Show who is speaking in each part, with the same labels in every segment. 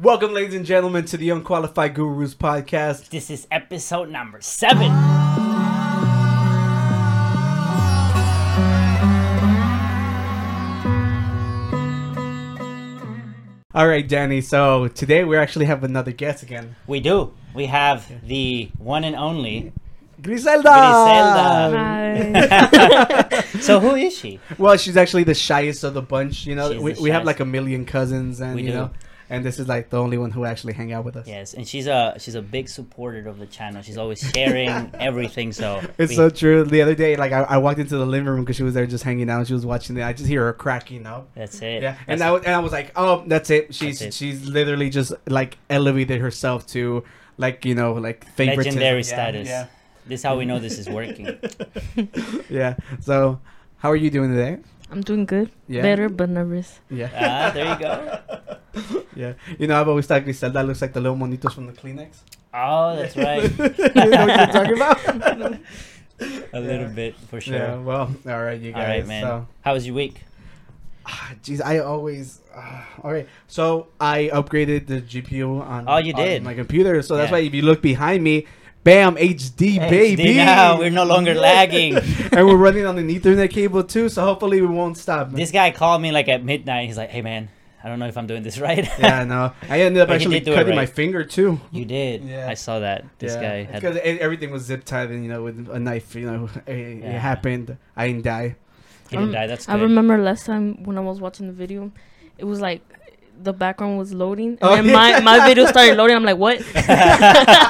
Speaker 1: Welcome, ladies and gentlemen, to the Unqualified Gurus podcast.
Speaker 2: This is episode number seven.
Speaker 1: All right, Danny. So today we actually have another guest again,
Speaker 2: We do. We have the one and only.
Speaker 1: Griselda.
Speaker 3: Hi.
Speaker 2: So who is she?
Speaker 1: Well, she's actually the shyest of the bunch. You know,
Speaker 2: She's
Speaker 1: we,
Speaker 2: the
Speaker 1: we have
Speaker 2: shyest.
Speaker 1: like a million cousins, and
Speaker 2: We
Speaker 1: you
Speaker 2: do.
Speaker 1: know, and this is like the only one who actually hang out with us.
Speaker 2: Yes, and she's a she's a big supporter of the channel. She's always sharing everything. So
Speaker 1: It's
Speaker 2: we-
Speaker 1: so true. The other day, like I, I walked into the living room because she was there just hanging out. She was watching it. I just hear her cracking up.
Speaker 2: that's it.
Speaker 1: Yeah, and I
Speaker 2: That's-
Speaker 1: was, and I was like, oh, that's it. She's
Speaker 2: That's it.
Speaker 1: she's literally just like elevated herself to like you know like favoritism.
Speaker 2: legendary
Speaker 1: Yeah,
Speaker 2: status.
Speaker 1: Yeah,
Speaker 2: This is how we know this is working.
Speaker 1: yeah. So, how are you doing today?
Speaker 3: I'm doing good.
Speaker 1: Yeah.
Speaker 3: Better, but nervous.
Speaker 1: Yeah,
Speaker 2: Ah, there you go.
Speaker 1: yeah. You know, I've always thought Griselda looks like the little monitos from the Kleenex.
Speaker 2: Oh, that's right.
Speaker 1: you know what you're talking about?
Speaker 2: A little bit for sure.
Speaker 1: Yeah. Well, all right, you
Speaker 2: All
Speaker 1: guys.
Speaker 2: right, man.
Speaker 1: So,
Speaker 2: How was your week?
Speaker 1: ah, jeez, I always. ah, all right, so I upgraded the GPU on.
Speaker 2: Oh, you
Speaker 1: on
Speaker 2: did.
Speaker 1: my computer. So that's
Speaker 2: Yeah.
Speaker 1: why if you look behind me, bam, HD, baby.
Speaker 2: HD now we're no longer lagging.
Speaker 1: and we're running on an Ethernet cable too, so hopefully we won't stop. man.
Speaker 2: This guy called me like at midnight. He's like, "Hey man, I don't know if I'm doing this right."
Speaker 1: yeah, no. I ended up
Speaker 2: But he
Speaker 1: actually
Speaker 2: did do it
Speaker 1: cutting my
Speaker 2: right.
Speaker 1: finger too.
Speaker 2: You did.
Speaker 1: Yeah.
Speaker 2: I saw that. This
Speaker 1: yeah.
Speaker 2: guy had.
Speaker 1: because everything was zip tied and you know with a knife. You know, it, it
Speaker 2: Yeah.
Speaker 1: happened. I didn't die.
Speaker 2: He didn't
Speaker 3: Um,
Speaker 2: die. That's good.
Speaker 3: I remember last time when I was watching the video, it was like the background was loading, and
Speaker 1: Oh,
Speaker 3: then
Speaker 1: yeah.
Speaker 3: my, my video started loading. I'm like, what?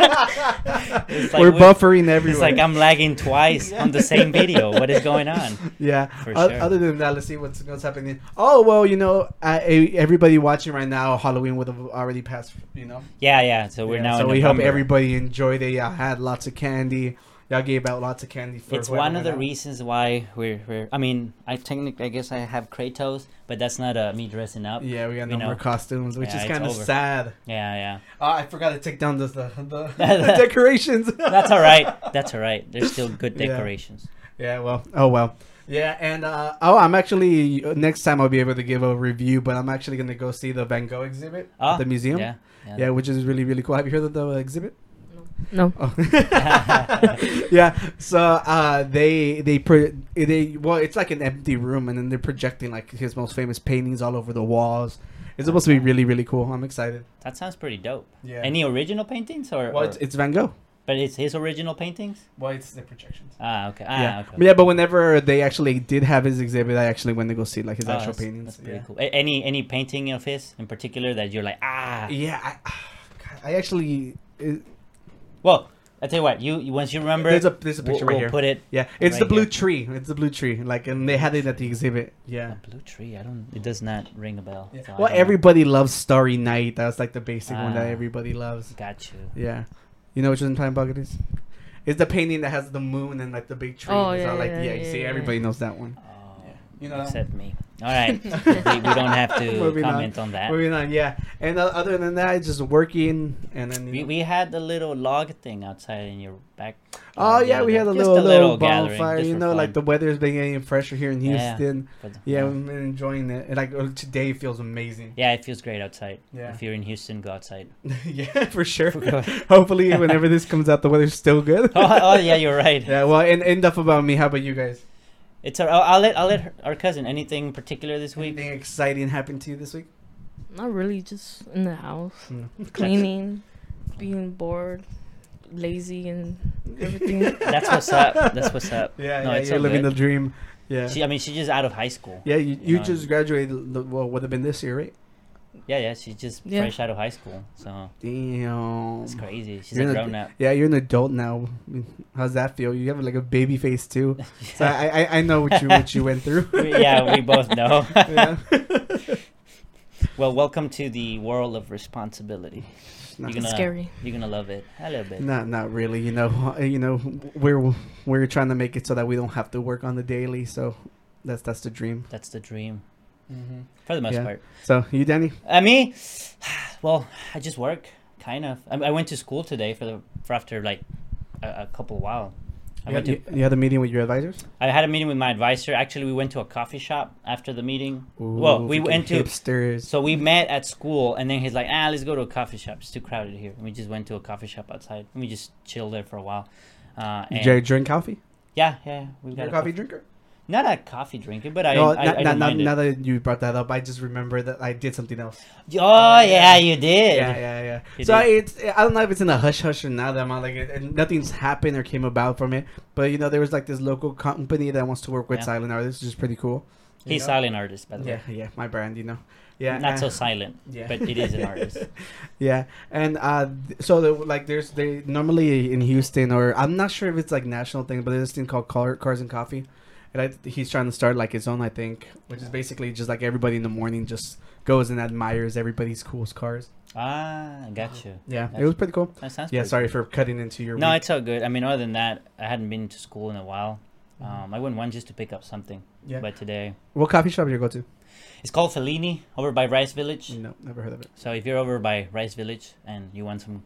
Speaker 2: It's like
Speaker 1: we're,
Speaker 2: we-
Speaker 1: buffering
Speaker 2: It's
Speaker 1: everywhere.
Speaker 2: like I'm lagging twice on the same video. What is going on?
Speaker 1: yeah.
Speaker 2: For
Speaker 1: O-
Speaker 2: sure.
Speaker 1: Other than that, let's see what's, what's happening. Oh well, you know, I, I- everybody watching right now, Halloween would have already passed. You know,
Speaker 2: Yeah, yeah. So we're
Speaker 1: Yeah,
Speaker 2: now.
Speaker 1: So
Speaker 2: in
Speaker 1: we hope
Speaker 2: November.
Speaker 1: everybody enjoyed it. Y'all had lots of candy. Y'all gave out lots of candy. For
Speaker 2: It's
Speaker 1: whoever
Speaker 2: one of
Speaker 1: went
Speaker 2: the
Speaker 1: out.
Speaker 2: reasons why we're, we're. I mean, I technically, I guess I have Kratos, but that's not uh, me dressing up.
Speaker 1: Yeah,
Speaker 2: Yeah,
Speaker 1: we got
Speaker 2: we
Speaker 1: no more
Speaker 2: know.
Speaker 1: costumes, which
Speaker 2: Yeah,
Speaker 1: is
Speaker 2: it's
Speaker 1: kind of
Speaker 2: over.
Speaker 1: sad.
Speaker 2: yeah.
Speaker 1: Oh, I forgot to take down the the, the, the decorations.
Speaker 2: That's all right. That's all right. There's still good
Speaker 1: Yeah.
Speaker 2: decorations.
Speaker 1: Yeah, well, oh well. Yeah, and uh, oh, I'm actually next time I'll be able to give a review, but I'm actually gonna go see the Van Gogh exhibit
Speaker 2: Ah,
Speaker 1: at the museum.
Speaker 2: Yeah.
Speaker 1: Yeah, which is really really cool. Have you heard of the exhibit?
Speaker 3: No.
Speaker 1: Oh. yeah. So uh, they they pro- they well, it's like an empty room, and then they're projecting like his most famous paintings all over the walls. It's supposed to be really really cool. I'm excited.
Speaker 2: That sounds pretty dope.
Speaker 1: Yeah.
Speaker 2: Any original paintings or?
Speaker 1: well,
Speaker 2: or-
Speaker 1: it's, it's Van Gogh.
Speaker 2: but it's his original paintings.
Speaker 1: Well, it's the projections.
Speaker 2: Ah, okay. Ah,
Speaker 1: Yeah.
Speaker 2: okay.
Speaker 1: But yeah, but whenever they actually did have his exhibit, I actually went to go see like his
Speaker 2: Oh,
Speaker 1: actual
Speaker 2: that's,
Speaker 1: paintings.
Speaker 2: That's pretty
Speaker 1: yeah.
Speaker 2: cool. A- any any painting of his in particular that you're like ah?
Speaker 1: Yeah, I, ah, God, I actually. It,
Speaker 2: Well, I tell you what. You you- once you remember,
Speaker 1: there's a there's a
Speaker 2: we'll,
Speaker 1: picture
Speaker 2: we'll
Speaker 1: right here.
Speaker 2: put it.
Speaker 1: yeah, it's the
Speaker 2: right
Speaker 1: blue
Speaker 2: here.
Speaker 1: tree. It's the blue tree. Like, and they had it at the exhibit. Yeah.
Speaker 2: A blue tree. I don't. It does not ring a bell. so I
Speaker 1: Well,
Speaker 2: don't know.
Speaker 1: everybody loves Starry Night. That was like the basic one that
Speaker 2: Ah.
Speaker 1: everybody loves.
Speaker 2: got you.
Speaker 1: Yeah, you know which one time bucket is? It's the painting that has the moon and like the big tree.
Speaker 3: Oh,
Speaker 1: It's
Speaker 3: yeah,
Speaker 1: all like,
Speaker 3: yeah,
Speaker 1: yeah, you
Speaker 3: yeah,
Speaker 1: see,
Speaker 3: yeah.
Speaker 1: everybody knows that one.
Speaker 2: Oh,
Speaker 1: You know.
Speaker 2: except me. All right. we, we don't have to
Speaker 1: Moving on.
Speaker 2: comment on that.
Speaker 1: Moving on, yeah. And uh, other than that, it's just working, and then you
Speaker 2: We,
Speaker 1: know-
Speaker 2: we had a little log thing outside in your back.
Speaker 1: Oh
Speaker 2: uh, the
Speaker 1: yeah, we
Speaker 2: other
Speaker 1: had a
Speaker 2: day. Just
Speaker 1: little, little,
Speaker 2: gathering,
Speaker 1: bonfire.
Speaker 2: just
Speaker 1: You
Speaker 2: for
Speaker 1: know, like the
Speaker 2: fun.
Speaker 1: weather's been getting fresher here in
Speaker 2: Yeah.
Speaker 1: Houston.
Speaker 2: For the-
Speaker 1: Yeah, mm, I'm enjoying it. And, Like uh, today feels amazing.
Speaker 2: Yeah, it feels great outside.
Speaker 1: Yeah.
Speaker 2: If you're in Houston, go outside.
Speaker 1: yeah, for sure.
Speaker 2: Forgot.
Speaker 1: Hopefully, whenever this comes out, the weather's still good.
Speaker 2: oh, oh yeah, you're right.
Speaker 1: yeah. Well, and enough about me. How about you guys?
Speaker 2: It's our, I'll, I'll let I'll let her, our cousin. Anything particular this week?
Speaker 1: Anything exciting happened to you this week?
Speaker 3: Not really. Just in the house,
Speaker 2: Mm.
Speaker 1: No.
Speaker 3: cleaning, being bored, lazy, and everything.
Speaker 2: That's what's up. That's what's up.
Speaker 1: Yeah,
Speaker 2: No,
Speaker 1: yeah.
Speaker 2: it's
Speaker 1: You're
Speaker 2: all
Speaker 1: living
Speaker 2: good.
Speaker 1: the dream. Yeah.
Speaker 2: She, I mean, she's just out of high school.
Speaker 1: yeah, you, you
Speaker 2: know,
Speaker 1: just graduated. the- Well, would have been this year, right?
Speaker 2: Yeah, yeah, she's just
Speaker 3: Yeah.
Speaker 2: fresh out of high school, so
Speaker 1: Damn.
Speaker 2: it's crazy. She's
Speaker 1: You're
Speaker 2: a
Speaker 1: an
Speaker 2: grown
Speaker 1: ad-
Speaker 2: up.
Speaker 1: Yeah, you're an adult now. I mean, How's that feel? You have like a baby face too. So I, I, I know what you what you went through.
Speaker 2: We- yeah, we both know.
Speaker 1: yeah.
Speaker 2: well, welcome to the world of responsibility.
Speaker 1: Nah.
Speaker 2: You're gonna,
Speaker 3: Scary.
Speaker 2: You're gonna love it a little bit.
Speaker 1: Not not really. You know, Uh, you know, we're we're trying to make it so that we don't have to work on the daily. So that's that's the dream.
Speaker 2: That's the dream, for the most
Speaker 1: Yeah.
Speaker 2: part.
Speaker 1: So you, Danny?
Speaker 2: I mean, well, I just work, kind of. I, I went to school today for the for after like a, a couple while. I
Speaker 1: You
Speaker 2: went
Speaker 1: had,
Speaker 2: to-
Speaker 1: you, you had a meeting with your advisors.
Speaker 2: I had a meeting with my advisor. Actually, we went to a coffee shop after the meeting. well, we
Speaker 1: freaking
Speaker 2: went to
Speaker 1: hipsters.
Speaker 2: so we met at school, and then he's like, "Ah, let's go to a coffee shop. It's too crowded here." And we just went to a coffee shop outside, and we just chilled there for a while. Uh,
Speaker 1: Did
Speaker 2: and
Speaker 1: you drink coffee?
Speaker 2: yeah, yeah, we
Speaker 1: You're
Speaker 2: got
Speaker 1: a coffee drinker?
Speaker 2: Not a coffee drinker, but I,
Speaker 1: no,
Speaker 2: I,
Speaker 1: not,
Speaker 2: I
Speaker 1: not, not-
Speaker 2: didn't mind it.
Speaker 1: now that you brought that up, I just remember that I did something else.
Speaker 2: Oh yeah, you
Speaker 1: Yeah,
Speaker 2: did.
Speaker 1: yeah, yeah.
Speaker 2: You
Speaker 1: so
Speaker 2: did.
Speaker 1: it's I don't know if it's in a hush hush or not. I'm not like it, and nothing's happened or came about from it. But you know, there was like this local company that wants to work with
Speaker 2: Yeah.
Speaker 1: silent artists, which is pretty cool. you
Speaker 2: He's
Speaker 1: know?
Speaker 2: silent artist, by the
Speaker 1: Yeah,
Speaker 2: way.
Speaker 1: yeah, my brand, you know. Yeah,
Speaker 2: Not
Speaker 1: uh,
Speaker 2: so silent,
Speaker 1: yeah.
Speaker 2: but it is an artist.
Speaker 1: Yeah, and uh, th- so the, like there's they normally in Houston or I'm not sure if it's like national thing, but there's this thing called car, Cars and Coffee, and I, he's trying to start like his own, I think, which is basically just like everybody in the morning just goes and admires everybody's coolest cars.
Speaker 2: Ah, gotcha.
Speaker 1: Yeah, it
Speaker 2: That's-
Speaker 1: was pretty cool.
Speaker 2: That sounds.
Speaker 1: Yeah,
Speaker 2: pretty
Speaker 1: sorry for cutting into your.
Speaker 2: cool. No,
Speaker 1: week.
Speaker 2: it's all good. I mean, other than that, I hadn't been to school in a while. Um, I went one just to pick up something,
Speaker 1: Mm-hmm. Yeah.
Speaker 2: but today
Speaker 1: What coffee shop do you go to?
Speaker 2: it's called Fellini over by Rice Village.
Speaker 1: No, never heard of it.
Speaker 2: So if you're over by Rice Village and you want some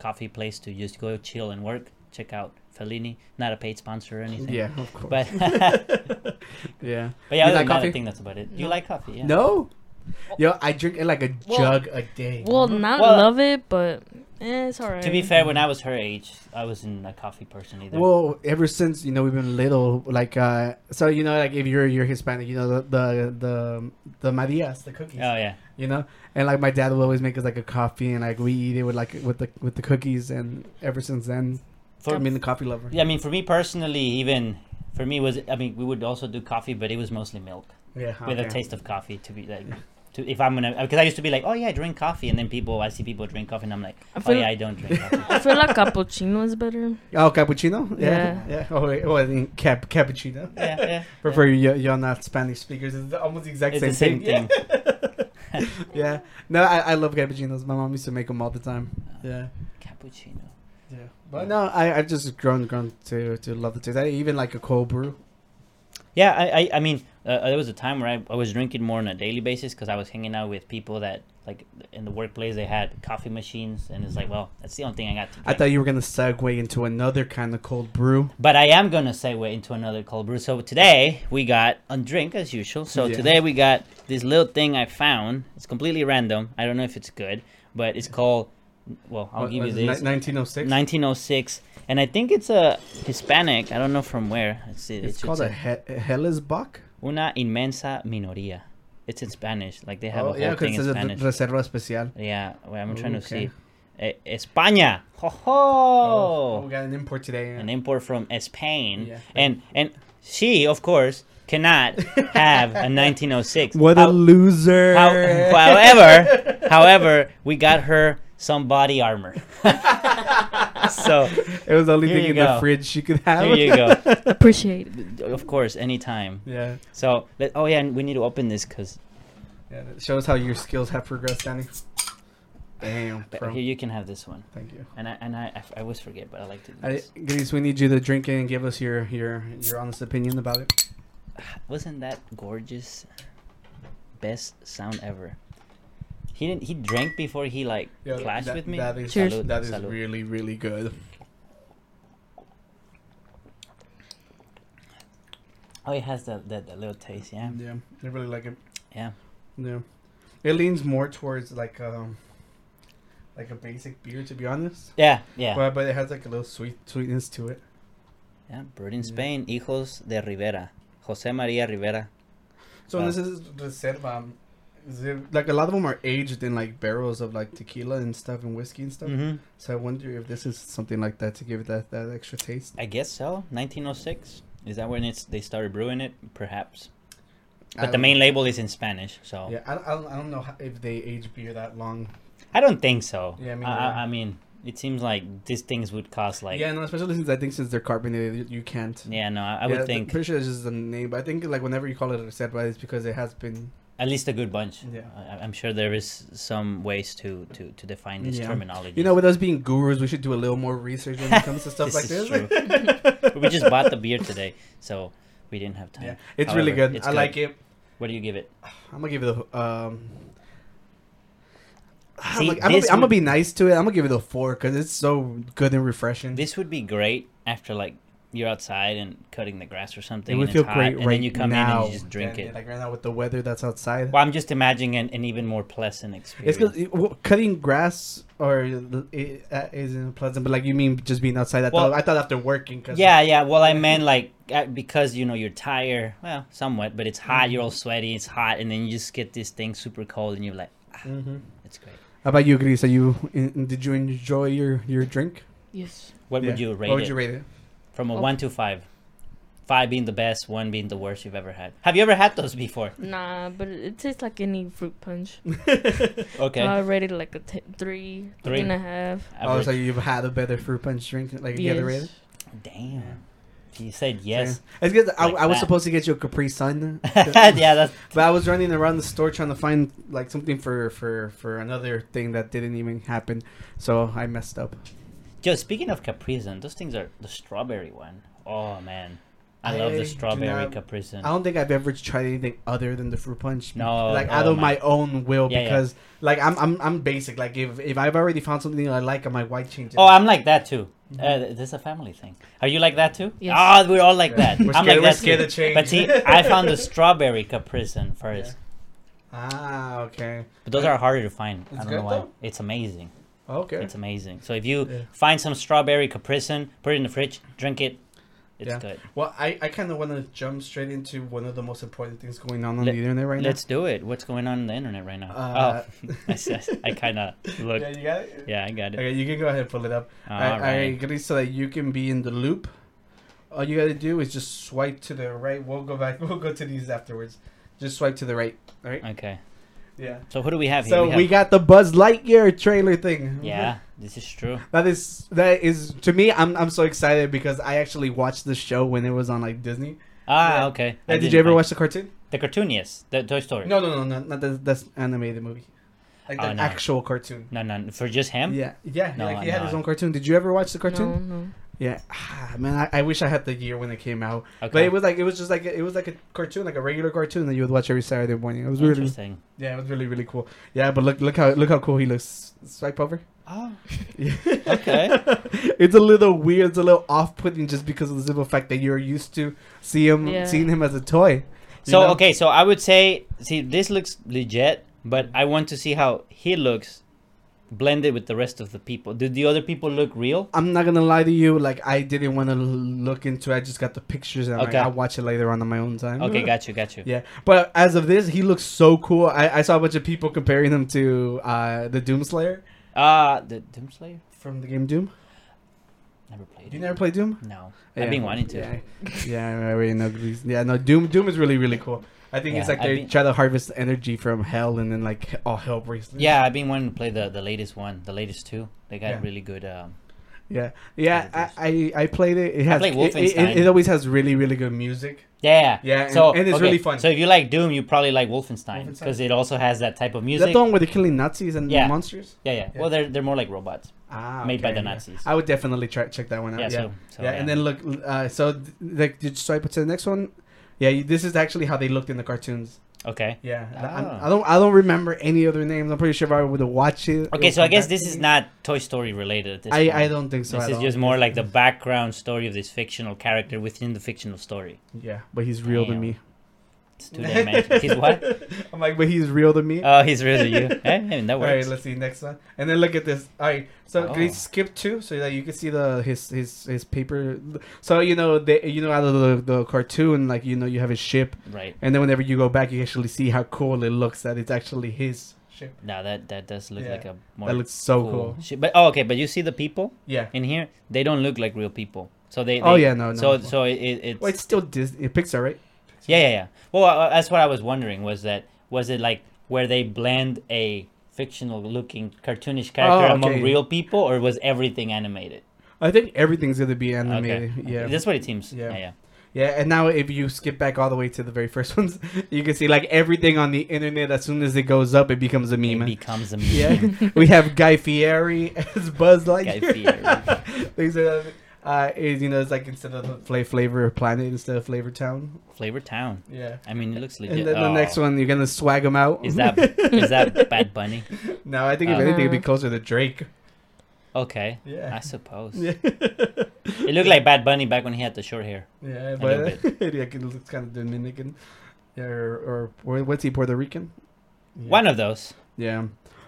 Speaker 2: coffee place to just go chill and work, check out Fellini. Not a paid sponsor or anything.
Speaker 1: Yeah, of course.
Speaker 2: But but
Speaker 1: yeah.
Speaker 2: yeah,
Speaker 1: You
Speaker 2: other
Speaker 1: like
Speaker 2: than that,
Speaker 1: coffee?
Speaker 2: I think that's about it. Do you
Speaker 3: No.
Speaker 2: like coffee? Yeah.
Speaker 1: No. Yo, I drink uh, like a
Speaker 3: Well-
Speaker 1: jug a day.
Speaker 3: Well, not
Speaker 2: Well-
Speaker 3: love it, but eh, it's alright.
Speaker 2: To be fair, when I was her age, I wasn't a coffee person either.
Speaker 1: Well, ever since you know we've been little, like uh, so you know, like if you're you're Hispanic, you know the the the, the Marias, the
Speaker 2: oh
Speaker 1: cookies,
Speaker 2: yeah.
Speaker 1: you know, and like my dad would always make us like a coffee, and like we eat it with like with the with the cookies, and ever since then,
Speaker 2: For-
Speaker 1: I've been the coffee lover.
Speaker 2: Yeah, I mean, for me personally, even for me was I mean, we would also do coffee, but it was mostly milk
Speaker 1: yeah,
Speaker 2: with a
Speaker 1: Oh, okay.
Speaker 2: taste of coffee to be like. To, if I'm gonna, because I used to be like, oh yeah, I drink coffee, and then people, I see people drink coffee, and I'm like,
Speaker 3: I
Speaker 2: oh
Speaker 3: feel-
Speaker 2: yeah, I don't drink coffee.
Speaker 3: I feel like cappuccino is better.
Speaker 1: Oh, cappuccino. Yeah,
Speaker 3: Yeah.
Speaker 1: yeah. Oh, wait, well, I think cap cappuccino.
Speaker 2: yeah, yeah.
Speaker 1: But for you, you're not Spanish speakers. It's almost the exact
Speaker 2: It's
Speaker 1: same,
Speaker 2: the same
Speaker 1: thing. Yeah. yeah. No, I, I love cappuccinos. My mom used to make them all the time. Yeah.
Speaker 2: Cappuccino.
Speaker 1: Yeah, but no, I I've just grown grown to to love the taste. I even like a cold brew.
Speaker 2: Yeah, I, I, I mean, uh, there was a time where I, I was drinking more on a daily basis because I was hanging out with people that, like, in the workplace, they had coffee machines, and it's like, well, that's the only thing I got to drink.
Speaker 1: I thought you were gonna segue into another kind of cold brew.
Speaker 2: But I am going to segue into another cold brew. So today we got a drink as usual. So
Speaker 1: Yeah.
Speaker 2: today we got this little thing I found. It's completely random. I don't know if it's good, but it's called, well, I'll give you this.
Speaker 1: Nineteen oh six.
Speaker 2: 1906. And I think it's a Hispanic. I don't know from where. Let's see. it
Speaker 1: It's
Speaker 2: should
Speaker 1: called a,
Speaker 2: say.
Speaker 1: he- a Hellesbach.
Speaker 2: Una Inmensa Minoría. It's in Spanish. Like they have a
Speaker 1: Oh
Speaker 2: whole
Speaker 1: yeah,
Speaker 2: thing
Speaker 1: because
Speaker 2: in
Speaker 1: it's a
Speaker 2: Spanish.
Speaker 1: reserva especial.
Speaker 2: yeah, wait, I'm trying to
Speaker 1: Okay.
Speaker 2: see. Eh, España. Ho ho!
Speaker 1: Oh, we got an import today.
Speaker 2: Oh. an import from Spain,
Speaker 1: Yeah.
Speaker 2: and and she, of course, cannot have a 1906.
Speaker 1: What a
Speaker 2: How-
Speaker 1: loser!
Speaker 2: how- however, however, we got her some body armor. so
Speaker 1: it was the only
Speaker 2: Here
Speaker 1: thing
Speaker 2: you
Speaker 1: in the
Speaker 2: go.
Speaker 1: fridge she could have.
Speaker 2: here you go.
Speaker 3: Appreciate it.
Speaker 2: Of course, anytime.
Speaker 1: yeah,
Speaker 2: So let, oh yeah, and we need to open this because
Speaker 1: yeah. That shows how your skills have progressed, Danny. Damn,
Speaker 2: here
Speaker 1: bro.
Speaker 2: you can have this one.
Speaker 1: Thank you.
Speaker 2: And I and I, I f- I always forget, but I like to do
Speaker 1: I,
Speaker 2: this.
Speaker 1: Grace, we need you to drink it and give us your your your honest opinion about it.
Speaker 2: Wasn't that gorgeous? Best sound ever. He didn't. He drank before he like
Speaker 1: Yeah,
Speaker 2: clashed
Speaker 1: that-
Speaker 2: with me.
Speaker 1: That is,
Speaker 3: Cheers.
Speaker 1: that is
Speaker 2: Salud.
Speaker 1: really, really good.
Speaker 2: Oh, it has that that, that little taste, yeah.
Speaker 1: Yeah, I really like it.
Speaker 2: Yeah.
Speaker 1: Yeah, it leans more towards like um, like a basic beer, to be honest.
Speaker 2: Yeah, yeah.
Speaker 1: But, but it has like a little sweet sweetness to it.
Speaker 2: yeah. Bird in
Speaker 1: Yeah.
Speaker 2: Spain, hijos de Rivera. Jose Maria Rivera.
Speaker 1: So
Speaker 2: Wow.
Speaker 1: this is reserva. um, is it- Like a lot of them are aged in like barrels of like tequila and stuff and whiskey and stuff.
Speaker 2: Mm-hmm.
Speaker 1: So I wonder if this is something like that to give it that, that extra taste.
Speaker 2: I guess so. 1906. Is that when it's they started brewing it? Perhaps.
Speaker 1: I
Speaker 2: But the
Speaker 1: don't-
Speaker 2: main label is in Spanish, so
Speaker 1: Yeah, I, don't- I, don't, I don't know how, if they age beer that long.
Speaker 2: I don't think so.
Speaker 1: Yeah, me
Speaker 2: Oh. I,
Speaker 1: neither.
Speaker 2: I, I mean, it seems like these things would cost like.
Speaker 1: yeah, no, especially since I think since they're carbonated, you- you can't.
Speaker 2: Yeah, no, I, I
Speaker 1: Yeah,
Speaker 2: would
Speaker 1: th-
Speaker 2: think
Speaker 1: Pretty sure it's just the name, but I think like whenever you call it a set, but it's because it has been.
Speaker 2: at least a good bunch.
Speaker 1: Yeah.
Speaker 2: I, I'm sure there is some ways to to to define this
Speaker 1: Yeah.
Speaker 2: terminology.
Speaker 1: You know, with us being gurus, we should do a little more research when it comes to stuff like
Speaker 2: This is
Speaker 1: this.
Speaker 2: we just bought the beer today, so we didn't have time.
Speaker 1: yeah, it's really
Speaker 2: However,
Speaker 1: good.
Speaker 2: it's
Speaker 1: I like it.
Speaker 2: What do you give it?
Speaker 1: I'm gonna give it a. Um, I'm,
Speaker 2: See,
Speaker 1: like, I'm, gonna be,
Speaker 2: this
Speaker 1: I'm gonna
Speaker 2: would-
Speaker 1: be nice to it. I'm gonna give it a four because it's so good and refreshing.
Speaker 2: This would be great after like you're outside and cutting the grass or something.
Speaker 1: It would
Speaker 2: and
Speaker 1: feel
Speaker 2: it's hot,
Speaker 1: great
Speaker 2: and
Speaker 1: right
Speaker 2: then you come in
Speaker 1: now.
Speaker 2: and you just drink
Speaker 1: And,
Speaker 2: it.
Speaker 1: Like right now with the weather that's outside.
Speaker 2: well, I'm just imagining an, an even more pleasant
Speaker 1: It's
Speaker 2: experience.
Speaker 1: because cutting grass or it, uh, isn't pleasant, but like you mean just being outside. I
Speaker 2: Well-
Speaker 1: thought I thought after working. Cause
Speaker 2: yeah, yeah. Well, I meant like uh, because you know you're tired, well, somewhat, but it's hot. You're all sweaty. It's hot, and then you just get this thing super cold, and you're like, ah,
Speaker 1: Mhm.
Speaker 2: it's great.
Speaker 1: How about you, Gris? Are you in, did you enjoy your your drink?
Speaker 3: Yes.
Speaker 2: What would
Speaker 1: Yeah.
Speaker 2: you rate
Speaker 1: What would
Speaker 2: it
Speaker 1: you rate it?
Speaker 2: from a
Speaker 3: Okay.
Speaker 2: one to five? Five being the best, one being the worst you've ever had. Have you ever had those before?
Speaker 3: Nah, but it it tastes like any fruit punch.
Speaker 2: Okay,
Speaker 3: I rated like a t- three,
Speaker 2: Three.
Speaker 3: three and a half.
Speaker 1: Oh,
Speaker 2: Average.
Speaker 1: so you've had a better fruit punch drink like the other rated?
Speaker 3: Yes.
Speaker 2: damn. You said yes.
Speaker 1: Yeah. It's because I,
Speaker 2: Like
Speaker 1: I was
Speaker 2: that.
Speaker 1: supposed to get you a Capri Sun,
Speaker 2: Yeah, that's
Speaker 1: but I was running around the store trying to find like something for for for another thing that didn't even happen, so I messed up.
Speaker 2: Joe, speaking of Caprizen, those things are the strawberry one. Oh man, I, love
Speaker 1: I
Speaker 2: the
Speaker 1: do
Speaker 2: strawberry
Speaker 1: not-
Speaker 2: Caprizen.
Speaker 1: I don't think I've ever tried anything other than the fruit punch.
Speaker 2: No,
Speaker 1: like
Speaker 2: oh
Speaker 1: out of
Speaker 2: my-
Speaker 1: my own will
Speaker 2: Yeah, yeah.
Speaker 1: because like I'm I'm I'm basic. Like if if I've already found something I like, I might white change it.
Speaker 2: Oh, I'm like that too.
Speaker 1: Mm-hmm.
Speaker 2: Uh, th- this is a family thing. Are you like that too?
Speaker 3: Yes.
Speaker 2: Ah, we're all like
Speaker 1: Yeah.
Speaker 2: that.
Speaker 1: We're
Speaker 2: I'm
Speaker 1: scared-
Speaker 2: like
Speaker 1: we're
Speaker 2: that
Speaker 1: scared
Speaker 2: too.
Speaker 1: of change.
Speaker 2: But see, I found the strawberry Caprizen first.
Speaker 1: ah, okay,
Speaker 2: But those are harder to find. I
Speaker 1: It's
Speaker 2: don't
Speaker 1: good
Speaker 2: know why.
Speaker 1: though?
Speaker 2: It's amazing.
Speaker 1: okay.
Speaker 2: It's amazing. So if you
Speaker 1: Yeah.
Speaker 2: find some strawberry Caprizen, put it in the fridge, drink it. It's
Speaker 1: Yeah.
Speaker 2: good.
Speaker 1: Well, I I kind of want to jump straight into one of the most important things going on on
Speaker 2: Let-
Speaker 1: the internet right now.
Speaker 2: Let's do it. What's going on in the internet right now?
Speaker 1: Uh,
Speaker 2: oh, I, s- I kind of looked.
Speaker 1: Yeah,
Speaker 2: Yeah,
Speaker 1: you got it.
Speaker 2: I got it.
Speaker 1: Okay, you can go ahead and pull it up.
Speaker 2: All
Speaker 1: I, I
Speaker 2: right.
Speaker 1: agree so that you can be in the loop. All you gotta do is just swipe to the right. We'll go back. We'll go to these afterwards. Just swipe to the right. All right.
Speaker 2: Okay.
Speaker 1: Yeah.
Speaker 2: So who do we have here?
Speaker 1: So we,
Speaker 2: have-
Speaker 1: got the Buzz Lightyear trailer thing.
Speaker 2: Yeah, this is true.
Speaker 1: That is that is to me. I'm I'm so excited because I actually watched the show when it was on like Disney.
Speaker 2: Ah,
Speaker 1: Yeah.
Speaker 2: okay. I
Speaker 1: Uh, did
Speaker 2: didn't
Speaker 1: you ever
Speaker 2: find-
Speaker 1: watch the cartoon?
Speaker 2: the cartoon? Yes, the Toy Story.
Speaker 1: No, no, no, no. Not the, that's animated movie. Like the
Speaker 2: Oh, no.
Speaker 1: actual cartoon.
Speaker 2: no, no. For just him?
Speaker 1: Yeah, yeah.
Speaker 2: No,
Speaker 1: like he had
Speaker 2: no.
Speaker 1: his own cartoon. Did you ever watch the cartoon?
Speaker 3: No, no.
Speaker 1: Yeah. Ah, man, I, I wish I had the year when it came out.
Speaker 2: Okay.
Speaker 1: But it was like it was just like it was like a cartoon, like a regular cartoon that you would watch every Saturday morning. It was really
Speaker 2: Interesting.
Speaker 1: yeah, it was really really cool. Yeah, but look look how look how cool he looks. Swipe over.
Speaker 2: Oh,
Speaker 1: Yeah.
Speaker 2: okay.
Speaker 1: it's a little weird. It's a little off-putting just because of the simple fact that you're used to see him,
Speaker 3: Yeah.
Speaker 1: seeing him as a toy. you
Speaker 2: so
Speaker 1: know?
Speaker 2: okay, so I would say, see, this looks legit, but I want to see how he looks blended with the rest of the people. Do the other people look real?
Speaker 1: I'm not gonna lie to you. Like I didn't want to look into. it. I just got the pictures and I'm
Speaker 2: Okay.
Speaker 1: like, I'll watch it later on on my own time.
Speaker 2: Okay, got you, got you.
Speaker 1: Yeah, but as of this, he looks so cool. I, I saw a bunch of people comparing him to uh, the Doomslayer
Speaker 2: Ah, uh, the Doom Slayer.
Speaker 1: from the game Doom.
Speaker 2: Never played.
Speaker 1: You
Speaker 2: it.
Speaker 1: never played Doom?
Speaker 2: No,
Speaker 1: Yeah.
Speaker 2: I've been wanting to.
Speaker 1: Yeah, yeah I already know. these- Yeah, no, Doom. Doom is really really cool. I think it's
Speaker 2: Yeah,
Speaker 1: like they
Speaker 2: I've been-
Speaker 1: try to harvest energy from hell and then like all hell breaks. loose.
Speaker 2: Yeah, I've been wanting to play the the latest one, the latest two. They got
Speaker 1: Yeah.
Speaker 2: really good. Um,
Speaker 1: Yeah, yeah, I, I I played it. It has
Speaker 2: played
Speaker 1: it, it,
Speaker 2: Wolfenstein.
Speaker 1: it always has really really good music.
Speaker 2: Yeah.
Speaker 1: Yeah, and-
Speaker 2: so
Speaker 1: and it's
Speaker 2: okay,
Speaker 1: really fun.
Speaker 2: So if you like Doom, you probably like Wolfenstein
Speaker 1: Wolfenstein.
Speaker 2: because it also has that type of
Speaker 1: Is that
Speaker 2: music.
Speaker 1: the one where they're killing Nazis and
Speaker 2: Yeah.
Speaker 1: monsters?
Speaker 2: yeah, yeah,
Speaker 1: Yeah.
Speaker 2: Well, they're they're more like robots.
Speaker 1: Ah,
Speaker 2: Made by the
Speaker 1: yeah.
Speaker 2: Nazis.
Speaker 1: I would definitely try check that one out.
Speaker 2: yeah,
Speaker 1: Yeah, yeah.
Speaker 2: So, so
Speaker 1: and then look. Uh, so th- like, did you swipe it to the next one? Yeah, you, this is actually how they looked in the cartoons.
Speaker 2: okay.
Speaker 1: Yeah, I-
Speaker 2: Ah.
Speaker 1: I, I don't. I don't remember any other names. I'm pretty sure if I would have watched it. it
Speaker 2: Okay,
Speaker 1: would
Speaker 2: so I
Speaker 1: come
Speaker 2: guess
Speaker 1: back
Speaker 2: this
Speaker 1: to
Speaker 2: is
Speaker 1: me.
Speaker 2: not Toy Story related at this point.
Speaker 1: I, I don't think so.
Speaker 2: This
Speaker 1: at
Speaker 2: is
Speaker 1: all.
Speaker 2: just more like the background story of this fictional character within the fictional story.
Speaker 1: Yeah, but he's real to
Speaker 2: Damn.
Speaker 1: me.
Speaker 2: It's two dimensions. He's what?
Speaker 1: I'm like, but he's real to me.
Speaker 2: Oh, he's real to you. Eh? I mean, that
Speaker 1: all right,
Speaker 2: works.
Speaker 1: let's see next one, and then look at this. All right, so can
Speaker 2: Oh.
Speaker 1: you skip two so that you can see the his his his paper? So you know they you know out of the, the cartoon, like you know you have his ship,
Speaker 2: right.
Speaker 1: and then whenever you go back, you actually see how cool it looks that it's actually his ship.
Speaker 2: Now that that does look
Speaker 1: Yeah.
Speaker 2: like a more
Speaker 1: That looks so cool.
Speaker 2: shi- But oh, okay. But you see the people
Speaker 1: Yeah.
Speaker 2: in here? They don't look like real people. So they.
Speaker 1: Oh
Speaker 2: they-
Speaker 1: yeah, no, no.
Speaker 2: So so it, it, it's
Speaker 1: well, it's still Disney Pixar, right?
Speaker 2: Yeah, yeah, yeah. Well, uh, that's what I was wondering. Was that was it like where they blend a fictional-looking cartoonish character
Speaker 1: Oh,
Speaker 2: among
Speaker 1: okay.
Speaker 2: real people, or was everything animated?
Speaker 1: I think everything's gonna be
Speaker 2: Okay.
Speaker 1: animated.
Speaker 2: Okay.
Speaker 1: Yeah.
Speaker 2: that's what it seems. Yeah,
Speaker 1: Yeah.
Speaker 2: yeah.
Speaker 1: Yeah, and now if you skip back all the way to the very first ones, you can see like everything on the internet. As soon as it goes up, it becomes a
Speaker 2: It
Speaker 1: meme.
Speaker 2: becomes a meme.
Speaker 1: yeah, we have Guy Fieri as Buzz
Speaker 2: Guy
Speaker 1: Lightyear.
Speaker 2: Fieri.
Speaker 1: These are, uh, is, you know, it's like instead of the Fla- Flavor Planet instead of Flavor Town.
Speaker 2: Flavor Town.
Speaker 1: Yeah.
Speaker 2: I mean, it looks legit.
Speaker 1: And then the
Speaker 2: Oh.
Speaker 1: next one, you're gonna swag him out.
Speaker 2: is that is that Bad Bunny?
Speaker 1: no, I think if
Speaker 2: Oh.
Speaker 1: anything, it'd be closer to Drake.
Speaker 2: Okay,
Speaker 1: Yeah.
Speaker 2: I suppose.
Speaker 1: Yeah.
Speaker 2: It looked like Bad Bunny back when he had the short hair.
Speaker 1: Yeah,
Speaker 2: little
Speaker 1: but yeah, it looks kind of Dominican, Yeah, or, or what's he Puerto Rican? Yeah.
Speaker 2: One of those.
Speaker 1: Yeah,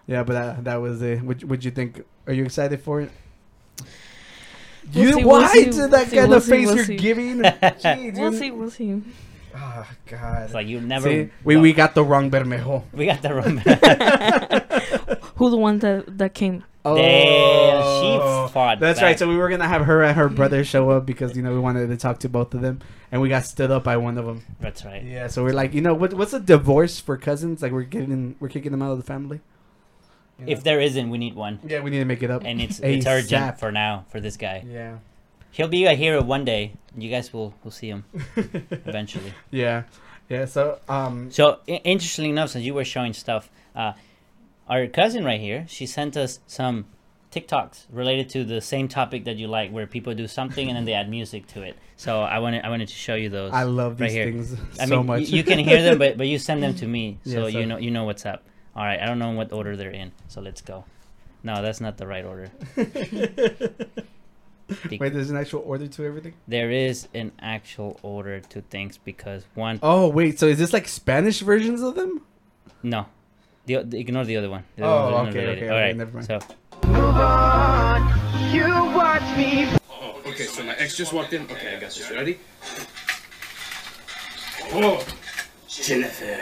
Speaker 1: yeah, but uh, that that was it. What would you think? Are you excited for it?
Speaker 3: We'll
Speaker 1: you
Speaker 3: see, we'll
Speaker 1: why
Speaker 3: see,
Speaker 1: is
Speaker 3: we'll
Speaker 1: it that
Speaker 3: see,
Speaker 1: kind
Speaker 3: we'll
Speaker 1: of
Speaker 3: see,
Speaker 1: face
Speaker 3: we'll
Speaker 1: you're
Speaker 3: see.
Speaker 1: giving? Jeez,
Speaker 3: We'll
Speaker 1: you-
Speaker 3: see. We'll see.
Speaker 1: Ah, God.
Speaker 2: It's like you never.
Speaker 1: See, we, we got the wrong Bermejo.
Speaker 2: we got the wrong.
Speaker 3: Who the one that that came?
Speaker 2: Damn, she fought.
Speaker 1: Oh. That's
Speaker 2: back.
Speaker 1: right. So we were gonna have her and her brother show up because you know we wanted to talk to both of them, and we got stood up by one of them.
Speaker 2: That's right.
Speaker 1: Yeah. So we're like, you know, what, what's a divorce for cousins? Like we're getting, we're kicking them out of the family. You
Speaker 2: If
Speaker 1: know?
Speaker 2: there isn't, we need one,
Speaker 1: yeah, we need to make it up.
Speaker 2: and it's it's urgent
Speaker 1: ASAP.
Speaker 2: for now for this guy.
Speaker 1: Yeah.
Speaker 2: He'll be a hero one day. You guys will will see him eventually.
Speaker 1: yeah. Yeah. So um.
Speaker 2: So i- interestingly enough, since you were showing stuff, uh, our cousin right here, she sent us some TikToks related to the same topic that you like, where people do something and then they add music to it. So I wanted I wanted to show you those.
Speaker 1: I love
Speaker 2: right
Speaker 1: these
Speaker 2: here.
Speaker 1: things
Speaker 2: I
Speaker 1: so
Speaker 2: mean, y-
Speaker 1: much.
Speaker 2: you can hear them, but but you send them to me,
Speaker 1: Yeah,
Speaker 2: so
Speaker 1: so-
Speaker 2: you know you know what's up. All right, I don't know in what order they're in, so let's go. No, that's not the right order. Be-
Speaker 1: Wait, there's an actual order to everything.
Speaker 2: there is an actual order to things because one.
Speaker 1: Oh wait, so is this like Spanish versions of them?
Speaker 2: No, the, o- the- ignore the other one. The
Speaker 1: Oh,
Speaker 2: other one's
Speaker 1: okay,
Speaker 2: unrelated.
Speaker 1: okay,
Speaker 2: All
Speaker 1: okay,
Speaker 2: right,
Speaker 1: never mind.
Speaker 2: So
Speaker 4: Oh, okay, so my ex just walked in. Okay, I got this. Ready? Oh! Jennifer.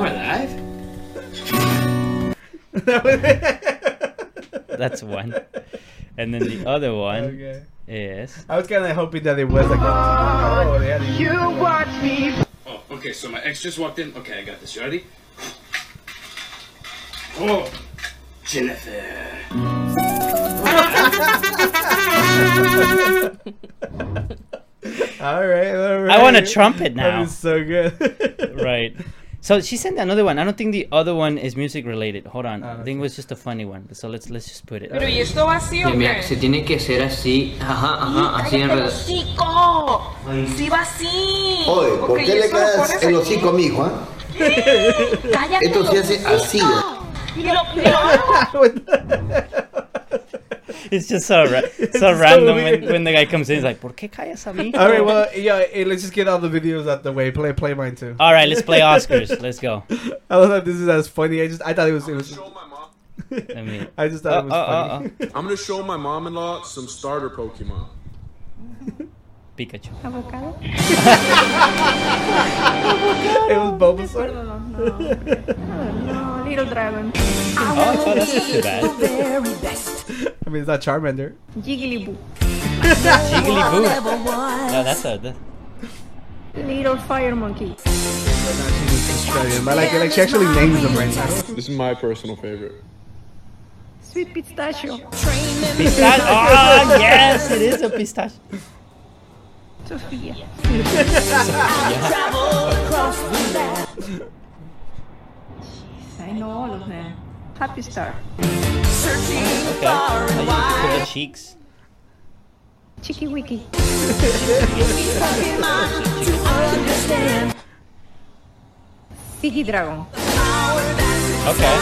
Speaker 4: We're alive?
Speaker 2: That's one. And then the other one
Speaker 1: Okay.
Speaker 2: is
Speaker 1: I was kind of hoping that it was like. Oh, they had a
Speaker 4: Oh, okay, so my ex just walked in. Okay, I got this. Ready? Oh! Jennifer.
Speaker 1: All right, all right.
Speaker 2: I want a trumpet
Speaker 1: That
Speaker 2: now.
Speaker 1: is so good.
Speaker 2: right. So she sent another one. I don't think the other one is music related. Hold on.
Speaker 1: Ah,
Speaker 2: I think it was just a funny one. So let's let's just put it.
Speaker 5: Pero ¿y esto va así o
Speaker 6: Mira,
Speaker 5: qué?
Speaker 6: se tiene que hacer así, ajá, ajá, así en
Speaker 5: ¡Cállate
Speaker 6: realidad.
Speaker 5: el hocico! ¡Sí va así!
Speaker 7: Oye, ¿por
Speaker 5: Porque
Speaker 7: qué
Speaker 5: ¿y
Speaker 7: le
Speaker 5: eso lo
Speaker 7: caes
Speaker 5: pones
Speaker 7: el
Speaker 5: aquí?
Speaker 7: hocico a mi hijo? ah?
Speaker 5: ¡Cállate
Speaker 7: Esto
Speaker 5: el
Speaker 7: se hace así, ¿eh?
Speaker 5: hocico! Y lo, y lo hago.
Speaker 2: It's just so ra- so
Speaker 1: so
Speaker 2: random when,
Speaker 1: weird.
Speaker 2: when the guy comes in. He's like, "Por qué callas a mí?"
Speaker 1: all right, well, yeah. eh, let's just get all the videos out the way. Play, play mine too.
Speaker 2: All right, let's play Oscars. Let's go.
Speaker 1: I don't know if this is as funny. I just, I thought it was, it was.
Speaker 2: Let me.
Speaker 1: I just thought
Speaker 2: Oh,
Speaker 1: it was
Speaker 2: oh, oh,
Speaker 1: funny.
Speaker 2: oh.
Speaker 8: I'm gonna show my mom-in-law some starter Pokemon.
Speaker 2: Pikachu. uh.
Speaker 1: It was Bulbasaur.
Speaker 2: Oh, oh, that's not too bad.
Speaker 1: I mean, it's not Charmander.
Speaker 9: Jigglybuff,
Speaker 2: Jigglypuff. No, that's a. That's,
Speaker 9: little fire monkey.
Speaker 1: She's just Australian, but like, like she actually names them right now.
Speaker 8: This is my personal favorite.
Speaker 9: Sweet pistachio.
Speaker 2: pistach- oh, yes, it is a pistachio.
Speaker 9: Sofia. I know all of them. Happy Star.
Speaker 2: Okay. So you put the cheeks.
Speaker 9: Chicky Wiki. Ziggy Dragon.
Speaker 2: Okay.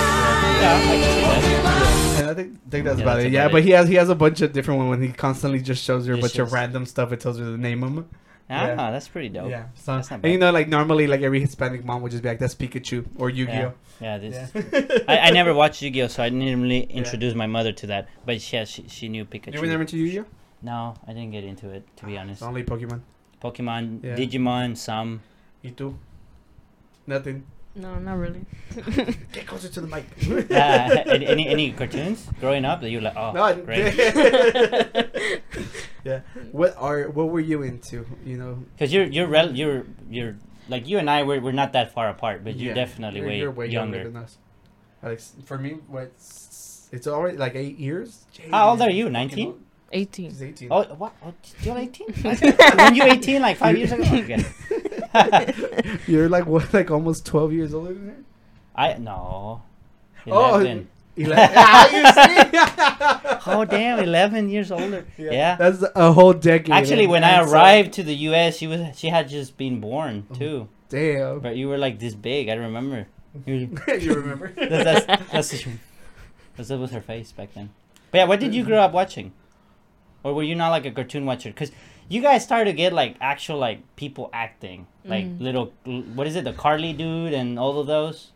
Speaker 2: Yeah, I can see that.
Speaker 1: And I think, think that's
Speaker 2: Yeah,
Speaker 1: about
Speaker 2: that's
Speaker 1: it. yeah,
Speaker 2: about
Speaker 1: but
Speaker 2: it.
Speaker 1: he has he has a bunch of different ones. When he constantly just shows you a
Speaker 2: Just
Speaker 1: bunch of
Speaker 2: shows-
Speaker 1: random stuff. It tells you the name of them.
Speaker 2: Ah,
Speaker 1: Yeah.
Speaker 2: that's pretty dope.
Speaker 1: Yeah, so,
Speaker 2: That's not
Speaker 1: and you
Speaker 2: bad.
Speaker 1: know, like normally, like every Hispanic mom would just be like, "That's Pikachu" or
Speaker 2: Yeah,
Speaker 1: Yu-Gi-Oh.
Speaker 2: yeah, this.
Speaker 1: Yeah.
Speaker 2: I, I never watched Yu-Gi-Oh, so I didn't really introduce my mother to that. But she, yeah, she she knew Pikachu.
Speaker 1: You were never into Yu-Gi-Oh?
Speaker 2: No, I didn't get into it to be honest.
Speaker 1: It's only Pokemon.
Speaker 2: Pokemon,
Speaker 1: Yeah.
Speaker 2: Digimon, some.
Speaker 1: You too. Nothing.
Speaker 3: No, not really.
Speaker 1: Get closer to the mic.
Speaker 2: Uh, any any- any cartoons growing up that you were like? Oh,
Speaker 1: No, I-
Speaker 2: great.
Speaker 1: yeah. What are what were you into? You know,
Speaker 2: Because you're you're rel- you're you're like you and I we're, we're not that far apart, but you're
Speaker 1: Yeah,
Speaker 2: definitely way, younger.
Speaker 1: than us. Alex, for me, what's it's already like eight years.
Speaker 2: How old are you?
Speaker 1: Fucking
Speaker 2: 19?
Speaker 1: old.
Speaker 3: Eighteen.
Speaker 1: He's eighteen.
Speaker 2: Oh, what? what? You're 18? When you 18, like five years ago? Okay.
Speaker 1: You're like what, like almost twelve years older than her.
Speaker 2: I no.
Speaker 1: Oh,
Speaker 2: Eleven.
Speaker 1: Eleven. Ah, you see?
Speaker 2: Oh, damn, eleven years older. Yeah.
Speaker 1: That's a whole decade.
Speaker 2: Actually, when I
Speaker 1: And so-
Speaker 2: arrived to the U.S., she was she had just been born too.
Speaker 1: damn,
Speaker 2: But you were like this big. I remember. You-
Speaker 1: you remember?
Speaker 2: that's that's that's, that's that was her face back then. But yeah, what did you grow up watching? or were you not like a cartoon watcher? Because you guys started to get like actual like people acting, like little what is it, the Carly dude and all of those.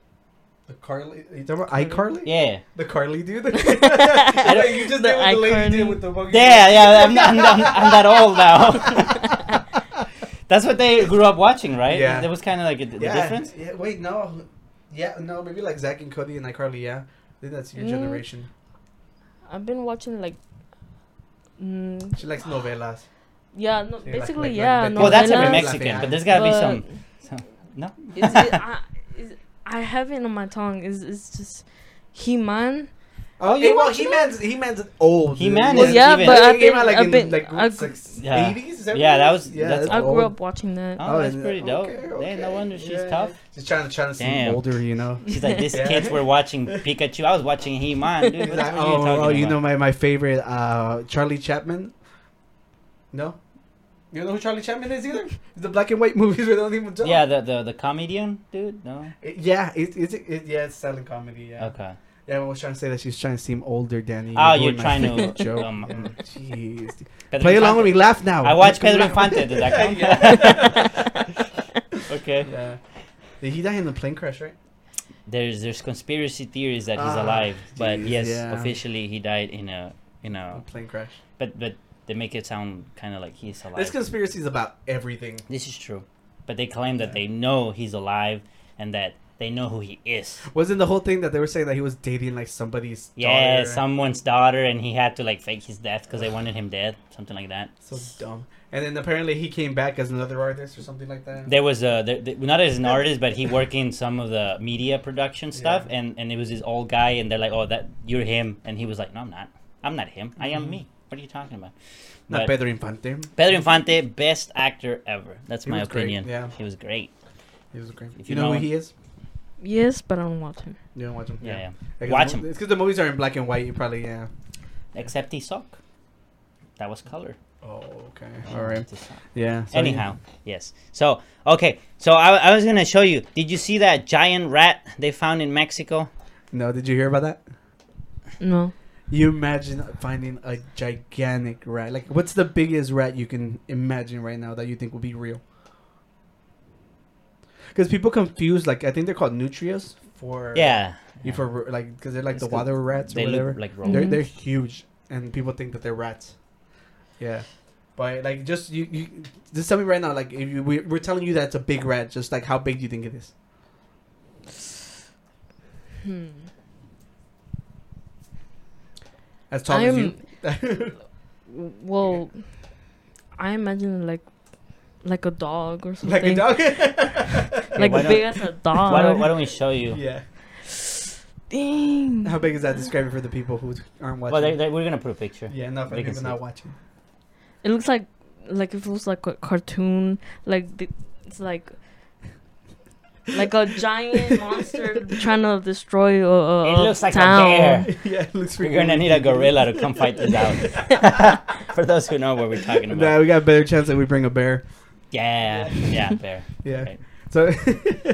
Speaker 1: The Carly, you talking about iCarly?
Speaker 2: Yeah,
Speaker 1: The Carly dude. Like, you just
Speaker 3: The
Speaker 1: did what the lady did
Speaker 3: iCarly.
Speaker 1: with the fucking.
Speaker 2: yeah, yeah. I'm, I'm, I'm, I'm that old now. That's what they grew up watching, right?
Speaker 1: Yeah.
Speaker 2: That was kind of like a, the
Speaker 1: yeah.
Speaker 2: difference.
Speaker 1: Yeah, wait, no. Yeah, no, maybe like Zach and Cody and iCarly. Yeah, I think that's your
Speaker 3: Mm.
Speaker 1: generation.
Speaker 3: I've been watching like. Mm,
Speaker 1: She likes novelas.
Speaker 3: yeah, no,
Speaker 1: like-
Speaker 3: basically,
Speaker 1: like-
Speaker 3: yeah.
Speaker 1: like-
Speaker 3: no,
Speaker 2: Well, that's every
Speaker 1: Novelas.
Speaker 2: Mexican, but there's gotta be some. some no.
Speaker 3: is it, I, is, I have it on my tongue. Is it's just He Man?
Speaker 1: Oh,
Speaker 2: you
Speaker 1: yeah, well,
Speaker 2: watch
Speaker 1: he
Speaker 2: it?
Speaker 1: man's he man's old.
Speaker 2: He-Man
Speaker 1: dude.
Speaker 2: is
Speaker 3: Yeah,
Speaker 2: even-
Speaker 3: but
Speaker 1: I
Speaker 3: I've
Speaker 1: think it came
Speaker 3: been,
Speaker 1: out like
Speaker 3: I've
Speaker 1: in
Speaker 3: been,
Speaker 1: like
Speaker 3: I,
Speaker 1: what, six-
Speaker 2: Yeah.
Speaker 1: 80s,
Speaker 2: Yeah, that was-
Speaker 1: yeah,
Speaker 2: that's
Speaker 1: that's
Speaker 3: I grew
Speaker 1: old.
Speaker 3: up watching that.
Speaker 2: Oh, that's pretty dope.
Speaker 1: uh, okay,
Speaker 2: Yeah, no
Speaker 1: okay.
Speaker 2: wonder she's
Speaker 1: Yeah,
Speaker 2: tough.
Speaker 1: She's trying to trying to seem
Speaker 2: Damn.
Speaker 1: older, you know.
Speaker 2: She's like, these
Speaker 1: Yeah.
Speaker 2: kids were watching Pikachu. I was watching He Man, dude.
Speaker 1: He's
Speaker 2: What,
Speaker 1: like,
Speaker 2: what are you
Speaker 1: oh,
Speaker 2: talking
Speaker 1: oh, you
Speaker 2: about?
Speaker 1: know my my favorite uh, Charlie Chapman. No, you don't know who Charlie Chapman is either. The black and white movies we don't even talk.
Speaker 2: Yeah, the, the the comedian dude. No.
Speaker 1: It- yeah, it's it's it, yeah, it's silent comedy. Yeah,
Speaker 2: Okay.
Speaker 1: yeah. I was trying to say that she's trying to seem older, Danny.
Speaker 2: Oh,
Speaker 1: ruined
Speaker 2: you're
Speaker 1: my
Speaker 2: trying
Speaker 1: fucking
Speaker 2: to-
Speaker 1: joke.
Speaker 2: um,
Speaker 1: Yeah, Jeez,
Speaker 2: Pedro
Speaker 1: play along with
Speaker 2: Infante.
Speaker 1: me. Laugh now.
Speaker 2: I watched
Speaker 1: Come
Speaker 2: Pedro
Speaker 1: on.
Speaker 2: Infante. Does that
Speaker 1: Yeah.
Speaker 2: count? okay.
Speaker 1: Yeah. Did he die in the plane crash, right?
Speaker 2: There's there's conspiracy theories that he's
Speaker 1: Ah,
Speaker 2: alive, but
Speaker 1: jeez,
Speaker 2: yes,
Speaker 1: yeah.
Speaker 2: officially he died in a in a.
Speaker 1: plane crash.
Speaker 2: But but they make it sound kind of like he's alive.
Speaker 1: There's conspiracies about everything.
Speaker 2: this is true, but they claim that they know he's alive and that they know who he is.
Speaker 1: Wasn't the whole thing that they were saying that he was dating like somebody's
Speaker 2: Yeah,
Speaker 1: daughter?
Speaker 2: someone's daughter, and he had to like fake his death because they wanted him dead, something like that.
Speaker 1: So dumb. And then apparently he came back as another artist or something like that.
Speaker 2: There was a there, there- not as an artist, but he worked in some of the media production stuff, and and it was this old guy, and they're like, "Oh, that you're him," and he was like, "No, I'm not. I'm not him. I
Speaker 1: Mm-hmm.
Speaker 2: am me. What are you talking about?"
Speaker 1: Not
Speaker 2: But
Speaker 1: Pedro Infante.
Speaker 2: Pedro Infante, best actor ever. That's
Speaker 1: He
Speaker 2: my
Speaker 1: was great,
Speaker 2: opinion.
Speaker 1: yeah.
Speaker 2: he was great.
Speaker 1: He was great. You,
Speaker 2: If you
Speaker 1: know,
Speaker 2: know
Speaker 1: who
Speaker 2: him-
Speaker 1: he is?
Speaker 3: Yes, but I don't watch him.
Speaker 1: You don't watch him.
Speaker 2: Yeah, yeah.
Speaker 1: Like,
Speaker 2: Watch
Speaker 1: the,
Speaker 2: him.
Speaker 1: It's because the movies are in black and white. You probably yeah.
Speaker 2: Except his sock. That was color.
Speaker 1: Oh okay. All right.
Speaker 2: His sock.
Speaker 1: Yeah. so-
Speaker 2: Anyhow, yes. So okay, so I, I was gonna show you. Did you see that giant rat they found in Mexico?
Speaker 1: No, did you hear about that?
Speaker 3: No.
Speaker 1: You imagine finding a gigantic rat. Like, what's the biggest rat you can imagine right now that you think will be real? Because people confuse, like, I think they're called nutrias for
Speaker 2: Yeah,
Speaker 1: you for like because they're like
Speaker 2: It's
Speaker 1: the
Speaker 2: 'cause
Speaker 1: water rats or
Speaker 2: they
Speaker 1: whatever.
Speaker 2: look like
Speaker 1: They're
Speaker 2: robots.
Speaker 3: Mhm.
Speaker 1: they're huge, and people think that they're rats. Yeah, but like just you you just tell me right now, like if you, we we're telling you that it's a big rat, just like how big do you think it is?
Speaker 3: Hmm.
Speaker 1: As tall as you?
Speaker 3: W- Well, I imagine like like a dog or something.
Speaker 1: like a dog?
Speaker 3: Like
Speaker 2: why don't-
Speaker 3: big as a dog.
Speaker 2: Why don't, why don't we show you?
Speaker 1: yeah.
Speaker 3: Dang.
Speaker 1: How big is that? Describe it for the people who aren't watching.
Speaker 2: Well, they, they, we're gonna put a picture.
Speaker 1: yeah, not for
Speaker 2: they can
Speaker 1: people
Speaker 2: see
Speaker 1: not
Speaker 2: it.
Speaker 1: watching.
Speaker 3: It looks like like if it was like a cartoon. Like the, it's like like a giant monster trying to destroy a, a,
Speaker 2: It
Speaker 3: a
Speaker 2: looks like a
Speaker 3: town.
Speaker 2: bear.
Speaker 1: yeah, it looks
Speaker 2: We're gonna need a gorilla to come fight this out. For those who know what we're talking about.
Speaker 1: Nah, we got a better chance that we bring a bear.
Speaker 2: Yeah, yeah, bear.
Speaker 1: Yeah.
Speaker 2: Right.
Speaker 1: So,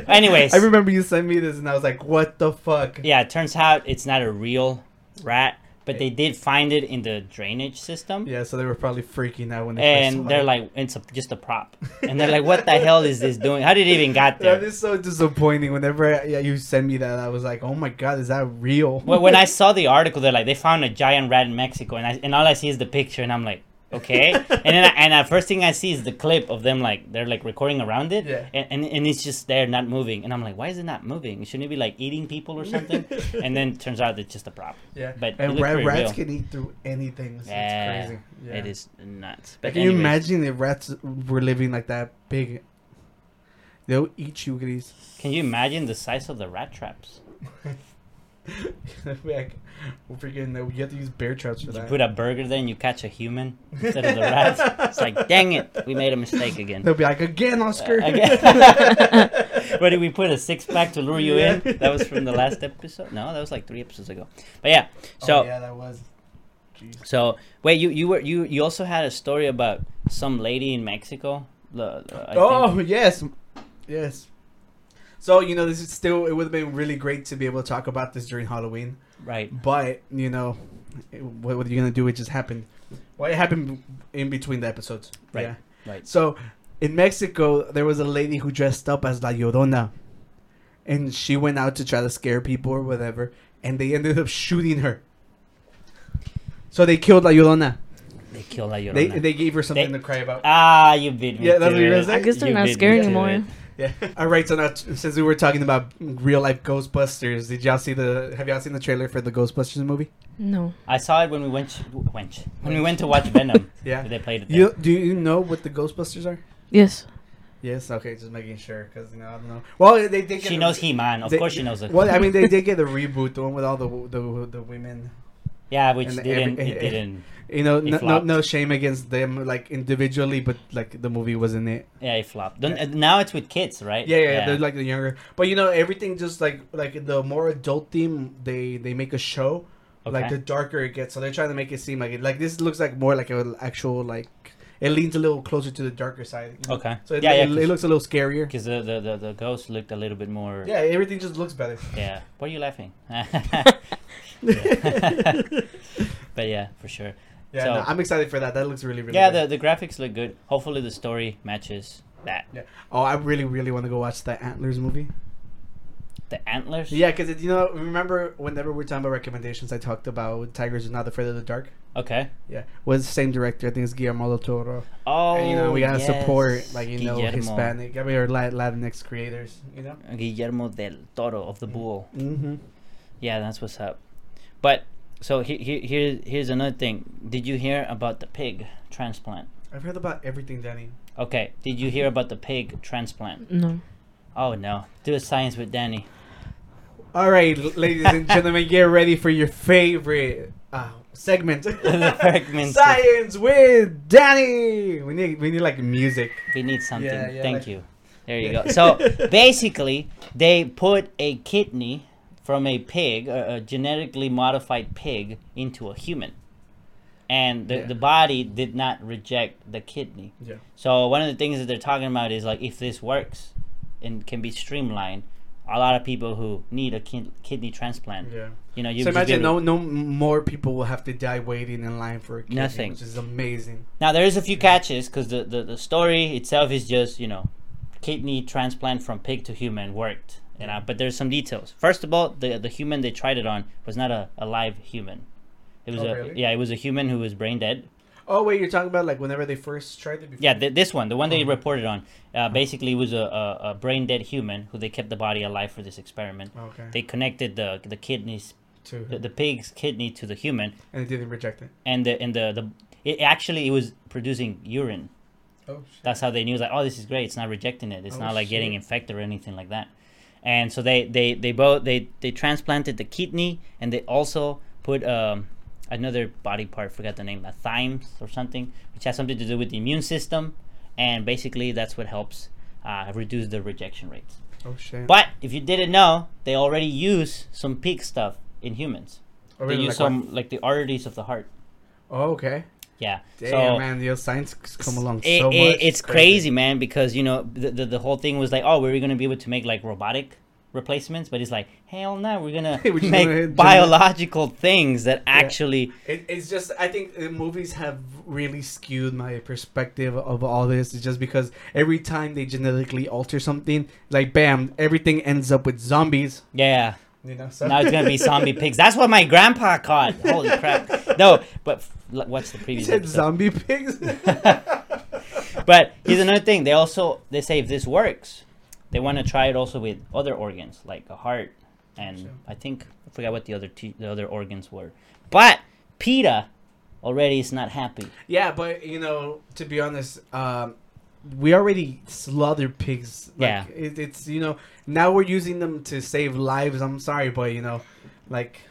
Speaker 2: Anyways.
Speaker 1: I remember you sent me this, and I was like, "What the fuck?"
Speaker 2: Yeah, it turns out it's not a real rat, but they did find it in the drainage system.
Speaker 1: Yeah, so they were probably freaking out when they first
Speaker 2: And
Speaker 1: saw
Speaker 2: they're
Speaker 1: it.
Speaker 2: like, it's a, just a prop. And they're like, what the hell is this doing? How did it even got there?
Speaker 1: That is so disappointing. Whenever yeah, you send me that, I was like, "Oh my god, is that real?"
Speaker 2: Well, when I saw the article, they're like, they found a giant rat in Mexico, and I, and all I see is the picture, and I'm like, okay. and then I, and the first thing I see is the clip of them like they're like recording around it,
Speaker 1: Yeah.
Speaker 2: and, and and it's just there, not moving, and I'm like, why is it not moving? Shouldn't it be like eating people or something? and then it turns out it's just a prop.
Speaker 1: yeah,
Speaker 2: but it
Speaker 1: and
Speaker 2: looked
Speaker 1: ra-
Speaker 2: very
Speaker 1: rats
Speaker 2: real.
Speaker 1: can eat through anything. So
Speaker 2: Yeah,
Speaker 1: it's crazy. Yeah.
Speaker 2: It is nuts.
Speaker 1: Like,
Speaker 2: But
Speaker 1: can you
Speaker 2: anyways,
Speaker 1: imagine if rats were living like that big? They'll eat you, guys.
Speaker 2: Can you imagine the size of the rat traps?
Speaker 1: like, we're freaking. uh, You have to use bear traps for
Speaker 2: You
Speaker 1: that.
Speaker 2: put a burger there and you catch a human instead of the rat. It's like, dang it, we made a mistake again.
Speaker 1: They'll be like, "Again, Oscar."
Speaker 2: Uh, Okay. Where did we put a six pack to lure you
Speaker 1: Yeah.
Speaker 2: in? That was from the last episode. No, that was like three episodes ago. But yeah, so
Speaker 1: oh, yeah, that was. Jeez.
Speaker 2: so wait, you you were you you also had a story about some lady in Mexico. The- the- I
Speaker 1: Oh
Speaker 2: think-
Speaker 1: yes, yes. So you know, this is still. It would have been really great to be able to talk about this during Halloween,
Speaker 2: right.
Speaker 1: but you know, what, what are you gonna do? It just happened. Well, it happened in between the episodes.
Speaker 2: Right.
Speaker 1: Yeah.
Speaker 2: Right.
Speaker 1: So in Mexico, there was a lady who dressed up as La Llorona, and she went out to try to scare people or whatever, and they ended up shooting her. So they killed La Llorona.
Speaker 2: They kill La Llorona.
Speaker 1: They, they gave her something
Speaker 2: They-
Speaker 1: to cry about.
Speaker 2: ah, you beat me.
Speaker 1: Yeah, that's
Speaker 2: to
Speaker 1: what you were
Speaker 2: it.
Speaker 1: gonna say? I
Speaker 3: guess they're
Speaker 2: You
Speaker 3: not
Speaker 2: beat me
Speaker 3: scary
Speaker 2: to
Speaker 3: anymore.
Speaker 2: it.
Speaker 1: yeah. All right. So now, since we were talking about real life Ghostbusters, did y'all see the? Have y'all seen the trailer for the Ghostbusters movie?
Speaker 3: No.
Speaker 2: I saw it when we went to, wench. when we went to watch Venom.
Speaker 1: Yeah.
Speaker 2: They played it. There.
Speaker 1: You do you know what the Ghostbusters are?
Speaker 3: Yes.
Speaker 1: Yes. Okay. Just making sure, because you know I don't know. Well, they did. Get
Speaker 2: she
Speaker 1: a-
Speaker 2: knows He Man. Of
Speaker 1: they-
Speaker 2: course, she knows it.
Speaker 1: Well, I mean, they did get a reboot, the one with all the the, the women.
Speaker 2: yeah, which
Speaker 1: and every-
Speaker 2: didn't.
Speaker 1: eh,
Speaker 2: it
Speaker 1: eh,
Speaker 2: didn't.
Speaker 1: You know,
Speaker 2: It
Speaker 1: no, no
Speaker 2: flopped.
Speaker 1: no shame against them, like individually, but like the movie wasn't it.
Speaker 2: Yeah, it flopped. Don't, uh, Now it's with kids, right?
Speaker 1: Yeah, yeah, yeah, they're like the younger. But you know, everything just like like the more adult theme, they they make a show. Like
Speaker 2: Okay.
Speaker 1: the darker it gets, so they're trying to make it seem like it. Like this looks like more like an actual like. It leans a little closer to the darker side. you know?
Speaker 2: Okay.
Speaker 1: So it,
Speaker 2: Yeah, yeah,
Speaker 1: it, it looks a little scarier.
Speaker 2: because the, the the the ghost looked a little bit more.
Speaker 1: Yeah, everything just looks better.
Speaker 2: Yeah. Why are you laughing? but yeah, for sure.
Speaker 1: Yeah,
Speaker 2: So-
Speaker 1: no, I'm excited for that. That looks really, really.
Speaker 2: Yeah,
Speaker 1: good.
Speaker 2: the, the graphics look good. Hopefully, the story matches that.
Speaker 1: yeah. Oh, I really, really want to go watch the Antlers movie.
Speaker 2: The antlers.
Speaker 1: Yeah, because you know, remember whenever we're talking about recommendations, I talked about Tigers Are Not Afraid of the Dark.
Speaker 2: Okay.
Speaker 1: Yeah, was the same director. I think it's Guillermo del Toro.
Speaker 2: Oh.
Speaker 1: And, you know, we gotta
Speaker 2: yes.
Speaker 1: support like you know
Speaker 2: Guillermo.
Speaker 1: Hispanic, I mean, or Lat- Latinx creators. You know.
Speaker 2: Guillermo del Toro of the Bull.
Speaker 1: Mm-hmm.
Speaker 2: Yeah, that's what's up. But so he, he, here here's another thing. Did you hear about the pig transplant?
Speaker 1: I've heard about everything, Danny.
Speaker 2: Okay. Did you hear about the pig transplant?
Speaker 3: No.
Speaker 2: Oh no. Do a science with Danny.
Speaker 1: All right, l- ladies and gentlemen, get ready for your favorite uh, segment.
Speaker 2: segment.
Speaker 1: Science with Danny. We need we need like music.
Speaker 2: We need something.
Speaker 1: Yeah, yeah,
Speaker 2: Thank
Speaker 1: like-
Speaker 2: you. There you
Speaker 1: Yeah.
Speaker 2: go. So basically, they put a kidney from a pig, a, a genetically modified pig, into a human. And the,
Speaker 1: Yeah.
Speaker 2: the body did not reject the kidney.
Speaker 1: Yeah.
Speaker 2: So one of the things that they're talking about is like if this works and can be streamlined, a lot of people who need a kid, kidney transplant,
Speaker 1: Yeah.
Speaker 2: you know, you
Speaker 1: so
Speaker 2: just be
Speaker 1: imagine
Speaker 2: able-
Speaker 1: no no more people will have to die waiting in line for a kidney,
Speaker 2: Nothing.
Speaker 1: which is amazing.
Speaker 2: Now there is a few catches because the, the the story itself is just you know, kidney transplant from pig to human worked. You know, but there's some details. First of all, the the human they tried it on was not a, a live human. It was
Speaker 1: Oh,
Speaker 2: a
Speaker 1: really?
Speaker 2: yeah, it was a human who was brain dead.
Speaker 1: Oh wait, you're talking about like whenever they first tried it. Before?
Speaker 2: Yeah, th- this one, the one
Speaker 1: Oh.
Speaker 2: they reported on, uh, basically was a, a, a brain dead human who they kept the body alive for this experiment.
Speaker 1: Oh, Okay.
Speaker 2: They connected the the kidneys,
Speaker 1: Two.
Speaker 2: the, the pig's kidney to the human,
Speaker 1: and they didn't reject it.
Speaker 2: and the and the, the it actually it was producing urine.
Speaker 1: Oh
Speaker 2: that's how they knew like oh this is great it's not rejecting it it's
Speaker 1: Oh,
Speaker 2: not like getting
Speaker 1: shit.
Speaker 2: infected or anything like that and so they they they both they they transplanted the kidney and they also put um another body part forgot the name a thymus or something which has something to do with the immune system and basically that's what helps uh, reduce the rejection rates
Speaker 1: Oh shit.
Speaker 2: but if you didn't know they already use some pig stuff in humans
Speaker 1: oh,
Speaker 2: they
Speaker 1: really?
Speaker 2: use
Speaker 1: Like,
Speaker 2: some like the arteries of the heart
Speaker 1: what- oh, okay.
Speaker 2: yeah
Speaker 1: Damn
Speaker 2: so
Speaker 1: man, the science has come along
Speaker 2: it-
Speaker 1: so
Speaker 2: it-
Speaker 1: much.
Speaker 2: It's crazy, man, because you know the, the the whole thing was like, oh, we're gonna be able to make like robotic replacements, but it's like, hell no, we're gonna
Speaker 1: We're just
Speaker 2: make
Speaker 1: gonna do that.
Speaker 2: biological things that actually.
Speaker 1: It, it's just I think the movies have really skewed my perspective of all this. It's just because every time they genetically alter something, like bam, everything ends up with zombies.
Speaker 2: Yeah,
Speaker 1: You know, so
Speaker 2: now it's gonna be zombie pigs. That's what my grandpa caught. Holy crap! No, but f- l- what's the
Speaker 1: You
Speaker 2: previous?
Speaker 1: said
Speaker 2: episode?
Speaker 1: zombie pigs.
Speaker 2: But here's another thing. They also they say if this works, they want to try it also with other organs like a heart, and I think I forgot what the other t- the other organs were. But PETA already is not happy.
Speaker 1: yeah, but you know, to be honest, um, we already slaughter pigs. Like,
Speaker 2: Yeah.
Speaker 1: it, it's you know now we're using them to save lives. I'm sorry, but you know, like,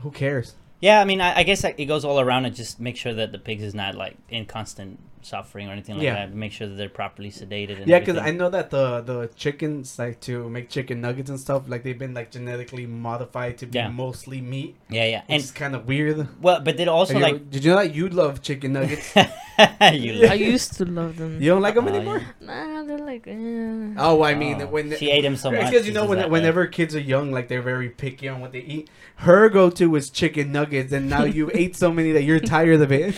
Speaker 1: who cares?
Speaker 2: Yeah, I mean, I, I guess it goes all around and just make sure that the pigs is not like in constant suffering or anything like
Speaker 1: Yeah.
Speaker 2: that. Make sure that they're properly sedated. And
Speaker 1: Yeah, because I
Speaker 2: everything.
Speaker 1: know that the the chickens like to make chicken nuggets and stuff. Like they've been like genetically modified to be
Speaker 2: Yeah.
Speaker 1: mostly meat.
Speaker 2: Yeah, yeah,
Speaker 1: And
Speaker 2: and
Speaker 1: it's kind of weird.
Speaker 2: well, but then also
Speaker 1: Have you-
Speaker 2: like
Speaker 1: did you know that you love chicken nuggets?
Speaker 2: you
Speaker 3: I
Speaker 2: like,
Speaker 3: used to love them.
Speaker 1: you don't like them
Speaker 2: Oh, yeah.
Speaker 1: anymore?
Speaker 3: Nah, they're like. Eh.
Speaker 1: Oh, I mean,
Speaker 2: Oh,
Speaker 1: when
Speaker 2: she ate him so much,
Speaker 1: because you
Speaker 2: this
Speaker 1: know
Speaker 2: is
Speaker 1: when,
Speaker 2: that way.
Speaker 1: whenever kids are young, like they're very picky on what they eat. Her go-to was chicken nuggets, and now you ate so many that you're tired of it.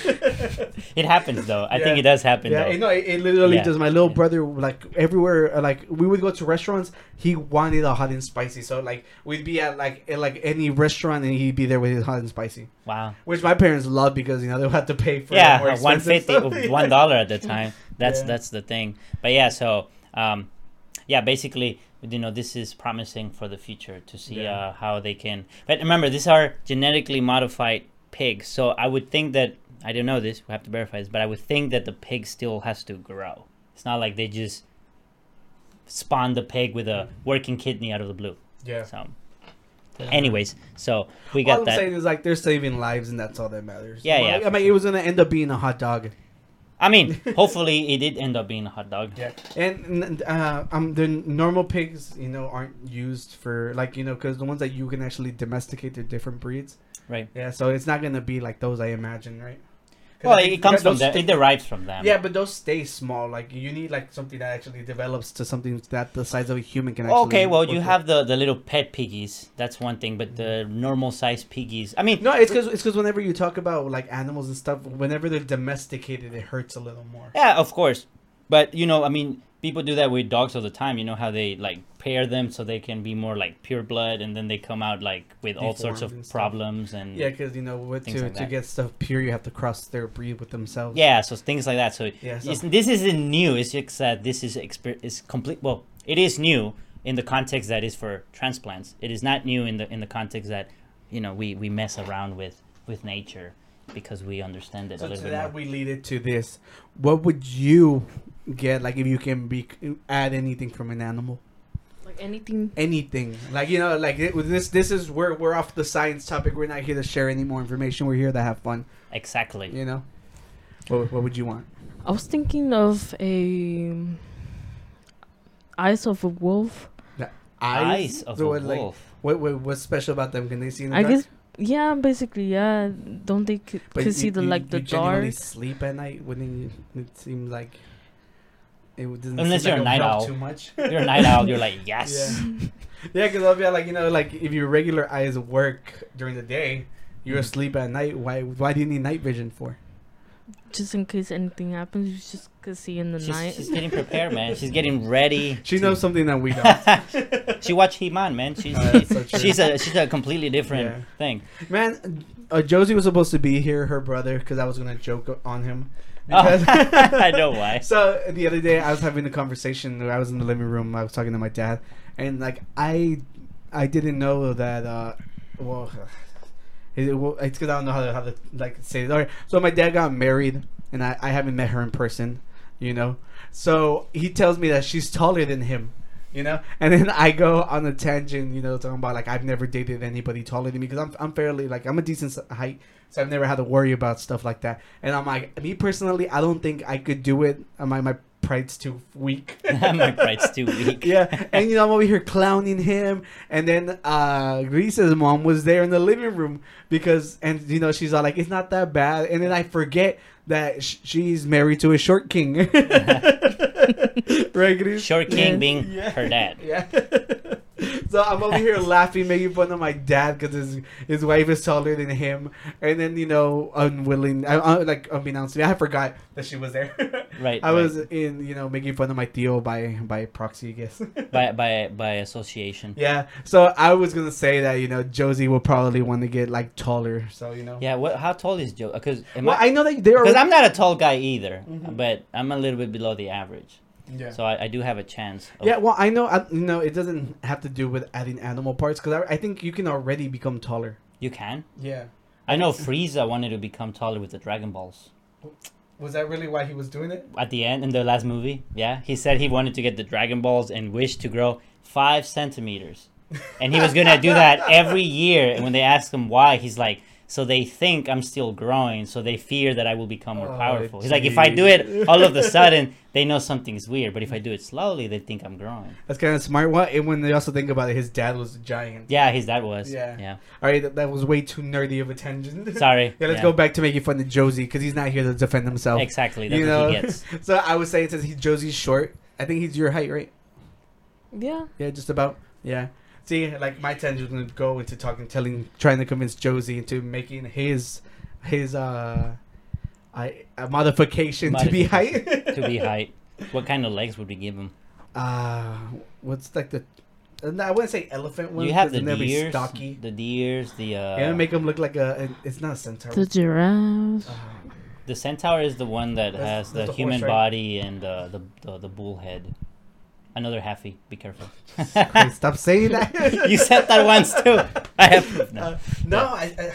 Speaker 2: it happens though. I think
Speaker 1: Yeah.
Speaker 2: it does happen
Speaker 1: yeah,
Speaker 2: though.
Speaker 1: you know, it, it literally
Speaker 2: Yeah.
Speaker 1: does. My little
Speaker 2: Yeah.
Speaker 1: brother, like everywhere, uh, like we would go to restaurants, he wanted a hot and spicy. So like we'd be at like at, like any restaurant, and he'd be there with his hot and spicy,
Speaker 2: Wow.
Speaker 1: which my parents love because you know they would have to pay for the more
Speaker 2: yeah, one
Speaker 1: expensive
Speaker 2: fifty,
Speaker 1: stuff.
Speaker 2: one dollar at the time. That's
Speaker 1: Yeah.
Speaker 2: that's the thing. But yeah, so um, yeah, basically, you know, this is promising for the future to see
Speaker 1: Yeah.
Speaker 2: uh, how they can. But remember, these are genetically modified pigs, so I would think that I don't know this. We have to verify this, but I would think that the pig still has to grow. It's not like they just spawn the pig with a working kidney out of the blue.
Speaker 1: Yeah.
Speaker 2: So, anyways, so we got
Speaker 1: all I'm
Speaker 2: that.
Speaker 1: saying is like they're saving lives, and that's all that matters.
Speaker 2: Yeah,
Speaker 1: Well,
Speaker 2: yeah,
Speaker 1: I
Speaker 2: for
Speaker 1: mean, it was gonna end up being a hot dog.
Speaker 2: I mean, hopefully, it did end up being a hot dog.
Speaker 1: Yeah, and n- uh, um, the normal pigs, you know, aren't used for like you know, because the ones that you can actually domesticate, they're different breeds.
Speaker 2: Right.
Speaker 1: Yeah, so it's not gonna be like those I imagine, right? 'Cause
Speaker 2: Well,
Speaker 1: I think
Speaker 2: it comes from
Speaker 1: those
Speaker 2: that.
Speaker 1: stay-
Speaker 2: It derives from them.
Speaker 1: yeah, but those stay small. Like you need like something that actually develops to something that the size of a human can. actually
Speaker 2: Okay, well,
Speaker 1: work
Speaker 2: you
Speaker 1: with.
Speaker 2: have the, the little pet piggies. That's one thing, but the normal size piggies. I mean,
Speaker 1: No, it's because it's because whenever you talk about like animals and stuff, whenever they're domesticated, it hurts a little more.
Speaker 2: yeah, of course, but you know, I mean, people do that with dogs all the time. You know how they like pair them so they can be more like pure blood, and then they come out like with all sorts
Speaker 1: Deformed
Speaker 2: of
Speaker 1: and stuff.
Speaker 2: problems and
Speaker 1: Yeah, because you know, with,
Speaker 2: Things
Speaker 1: to
Speaker 2: like
Speaker 1: to
Speaker 2: that.
Speaker 1: get stuff pure, you have to cross their breed with themselves.
Speaker 2: Yeah, so things like that. So,
Speaker 1: Yeah, so-
Speaker 2: it's- this isn't new. It's just that this is exper- is complete. Well, it is new in the context that is for transplants. It is not new in the in the context that you know we we mess around with with nature because we understand it a
Speaker 1: So
Speaker 2: little
Speaker 1: to
Speaker 2: bit
Speaker 1: that
Speaker 2: more.
Speaker 1: we lead it to this. What would you get like if you can be add anything from an animal?
Speaker 3: Like anything.
Speaker 1: Anything. Like you know, like it, this this is where we're off the science topic. We're not here to share any more information. We're here to have fun,
Speaker 2: Exactly.
Speaker 1: you know. What, what would you want?
Speaker 3: I was thinking of a um, eyes of a wolf.
Speaker 2: Eyes of
Speaker 1: So
Speaker 2: a
Speaker 1: what, like,
Speaker 2: wolf.
Speaker 1: what, what what's special about them? Can they see in the
Speaker 3: I
Speaker 1: dark?
Speaker 3: guess. Yeah, basically, yeah. Don't they c-
Speaker 1: But
Speaker 3: could see
Speaker 1: you-
Speaker 3: the
Speaker 1: you-
Speaker 3: like the
Speaker 1: you genuinely
Speaker 3: dark?
Speaker 1: sleep at night. Wouldn't you? It seems like it doesn't
Speaker 2: Unless
Speaker 1: seem
Speaker 2: you're
Speaker 1: like
Speaker 2: a night
Speaker 1: it would help
Speaker 2: owl.
Speaker 1: too much.
Speaker 2: You're a night owl. You're like yes.
Speaker 1: Yeah, yeah, because I'll be like, you know, like if your regular eyes work during the day, you're asleep at night. Why? Why do you need night vision for?
Speaker 3: Just in case anything happens, you just could see in the night.
Speaker 2: She's, she's getting prepared, man. She's getting ready.
Speaker 1: She
Speaker 2: to-
Speaker 1: knows something that we don't.
Speaker 2: she watched He-Man, man. She's
Speaker 1: Oh, that's so true.
Speaker 2: she's a she's a completely different
Speaker 1: Yeah.
Speaker 2: thing.
Speaker 1: Man, uh, Josie was supposed to be here, her brother, because I was gonna joke on him.
Speaker 2: Oh,
Speaker 1: Because-
Speaker 2: I know why.
Speaker 1: So the other day, I was having a conversation. I was in the living room. I was talking to my dad, and like I, I didn't know that. Uh, well, it, well it's because I don't know how to, how to like say it. All right. So my dad got married, and I, I haven't met her in person. You know, so he tells me that she's taller than him. You know, and then I go on a tangent. You know, talking about like I've never dated anybody taller than me because I'm I'm fairly like I'm a decent s- height. So I've never had to worry about stuff like that. And I'm like, me personally, I don't think I could do it. Uh, My my pride's too weak.
Speaker 2: My pride's too weak.
Speaker 1: yeah, and you know I'm over here clowning him. And then uh Grisa's mom was there in the living room because, and you know she's all like, it's not that bad. And then I forget that sh- she's married to a short king. right, Gris?
Speaker 2: Short King being
Speaker 1: Yeah.
Speaker 2: her dad.
Speaker 1: Yeah. so I'm over here laughing, making fun of my dad because his his wife is taller than him, and then you know, unwilling, I, I, like unbeknownst to me, I forgot that she was there.
Speaker 2: Right,
Speaker 1: I was in, you know, making fun of my Theo by by proxy, I guess.
Speaker 2: By by by association.
Speaker 1: yeah. So I was gonna say that you know Josie will probably want to get like taller. So you know.
Speaker 2: Yeah. What? How tall is Joe? Because
Speaker 1: Well, I know that they are.
Speaker 2: because I'm not a tall guy either, but I'm a little bit below the average,
Speaker 1: yeah.
Speaker 2: so I, I do have a chance. Of,
Speaker 1: Yeah, well, I know, I, you know, it doesn't have to do with adding animal parts because I, I think you can already become taller.
Speaker 2: You can.
Speaker 1: Yeah.
Speaker 2: I know Frieza wanted to become taller with the Dragon Balls
Speaker 1: Was that really why he was doing it?
Speaker 2: at the end in the last movie. Yeah, he said he wanted to get the Dragon Balls and wished to grow five centimeters, and he was gonna do that every year. And when they asked him why, he's like, So they think I'm still growing, so they fear that I will become more
Speaker 1: Oh,
Speaker 2: powerful. He's like, if I do it all of a sudden, they know something's weird. But if I do it slowly, they think I'm growing.
Speaker 1: That's kind of smart. What? And when they also think about it, his dad was a giant.
Speaker 2: Yeah, his dad was.
Speaker 1: Yeah.
Speaker 2: Yeah. Yeah.
Speaker 1: All right, that, that was way too nerdy of a tangent.
Speaker 2: Sorry.
Speaker 1: yeah, let's go back to making fun of Josie because he's not here to defend himself.
Speaker 2: Exactly. That's
Speaker 1: You
Speaker 2: what
Speaker 1: know.
Speaker 2: he gets.
Speaker 1: so I was saying since he Josie's short, I think he's your height, right?
Speaker 3: Yeah.
Speaker 1: Yeah, just about. Yeah. See, like my tangent would go into talking, telling, trying to convince Josie into making his, his uh, I a modification, to be height.
Speaker 2: to be height. What kind of legs would we give him?
Speaker 1: Uh, what's like the? uh, no, I wouldn't say elephant one.
Speaker 2: you have
Speaker 1: 'cause
Speaker 2: the
Speaker 1: then they'll be
Speaker 2: deers,
Speaker 1: stocky.
Speaker 2: the deers, the uh,
Speaker 1: yeah, make him look like a. an- It's not a centaur.
Speaker 3: The giraffe.
Speaker 1: Ah,
Speaker 2: the centaur is the one that
Speaker 1: That's-
Speaker 2: has the,
Speaker 1: that's the
Speaker 2: human
Speaker 1: horse, right?
Speaker 2: body and uh, the the the bull head. Another halfy. Be careful.
Speaker 1: Christ, stop saying that.
Speaker 2: you said that once too. I have proof now.
Speaker 1: Uh, no, I, I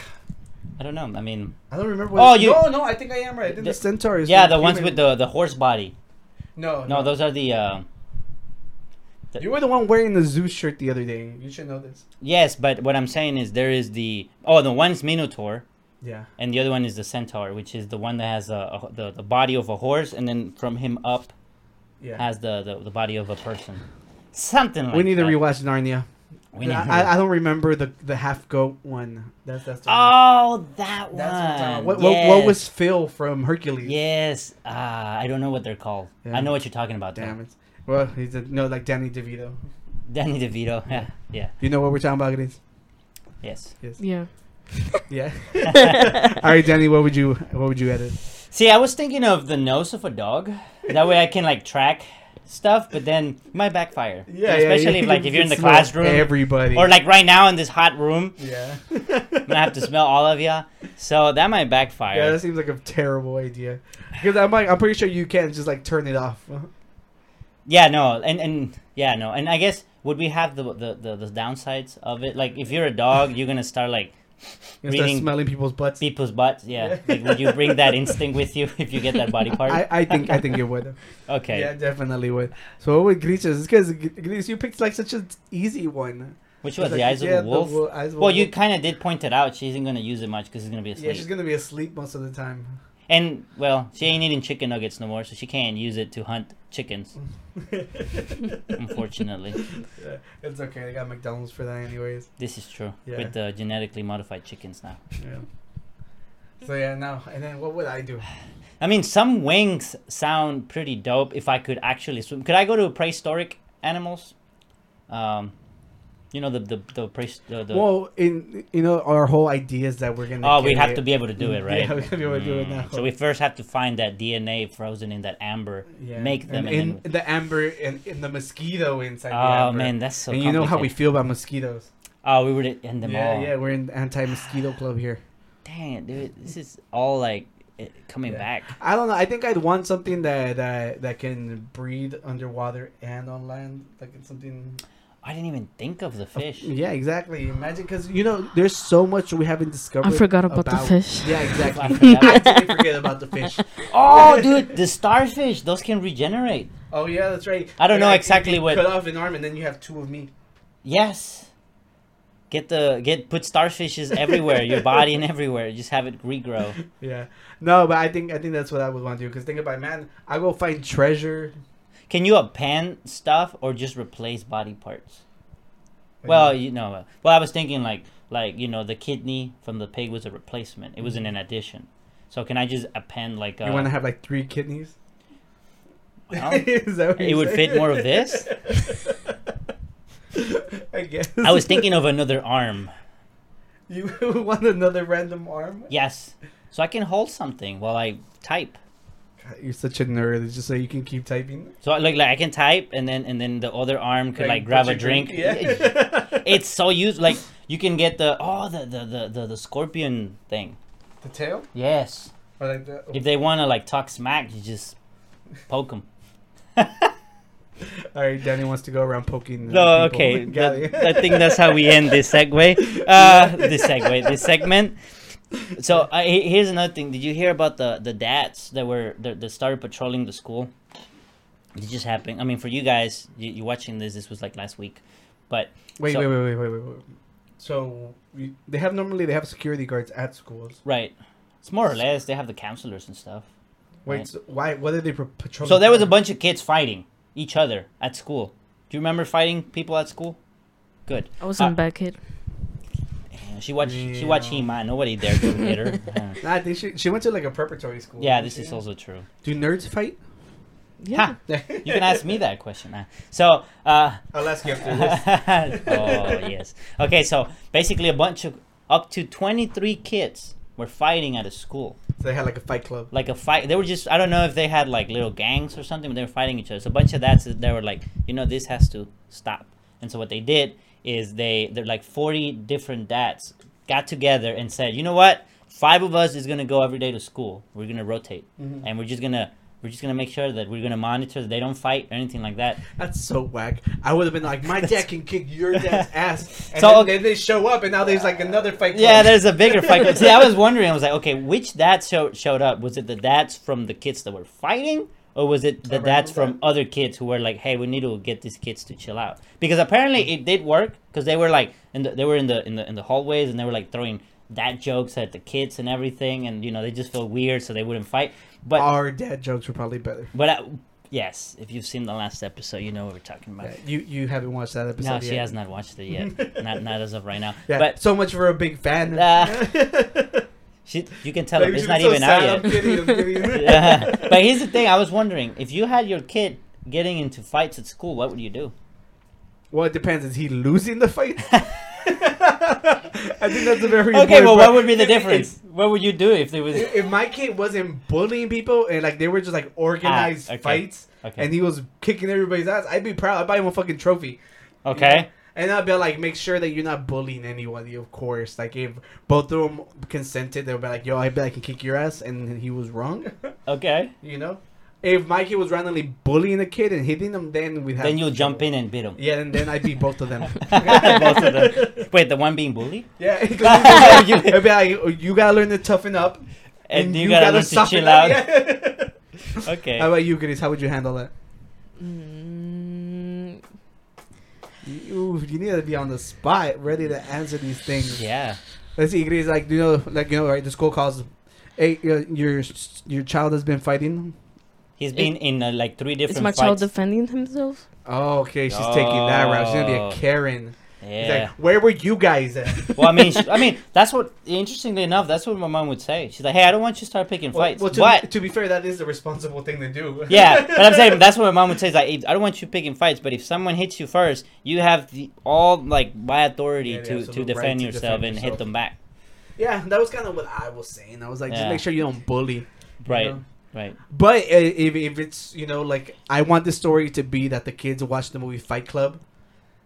Speaker 2: I don't know. I mean,
Speaker 1: I don't remember.
Speaker 2: Oh,
Speaker 1: What
Speaker 2: you-
Speaker 1: No, no, I think I am right. I think the,
Speaker 2: The-
Speaker 1: centaur is.
Speaker 2: yeah, the ones
Speaker 1: human.
Speaker 2: with the the horse body.
Speaker 1: No,
Speaker 2: No, those are the. Uh, the-
Speaker 1: You were the one wearing the Zeus shirt the other day. You should know this.
Speaker 2: Yes, but what I'm saying is there is the oh the one's minotaur
Speaker 1: Yeah.
Speaker 2: and the other one is the centaur, which is the one that has uh a, the the body of a horse and then from him up
Speaker 1: Yeah.
Speaker 2: has the, the, the body of a person. Something like
Speaker 1: we need
Speaker 2: that.
Speaker 1: to rewatch Narnia.
Speaker 2: We need to
Speaker 1: I, I- I don't remember the the half goat one. That's that's. The one.
Speaker 2: Oh, that one.
Speaker 1: That's what, I'm talking about. what, what, what was Phil from Hercules?
Speaker 2: Yes. Ah, I don't know what they're called.
Speaker 1: Yeah.
Speaker 2: I know what you're talking about. though.
Speaker 1: Damn it. Well, he's a, no like Danny DeVito.
Speaker 2: Danny DeVito. Yeah. Yeah.
Speaker 1: You know what we're talking about, it is?
Speaker 2: Yes.
Speaker 1: Yes.
Speaker 3: Yeah.
Speaker 1: Yeah. All right, Danny. What would you What would you edit?
Speaker 2: See, I was thinking of the nose of a dog. That way I can like track stuff, but then it might backfire. Especially if like if you're in the
Speaker 1: Smell
Speaker 2: classroom
Speaker 1: Everybody.
Speaker 2: or like right now in this hot room,
Speaker 1: Yeah.
Speaker 2: I'm gonna have to smell all of ya. So that might backfire.
Speaker 1: Yeah, that seems like a terrible idea. Because I'm like, I'm pretty sure you can just like turn it off.
Speaker 2: Yeah, no, and and yeah, no, and I guess would we have the the the, the downsides of it? Like, if you're a dog, you're gonna start like
Speaker 1: You start
Speaker 2: Reading-
Speaker 1: smelling people's butts.
Speaker 2: people's butts. Yeah, like, would you bring that instinct with you if you get that body part?
Speaker 1: I, I think I think it would.
Speaker 2: okay,
Speaker 1: Yeah, definitely would. So what would Grisha's? Because Grisha, you picked like such an easy one.
Speaker 2: which was
Speaker 1: Like,
Speaker 2: the eyes of
Speaker 1: yeah,
Speaker 2: a
Speaker 1: the
Speaker 2: wolf.
Speaker 1: wo- eyes of a
Speaker 2: well, you
Speaker 1: wolf.
Speaker 2: kind of did point it out. She isn't gonna use it much because she's gonna be asleep.
Speaker 1: Yeah, she's gonna be asleep most of the time.
Speaker 2: And well, she ain't eating chicken nuggets no more, so she can't use it to hunt chickens. Unfortunately,
Speaker 1: Yeah, it's okay. They got McDonald's for that, anyways.
Speaker 2: this is true
Speaker 1: Yeah.
Speaker 2: with the genetically modified chickens now.
Speaker 1: Yeah. So yeah, no. And then what would I do?
Speaker 2: I mean, some wings sound pretty dope if I could actually swim. Could I go to prehistoric animals? Um, you know the the the pre the, the
Speaker 1: Well, in you know, our whole idea is that we're gonna.
Speaker 2: oh, we
Speaker 1: get
Speaker 2: have
Speaker 1: it.
Speaker 2: to be able to do it, right?
Speaker 1: Yeah, we have to be able to do it
Speaker 2: Mm,
Speaker 1: now.
Speaker 2: So we first have to find that DNA frozen in that amber,
Speaker 1: Yeah.
Speaker 2: make them,
Speaker 1: and,
Speaker 2: and,
Speaker 1: in
Speaker 2: then,
Speaker 1: the amber and in the mosquito inside. the
Speaker 2: oh
Speaker 1: amber.
Speaker 2: man, that's so.
Speaker 1: and you know how we
Speaker 2: complicated.
Speaker 1: feel about mosquitoes.
Speaker 2: oh, we would end them
Speaker 1: yeah,
Speaker 2: all.
Speaker 1: yeah, we're in anti-mosquito club here.
Speaker 2: Dang it, dude! This is all like it, coming
Speaker 1: Yeah.
Speaker 2: back.
Speaker 1: I don't know. I think I'd want something that that that can breathe underwater and on land, like it's something.
Speaker 2: I didn't even think of the fish.
Speaker 1: Oh, Yeah, exactly. Imagine, because you know, there's so much we haven't discovered.
Speaker 3: I forgot about the fish.
Speaker 1: Yeah, exactly.
Speaker 2: I forgot.
Speaker 1: I totally forget about the fish.
Speaker 2: oh, dude, the starfish! Those can regenerate.
Speaker 1: Oh yeah, that's right.
Speaker 2: I don't know
Speaker 1: Yeah,
Speaker 2: exactly
Speaker 1: you
Speaker 2: what-
Speaker 1: Cut off an arm and then you have two of me.
Speaker 2: Yes. Get the get put starfishes everywhere, your body and everywhere. Just have it regrow.
Speaker 1: Yeah. No, but I think I think that's what I would want to do. Because think about it, man, I go find treasure.
Speaker 2: Can you append stuff or just replace body parts? Well, you know, well, I was thinking like like you know the kidney from the pig was a replacement. It wasn't an addition. So can I just append like a?
Speaker 1: you want to have like three kidneys.
Speaker 2: well,
Speaker 1: Is that what
Speaker 2: it
Speaker 1: you're
Speaker 2: would
Speaker 1: saying?
Speaker 2: fit more of this.
Speaker 1: I guess.
Speaker 2: I was thinking of another arm.
Speaker 1: You want another random arm?
Speaker 2: Yes. So I can hold something while I type.
Speaker 1: God, you're such a nerd. It's just so you can keep typing.
Speaker 2: So I look like I can type, and then and then the other arm could like,
Speaker 1: put
Speaker 2: grab a
Speaker 1: your
Speaker 2: drink.
Speaker 1: Yeah.
Speaker 2: it's so used like you can get the oh the the the, the, the scorpion thing
Speaker 1: the tail
Speaker 2: yes
Speaker 1: or like the.
Speaker 2: if they want to like talk smack you just poke them
Speaker 1: All right, Danny wants to go around poking.
Speaker 2: no
Speaker 1: uh, people.
Speaker 2: okay
Speaker 1: Got
Speaker 2: that-
Speaker 1: it.
Speaker 2: i think that's how we end this segue uh this segue this segment so I, he- here's another thing did you hear about the the dats that were that, that started patrolling the school it just happened i mean for you guys you, you watching this this was like last week but
Speaker 1: Wait,
Speaker 2: so-
Speaker 1: wait, wait, wait, wait, wait, wait. So we, they have normally they have security guards at schools.
Speaker 2: Right. It's more or less they have the counselors and stuff.
Speaker 1: Wait,
Speaker 2: Right.
Speaker 1: so why? What are they pro- patrolling?
Speaker 2: So there was a
Speaker 1: for?
Speaker 2: bunch of kids fighting each other at school. Do you remember fighting people at school? Good.
Speaker 3: I wasn't a
Speaker 2: Uh,
Speaker 3: bad kid.
Speaker 2: Yeah, She watched. She watched
Speaker 1: Yeah.
Speaker 2: He-Man. Nobody dared to hit her. Yeah.
Speaker 1: Nah, I think she, she went to like a preparatory school.
Speaker 2: Yeah,
Speaker 1: didn't
Speaker 2: this
Speaker 1: she?
Speaker 2: is also true.
Speaker 1: Do nerds fight?
Speaker 3: Yeah.
Speaker 2: You can ask me that question. huh? So, uh,
Speaker 1: I'll ask you after this.
Speaker 2: oh yes. Okay, so basically a bunch of up to 23 kids were fighting at a school.
Speaker 1: So they had like a fight club.
Speaker 2: Like a fight. They were just I don't know if they had like little gangs or something, but they were fighting each other. So a bunch of that's they were like, you know, this has to stop. And so what they did is they they're like 40 different dads got together and said, "You know what? Five of us is going to go every day to school. We're going to rotate. And we're just going to we're just gonna make sure that we're gonna monitor that they don't fight or anything like that.
Speaker 1: That's so whack. I would have been like, my dad can kick your dad's ass. And
Speaker 2: So-
Speaker 1: so, then, then they show up, and now there's like another fight club.
Speaker 2: Yeah, there's a bigger fight. club. See, I was wondering. I was like, okay, which dad show, showed up? Was it the dads from the kids that were fighting, or was it the
Speaker 1: Around
Speaker 2: dads from
Speaker 1: them?
Speaker 2: other kids who were like, hey, we need to get these kids to chill out? Because apparently it did work. Because they were like, in the, they were in the in the in the hallways, and they were like throwing dad jokes at the kids and everything, and you know they just felt weird, so they wouldn't fight. But
Speaker 1: Our dad jokes were probably better.
Speaker 2: but I, yes, if you've seen the last episode, you know what we're talking about.
Speaker 1: Yeah, you you haven't watched that episode.
Speaker 2: No, she
Speaker 1: yet.
Speaker 2: has not watched it yet. not not as of right now.
Speaker 1: Yeah,
Speaker 2: But
Speaker 1: so much for a big fan.
Speaker 2: Uh, she, you can tell her
Speaker 1: Like,
Speaker 2: it's
Speaker 1: she's
Speaker 2: not
Speaker 1: so
Speaker 2: even
Speaker 1: sad.
Speaker 2: out
Speaker 1: I'm
Speaker 2: yet.
Speaker 1: kidding, I'm kidding.
Speaker 2: Yeah. But here's the thing: I was wondering if you had your kid getting into fights at school, what would you do?
Speaker 1: Well, it depends. Is he losing the fight? I think that's a very
Speaker 2: Okay,
Speaker 1: important
Speaker 2: well,
Speaker 1: part.
Speaker 2: what would be the
Speaker 1: If- if-
Speaker 2: difference? What would you do if there was?
Speaker 1: If, if my kid wasn't bullying people and like they were just like organized
Speaker 2: Ah, okay.
Speaker 1: fights,
Speaker 2: Okay.
Speaker 1: and he was kicking everybody's ass, I'd be proud. I'd buy him a fucking trophy.
Speaker 2: Okay,
Speaker 1: And I'll be like, make sure that you're not bullying anybody, of course. Like, if both of them consented, they'll be like, yo, I bet I can kick your ass, and he was wrong,
Speaker 2: okay.
Speaker 1: you know? If my kid was randomly bullying a kid and hitting them, then we'd have.
Speaker 2: Then you'll jump in and beat him.
Speaker 1: Yeah, and then I'd beat both of them.
Speaker 2: Both of them. Wait, the one being bullied,
Speaker 1: Yeah, because you, it'd be like, "Oh, you gotta learn to toughen up,
Speaker 2: and, you, gotta, learn to
Speaker 1: soften
Speaker 2: chill
Speaker 1: up."
Speaker 2: out.
Speaker 1: Yeah.
Speaker 2: Okay.
Speaker 1: How about you, Chris? How would you handle that?
Speaker 3: Mm,
Speaker 1: You, you need to be on the spot, ready to answer these things.
Speaker 2: Yeah.
Speaker 1: Let's see, Chris. Like you know, like you know, right? The school calls. Hey, your your, your child has been fighting.
Speaker 2: He's been in uh, like three different
Speaker 3: is my
Speaker 2: fights.
Speaker 3: child defending himself?
Speaker 1: Oh, okay. She's taking that route. She's gonna
Speaker 2: Oh.
Speaker 1: be a Karen. He's
Speaker 2: yeah.
Speaker 1: like, where were you guys at?
Speaker 2: well, I mean, she, I mean, that's what. Interestingly enough, that's what my mom would say. She's like, "Hey, I don't want you to start picking
Speaker 1: well,
Speaker 2: fights."
Speaker 1: well, to,
Speaker 2: but
Speaker 1: to be fair, that is the responsible thing to do.
Speaker 2: yeah, but I'm saying that's what my mom would say. Is like, I don't want you picking fights, but if someone hits you first, you have the all like my authority
Speaker 1: Yeah, the
Speaker 2: to,
Speaker 1: absolute
Speaker 2: to
Speaker 1: right
Speaker 2: defend
Speaker 1: to
Speaker 2: yourself
Speaker 1: defend
Speaker 2: and hit
Speaker 1: yourself.
Speaker 2: them back.
Speaker 1: yeah. That was kind of what I was saying. I was like,
Speaker 2: Yeah.
Speaker 1: just make sure you don't bully.
Speaker 2: Right,
Speaker 1: know?
Speaker 2: right.
Speaker 1: But uh, if, if it's you know like I want the story to be that the kids watch the movie Fight Club,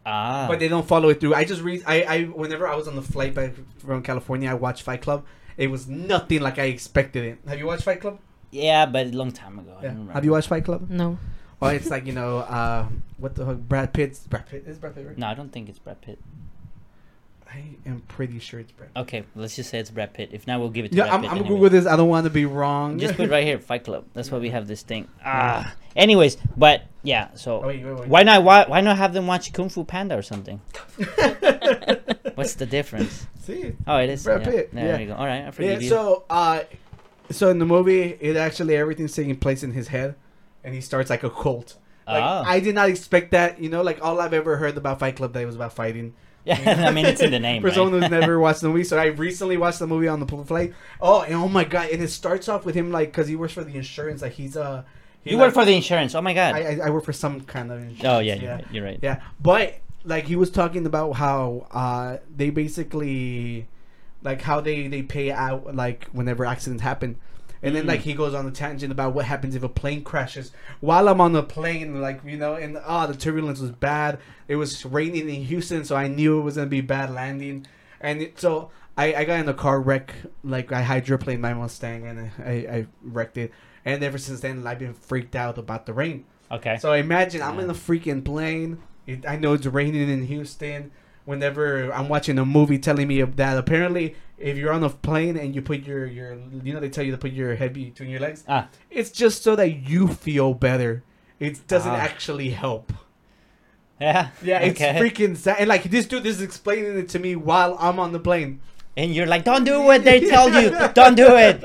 Speaker 2: Ah,
Speaker 1: but they don't follow it through. I just read I, I whenever I was on the flight back from California, I watched Fight Club. It was nothing like I expected it. Have you watched Fight Club?
Speaker 2: yeah, but a long time ago. I
Speaker 1: Yeah.
Speaker 2: don't remember.
Speaker 1: Have you watched Fight Club?
Speaker 3: No.
Speaker 1: Oh, it's like you know uh, what the fuck? Brad Pitt's Brad Pitt is Brad Pitt. Right?
Speaker 2: No, I don't think it's Brad Pitt.
Speaker 1: I am pretty sure it's Brad. Pitt.
Speaker 2: Okay, let's just say it's Brad Pitt. If not, we'll give it to
Speaker 1: Yeah,
Speaker 2: Brad
Speaker 1: I'm,
Speaker 2: Pitt.
Speaker 1: I'm gonna
Speaker 2: anyway.
Speaker 1: Google this. I don't want to be wrong.
Speaker 2: Just put right here, Fight Club. That's why we have this thing. Ah, anyways, but yeah. So
Speaker 1: Oh, wait, wait, wait.
Speaker 2: why not? Why, why not have them watch Kung Fu Panda or something? What's the difference?
Speaker 1: See,
Speaker 2: Oh, it is.
Speaker 1: Brad
Speaker 2: yeah.
Speaker 1: Pitt,
Speaker 2: There
Speaker 1: yeah.
Speaker 2: you go. All right, I
Speaker 1: Yeah,
Speaker 2: forgive you.
Speaker 1: so uh, so in the movie, it actually everything's taking place in his head, and he starts like a cult. Like,
Speaker 2: Ah.
Speaker 1: I did not expect that. You know, like all I've ever heard about Fight Club that was about fighting.
Speaker 2: yeah, I mean it's in the name.
Speaker 1: For
Speaker 2: right?
Speaker 1: someone who's never watched the movie, so I recently watched the movie on the pl- flight. Oh, and oh my god! And it starts off with him like because he works for the insurance. Like he's uh, he,
Speaker 2: You
Speaker 1: like-
Speaker 2: work for the insurance. Oh my god.
Speaker 1: I, I, I work for some kind of insurance.
Speaker 2: oh yeah, you're right. You're right.
Speaker 1: Yeah, but like he was talking about how uh they basically like how they they pay out like whenever accidents happen. And then like
Speaker 2: Mm.
Speaker 1: he goes on a tangent about what happens if a plane crashes. While I'm on the plane, like you know, and ah, the turbulence was bad. It was raining in Houston, so I knew it was gonna be bad landing. And it, so I, I got in a car wreck. Like I hydroplaned my Mustang and I, I wrecked it. And ever since then, I've been freaked out about the rain.
Speaker 2: Okay.
Speaker 1: So imagine I'm in a freaking plane. It, I know it's raining in Houston. Whenever I'm watching a movie, telling me of that apparently, if you're on a plane and you put your your you know they tell you to put your head between your legs,
Speaker 2: ah,
Speaker 1: it's just so that you feel better. It doesn't
Speaker 2: Ah.
Speaker 1: actually help.
Speaker 2: Yeah.
Speaker 1: Yeah, it's
Speaker 2: Okay.
Speaker 1: freaking sad. And like this dude is explaining it to me while I'm on the plane.
Speaker 2: And you're like, don't do what they tell you. Don't do it.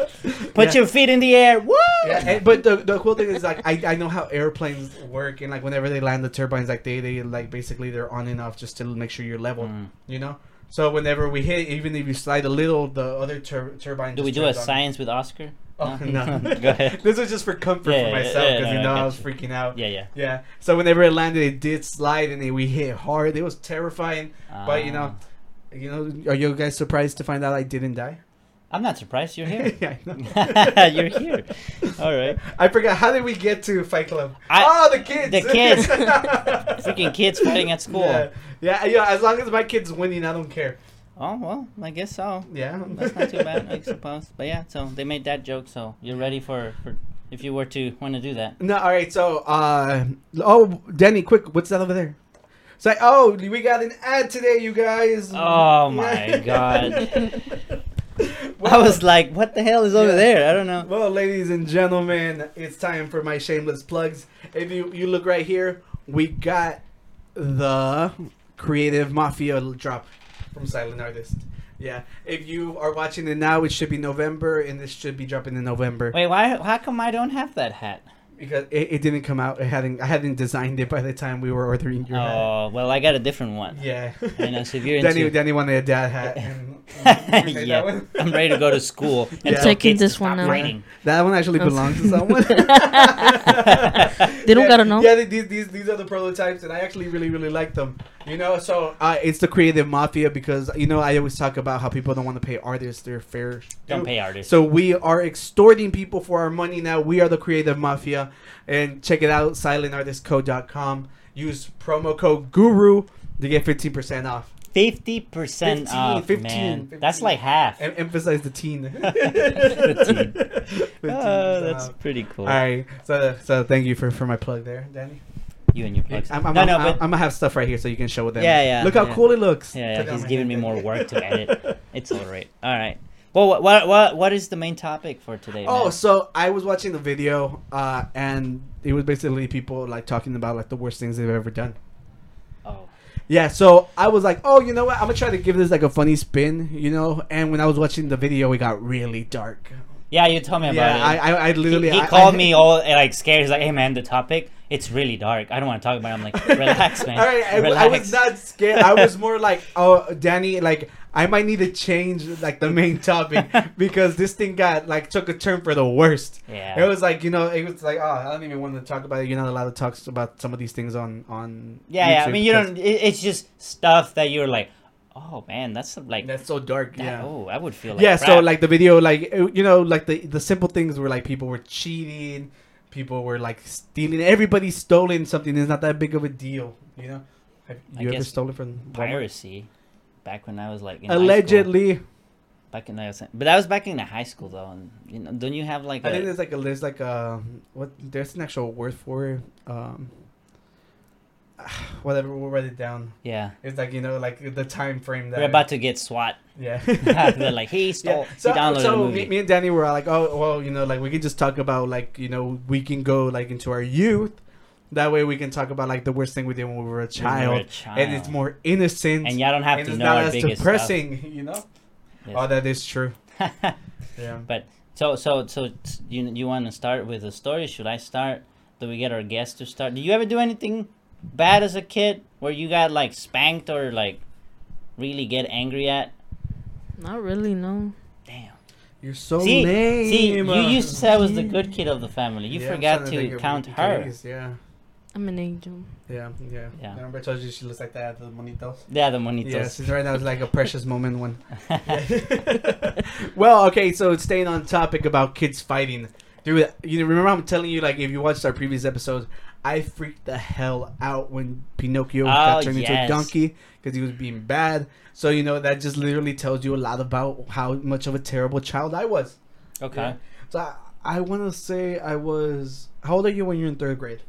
Speaker 2: Put
Speaker 1: Yeah.
Speaker 2: your feet in the air. Woo!
Speaker 1: Yeah, and- but the, the cool thing is like I, I know how airplanes work and like whenever they land the turbines like they they like basically they're on and off just to make sure you're level,
Speaker 2: Mm.
Speaker 1: you know. So whenever we hit, even if you slide a little, the other tur- turbine.
Speaker 2: Do we
Speaker 1: just
Speaker 2: do a
Speaker 1: turns on.
Speaker 2: science with Oscar?
Speaker 1: Oh, no.
Speaker 2: Go ahead.
Speaker 1: this was just for comfort
Speaker 2: Yeah,
Speaker 1: for
Speaker 2: yeah,
Speaker 1: myself
Speaker 2: yeah,
Speaker 1: because
Speaker 2: no,
Speaker 1: you
Speaker 2: I
Speaker 1: know I
Speaker 2: got
Speaker 1: was
Speaker 2: you.
Speaker 1: freaking out.
Speaker 2: Yeah, yeah.
Speaker 1: Yeah. So whenever it landed, it did slide and then we hit hard. It was terrifying, but you know,
Speaker 2: Ah.
Speaker 1: you know, are you guys surprised to find out I didn't die?
Speaker 2: I'm not surprised you're here.
Speaker 1: yeah, I know.
Speaker 2: you're here. All right.
Speaker 1: I forgot. How did we get to Fight Club?
Speaker 2: I-
Speaker 1: oh, the kids.
Speaker 2: the kids.
Speaker 1: Freaking
Speaker 2: Freaking kids fighting at school.
Speaker 1: Yeah. yeah, yeah. As long as my kid's winning, I don't care.
Speaker 2: Oh well, I guess so.
Speaker 1: Yeah.
Speaker 2: That's not too bad, I suppose. But yeah, so they made that joke, so you're ready for, for if you were to want to do that.
Speaker 1: No, all right. So, uh, oh, Danny, quick, what's that over there? It's like, oh, we got an ad today, you guys.
Speaker 2: Oh my god.
Speaker 1: well,
Speaker 2: I was like, what the hell is over
Speaker 1: Yeah.
Speaker 2: there? I don't know.
Speaker 1: well, ladies and gentlemen, it's time for my shameless plugs. If you you look right here, we got the Creative Mafia drop from Silent Artist. Yeah, if you are watching it now, it should be November, and this should be dropping in November
Speaker 2: Wait, why how come I don't have that hat?
Speaker 1: because it, it didn't come out. I hadn't I hadn't designed it by the time we were ordering your hat.
Speaker 2: Oh, well, I got a different one.
Speaker 1: Yeah.
Speaker 2: I know, so if Oh. you're
Speaker 1: Danny,
Speaker 2: into-
Speaker 1: Danny wanted a dad hat. and- and that
Speaker 2: yeah,
Speaker 1: one.
Speaker 2: I'm ready to go to school. And
Speaker 1: Yeah.
Speaker 2: tell
Speaker 3: Taking
Speaker 2: kids to
Speaker 3: this one
Speaker 2: stop
Speaker 3: out.
Speaker 2: writing.
Speaker 1: That one actually belongs to someone.
Speaker 3: They don't
Speaker 1: yeah,
Speaker 3: gotta know.
Speaker 1: Yeah, they- these, these these are the prototypes, and I actually really really like them. You know, so uh, it's the creative mafia because you know I always talk about how people don't want to pay artists their fair.
Speaker 2: Don't
Speaker 1: due.
Speaker 2: pay artists.
Speaker 1: So we are extorting people for our money now. We are the creative mafia, and check it out silentartistco.com. Use promo code Guru to get fifteen percent off.
Speaker 2: Fifty percent
Speaker 1: 15,
Speaker 2: off,
Speaker 1: 15,
Speaker 2: man.
Speaker 1: 15.
Speaker 2: That's like half.
Speaker 1: Em- emphasize the teen.
Speaker 2: teen.
Speaker 1: 15%
Speaker 2: Oh, that's
Speaker 1: off.
Speaker 2: pretty cool.
Speaker 1: All right, so so thank you for, for my plug there, Danny.
Speaker 2: You and your plugs.
Speaker 1: I'm, I'm,
Speaker 2: no,
Speaker 1: I'm,
Speaker 2: no,
Speaker 1: I'm,
Speaker 2: but
Speaker 1: I'm gonna have stuff right here so you can show them.
Speaker 2: Yeah, yeah,
Speaker 1: Look how
Speaker 2: yeah.
Speaker 1: cool it looks.
Speaker 2: Yeah,
Speaker 1: Check
Speaker 2: yeah
Speaker 1: out
Speaker 2: he's
Speaker 1: my
Speaker 2: giving me
Speaker 1: hand.
Speaker 2: more work to edit. It's all right. All right. Well, what what what, what is the main topic for today?
Speaker 1: Oh,
Speaker 2: man?
Speaker 1: so I was watching the video, uh, and it was basically people like talking about like the worst things they've ever done.
Speaker 2: oh,
Speaker 1: Yeah, so I was like, oh, you know what? I'm gonna try to give this like a funny spin, you know. And when I was watching the video, it got really dark.
Speaker 2: yeah, you told me about
Speaker 1: Yeah, I,
Speaker 2: it.
Speaker 1: I, I literally
Speaker 2: he, he
Speaker 1: I-
Speaker 2: called
Speaker 1: I-
Speaker 2: me all uh, like scared. He's like, "Hey, man, the topic it's really dark. I don't want to talk about." it. I'm like, "Relax, man.
Speaker 1: All right, I,
Speaker 2: relax."
Speaker 1: I was not scared. I was more like, oh, Danny, like I might need to change like the main topic because this thing got like took a turn for the worst.
Speaker 2: Yeah.
Speaker 1: It was like you know, it was like oh, I don't even want to talk about it. You're not allowed to talk about some of these things on on.
Speaker 2: yeah, yeah. I
Speaker 1: YouTube
Speaker 2: mean, you
Speaker 1: 'cause
Speaker 2: don't. It, it's just stuff that you're like, "Oh man, that's like
Speaker 1: That's so dark.
Speaker 2: that-
Speaker 1: yeah.
Speaker 2: Oh, I would feel like
Speaker 1: yeah so
Speaker 2: crap."
Speaker 1: like the video like uh, you know like the the simple things were like people were cheating people were like stealing everybody stolen something is not that big of a deal you know have
Speaker 2: I
Speaker 1: you ever
Speaker 2: guess
Speaker 1: stolen from Walmart?
Speaker 2: piracy. Back when I was like in high school.
Speaker 1: allegedly
Speaker 2: back in the, but that was back in the high school though, and you know, don't you have like
Speaker 1: i think
Speaker 2: a,
Speaker 1: there's like a there's like a what there's an actual word for it um whatever we'll write it down
Speaker 2: yeah?
Speaker 1: it's like you know like the time frame that
Speaker 2: We're about to get SWAT.
Speaker 1: yeah
Speaker 2: They're like, he stole,
Speaker 1: So,
Speaker 2: he downloaded
Speaker 1: so
Speaker 2: the
Speaker 1: Me,
Speaker 2: movie.
Speaker 1: me and Danny were like, oh, well, you know, like we can just talk about like, you know, we can go like into our youth. That way we can talk about like the worst thing we did when we were a
Speaker 2: we were a
Speaker 1: child, and it's
Speaker 2: child.
Speaker 1: more innocent.
Speaker 2: and y'all don't have
Speaker 1: and
Speaker 2: to
Speaker 1: it's
Speaker 2: know
Speaker 1: not
Speaker 2: our
Speaker 1: as
Speaker 2: biggest
Speaker 1: depressing, you know.
Speaker 2: Yes.
Speaker 1: Oh, that is true.
Speaker 2: stuff.
Speaker 1: Yeah.
Speaker 2: but so so so t- you you want to start with a story? Should I start? Do we get our guest to start? Did you ever do anything bad as a kid where you got like spanked or like really get angry at?
Speaker 3: Not really, no.
Speaker 2: Damn.
Speaker 1: You're so
Speaker 2: See,
Speaker 1: lame.
Speaker 2: see, you used to say I was the good kid of the family. You
Speaker 1: uh, Yeah, I'm
Speaker 2: forgot
Speaker 1: trying
Speaker 2: to,
Speaker 1: think of
Speaker 2: count
Speaker 1: what
Speaker 2: her.
Speaker 1: it is, Yeah,
Speaker 3: I'm an angel.
Speaker 1: yeah, yeah.
Speaker 2: Yeah.
Speaker 1: Remember I told you she looks like that at the monitos.
Speaker 2: Yeah, the monitos.
Speaker 1: Yeah, since right now is like a precious moment one. well, okay, so it's staying on topic about kids fighting. Dude, you remember I'm telling you, like, if you watched our previous episodes, I freaked the hell out when Pinocchio
Speaker 2: Oh,
Speaker 1: got turned into a
Speaker 2: yes.
Speaker 1: donkey because he was being bad. So, you know, that just literally tells you a lot about how much of a terrible child I was.
Speaker 2: okay.
Speaker 1: Yeah. So, I, I want to say I was. How old are you when you're in third grade?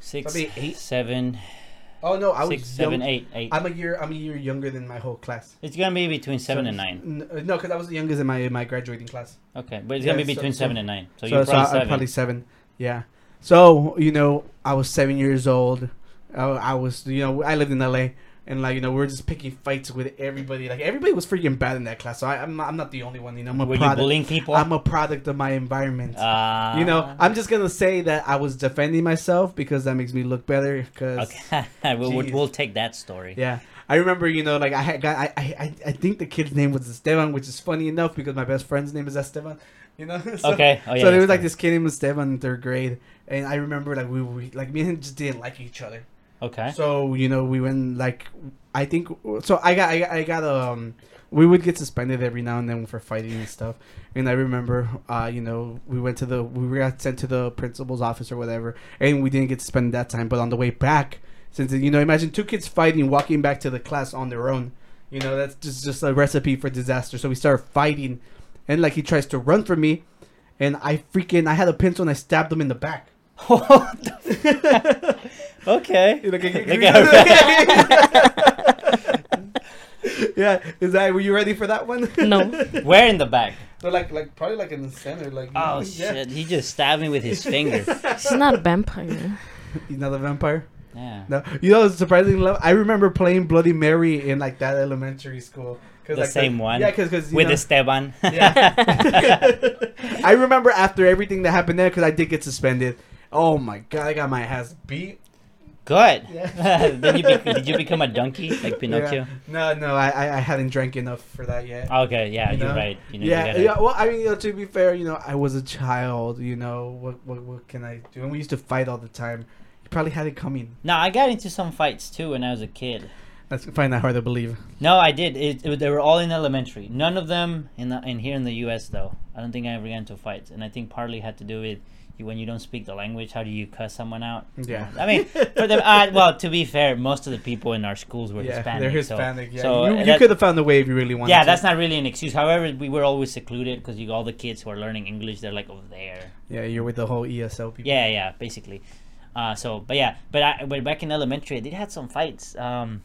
Speaker 2: Six,
Speaker 1: That'd be eight.
Speaker 2: seven,
Speaker 1: Oh, no, I
Speaker 2: six,
Speaker 1: was.
Speaker 2: seven,
Speaker 1: young-
Speaker 2: eight, eight.
Speaker 1: I'm a year. I'm a year younger than my whole class.
Speaker 2: It's gonna be between seven and nine.
Speaker 1: N- uh, No, because I was the youngest in my in my graduating class.
Speaker 2: Okay, but it's
Speaker 1: Yeah,
Speaker 2: gonna be
Speaker 1: so-
Speaker 2: between
Speaker 1: so-
Speaker 2: seven and nine. So,
Speaker 1: So,
Speaker 2: you're
Speaker 1: so
Speaker 2: probably
Speaker 1: I- I'm
Speaker 2: seven.
Speaker 1: probably seven. Yeah. So you know, I was seven years old, I, I was, you know, I lived in LA, and like you know, we were just picking fights with everybody. Like everybody was freaking bad in that class, so I, I'm, not, I'm not the only one. You know, I'm a
Speaker 2: Were you
Speaker 1: product.
Speaker 2: bullying people?
Speaker 1: I'm a product of my environment.
Speaker 2: Ah.
Speaker 1: you know, I'm just gonna say that I was defending myself because that makes me look better. Because
Speaker 2: Okay. we'll, we'll,
Speaker 1: Jeez.
Speaker 2: we'll take that story.
Speaker 1: yeah, I remember, you know, like I had got, I, I, I- I think the kid's name was Esteban, which is funny enough because my best friend's name is Esteban. You know. so,
Speaker 2: Okay. Oh, yeah,
Speaker 1: so there was like
Speaker 2: that's funny.
Speaker 1: this kid named Esteban in third grade, and I remember like we, we like me and him just didn't like each other.
Speaker 2: Okay.
Speaker 1: So you know we went like I think so I got I, got- I got um we would get suspended every now and then for fighting and stuff. And I remember uh you know we went to the we got sent to the principal's office or whatever, and we didn't get suspended that time. But on the way back, since you know imagine two kids fighting walking back to the class on their own, you know that's just just a recipe for disaster. So we started fighting, and like he tries to run from me, and I freaking I had a pencil and I stabbed him in the back.
Speaker 2: What the f- okay.
Speaker 1: Look at-
Speaker 2: Look at her.
Speaker 1: yeah, is that were you ready for that one?
Speaker 3: No.
Speaker 2: Where in the back?
Speaker 1: So like like probably like in the center, like
Speaker 2: Oh
Speaker 1: yeah.
Speaker 2: shit! He just stabbed me with his finger.
Speaker 3: He's not a vampire.
Speaker 1: He's not a vampire.
Speaker 2: Yeah.
Speaker 1: No, you know, surprisingly, I remember playing Bloody Mary in like that elementary school. Cause,
Speaker 2: The
Speaker 1: like,
Speaker 2: same one?
Speaker 1: Yeah, because because
Speaker 2: with Esteban.
Speaker 1: I remember after everything that happened there, because I did get suspended. Oh my god, I got my ass beat.
Speaker 2: Good.
Speaker 1: Yeah.
Speaker 2: did, you be- did you become a donkey like Pinocchio?
Speaker 1: Yeah. No, no, I, I I hadn't drank enough for that yet.
Speaker 2: Okay. Yeah,
Speaker 1: You
Speaker 2: you
Speaker 1: know?
Speaker 2: are right. You know,
Speaker 1: yeah,
Speaker 2: you gotta,
Speaker 1: yeah. Well, I mean, you know, to be fair, you know, I was a child. You know, what what what can I do? And we used to fight all the time. You probably had it coming.
Speaker 2: No, I got into some fights too when I was a kid.
Speaker 1: That's find that hard to believe.
Speaker 2: No, I did. It, it, they were all in elementary. None of them in the, in here in the U.S. though. I don't think I ever got into fights, and I think partly had to do with you, when you don't speak the language. How do you cuss someone out?
Speaker 1: Yeah.
Speaker 2: I mean, for them. Uh, well, to be fair, most of the people in our schools were
Speaker 1: yeah,
Speaker 2: Hispanic.
Speaker 1: they're
Speaker 2: so-
Speaker 1: Hispanic. yeah,
Speaker 2: so uh,
Speaker 1: you, you
Speaker 2: that-
Speaker 1: could have found a way if you really wanted.
Speaker 2: Yeah,
Speaker 1: to.
Speaker 2: that's not really an excuse. However, we were always secluded because you all the kids who are learning English, they're like over there.
Speaker 1: Yeah, you're with the whole ESL people.
Speaker 2: Yeah, yeah, basically. Uh, so, but yeah, but I, but back in elementary, I did had some fights. Um,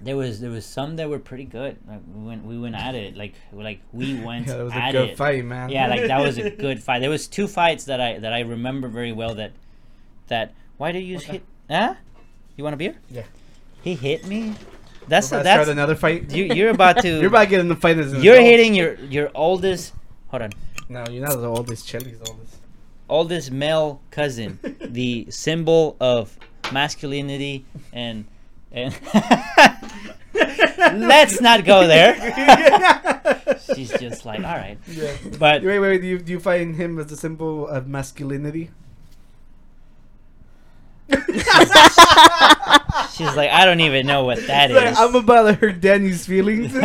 Speaker 2: there was there was some that were pretty good. Like, we went we went at it like like we went
Speaker 1: Yeah, that was a
Speaker 2: at
Speaker 1: good
Speaker 2: it.
Speaker 1: fight, man.
Speaker 2: Yeah, like that was a good fight. There was two fights that I that I remember very well. That that why do you hit? Huh? You want a beer?
Speaker 1: Yeah.
Speaker 2: He hit me. That's
Speaker 1: We're about to
Speaker 2: that's
Speaker 1: start another fight.
Speaker 2: you. You're about to.
Speaker 1: You're about to get in the fight as an
Speaker 2: You're
Speaker 1: adult.
Speaker 2: hitting your your oldest. Hold on.
Speaker 1: No, you're not the oldest. Chelly's the oldest.
Speaker 2: Oldest male cousin, the symbol of masculinity and and let's not go there. She's just like, all right.
Speaker 1: Yeah.
Speaker 2: But
Speaker 1: Wait, wait. Do you, do you find him as a symbol of masculinity?
Speaker 2: she's like, I don't even know what that
Speaker 1: Sorry,
Speaker 2: is.
Speaker 1: I'm about to hurt Danny's feelings.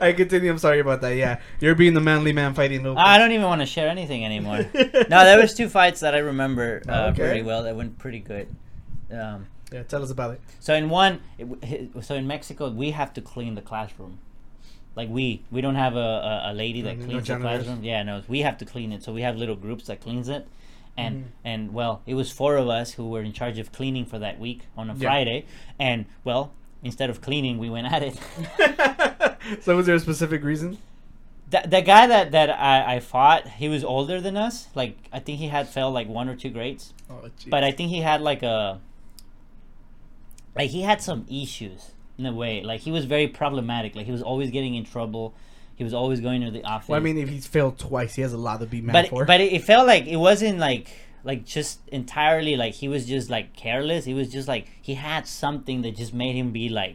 Speaker 1: I continue. I'm sorry about that. Yeah, you're being the manly man fighting Lopez.
Speaker 2: I don't e- even want to share anything anymore. no, there was two fights that I remember uh,
Speaker 1: Okay.
Speaker 2: very well that went pretty good. Um,
Speaker 1: Yeah, tell us about it.
Speaker 2: So in one, it w- h- so in Mexico, we have to clean the classroom. Like we we don't have a, a, a lady that
Speaker 1: Mhm, no
Speaker 2: cleans the
Speaker 1: janitors.
Speaker 2: classroom. Yeah, no, we have to clean it. So we have little groups that cleans it, and
Speaker 1: Mm-hmm.
Speaker 2: and well, it was four of us who were in charge of cleaning for that week on a
Speaker 1: Yeah.
Speaker 2: Friday, and well. Instead of cleaning, we went at it.
Speaker 1: so, was there a specific reason?
Speaker 2: the, the guy that, that I, I fought, he was older than us. Like, I think he had failed like one or two grades.
Speaker 1: Oh,
Speaker 2: but I think he had like a like he had some issues in a way. Like he was very problematic. Like he was always getting in trouble. He was always going to the office.
Speaker 1: well, I mean, if he's failed twice, he has a lot to be mad
Speaker 2: but
Speaker 1: for.
Speaker 2: but it, it felt like it wasn't like like just entirely like he was just like careless. He was just like he had something that just made him be like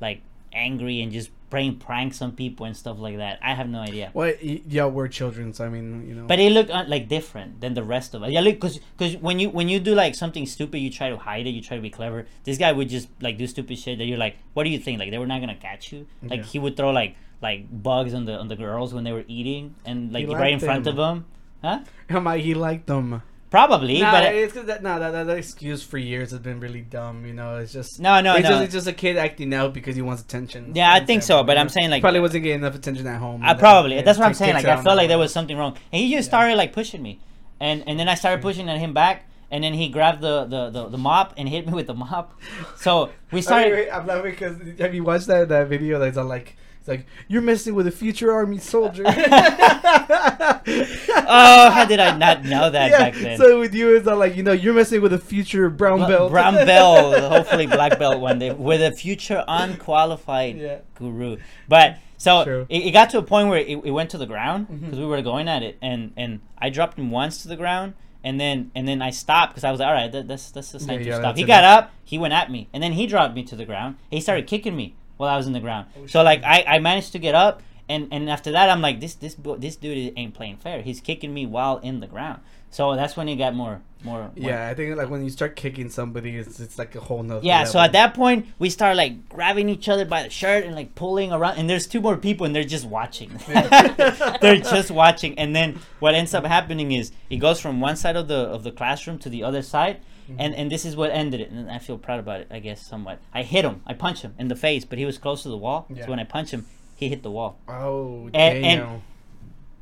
Speaker 2: like angry and just playing pranks on people and stuff like that. I have no idea.
Speaker 1: well, y- yeah, we're children, so I mean, you know.
Speaker 2: But it looked uh, like different than the rest of us. Yeah, look, cause, 'cause when you when you do like something stupid, you try to hide it. You try to be clever. This guy would just like do stupid shit that you're like, what do you think? Like they were not gonna catch you. Like
Speaker 1: Yeah.
Speaker 2: he would throw like like bugs on the on the girls when they were eating and like right in
Speaker 1: liked
Speaker 2: front
Speaker 1: them.
Speaker 2: of them. Huh?
Speaker 1: Am I? He liked them.
Speaker 2: Probably,
Speaker 1: Nah,
Speaker 2: but uh,
Speaker 1: it's 'cause that, nah, that, that that excuse for years has been really dumb. You know, it's just
Speaker 2: No, no,
Speaker 1: it's
Speaker 2: no.
Speaker 1: Just, it's just a kid acting out because he wants attention.
Speaker 2: Yeah, I think so, but I'm saying, like-
Speaker 1: probably wasn't getting enough attention at home. and
Speaker 2: I
Speaker 1: then
Speaker 2: uh, probably.
Speaker 1: it
Speaker 2: That's what I'm
Speaker 1: kicked
Speaker 2: saying.
Speaker 1: it
Speaker 2: Like I
Speaker 1: out.
Speaker 2: felt like there was something wrong, and he just started like pushing me, and and then I started
Speaker 1: Mm-hmm.
Speaker 2: pushing at him back, and then he grabbed the the the, the mop and hit me with the mop. So we
Speaker 1: Sorry,
Speaker 2: started.
Speaker 1: I'm laughing because have you watched that that video that's on like It's like you're messing with a future army soldier.
Speaker 2: Oh, how did I not know that
Speaker 1: yeah.
Speaker 2: back then?
Speaker 1: So with you, it's not like you know you're messing with a future brown
Speaker 2: Bla-
Speaker 1: belt.
Speaker 2: Brown belt, hopefully black belt one day, with a future unqualified
Speaker 1: Yeah.
Speaker 2: guru. But so
Speaker 1: True. Mm-hmm.
Speaker 2: it, it got to a point where it, it went to the ground because we were going at it, and and I dropped him once to the ground, and then and then I stopped because I was like, all right, that, that's that's the time
Speaker 1: Yeah,
Speaker 2: to
Speaker 1: yeah,
Speaker 2: stop.
Speaker 1: that's
Speaker 2: He
Speaker 1: enough.
Speaker 2: got up, he went at me, and then he dropped me to the ground. He started kicking me while I was in the ground.
Speaker 1: Oh,
Speaker 2: so like I, I managed to get up. And, and after that, I'm like this this bo- this dude ain't playing fair. He's kicking me while in the ground. So that's when it got more more. more
Speaker 1: Yeah, I think like when you start kicking somebody, it's, it's like a whole nother.
Speaker 2: yeah, so
Speaker 1: level.
Speaker 2: at that point we start like grabbing each other by the shirt and like pulling around and there's two more people and they're just watching. they're just watching and then what ends up happening is it goes from one side of the of the classroom to the other side
Speaker 1: Mm-hmm.
Speaker 2: and and this is what ended it and I feel proud about it, I guess somewhat. I hit him. I punched him in the face, but he was close to the wall.
Speaker 1: Yeah.
Speaker 2: So when I punched him, he hit the wall.
Speaker 1: Oh
Speaker 2: and-
Speaker 1: damn.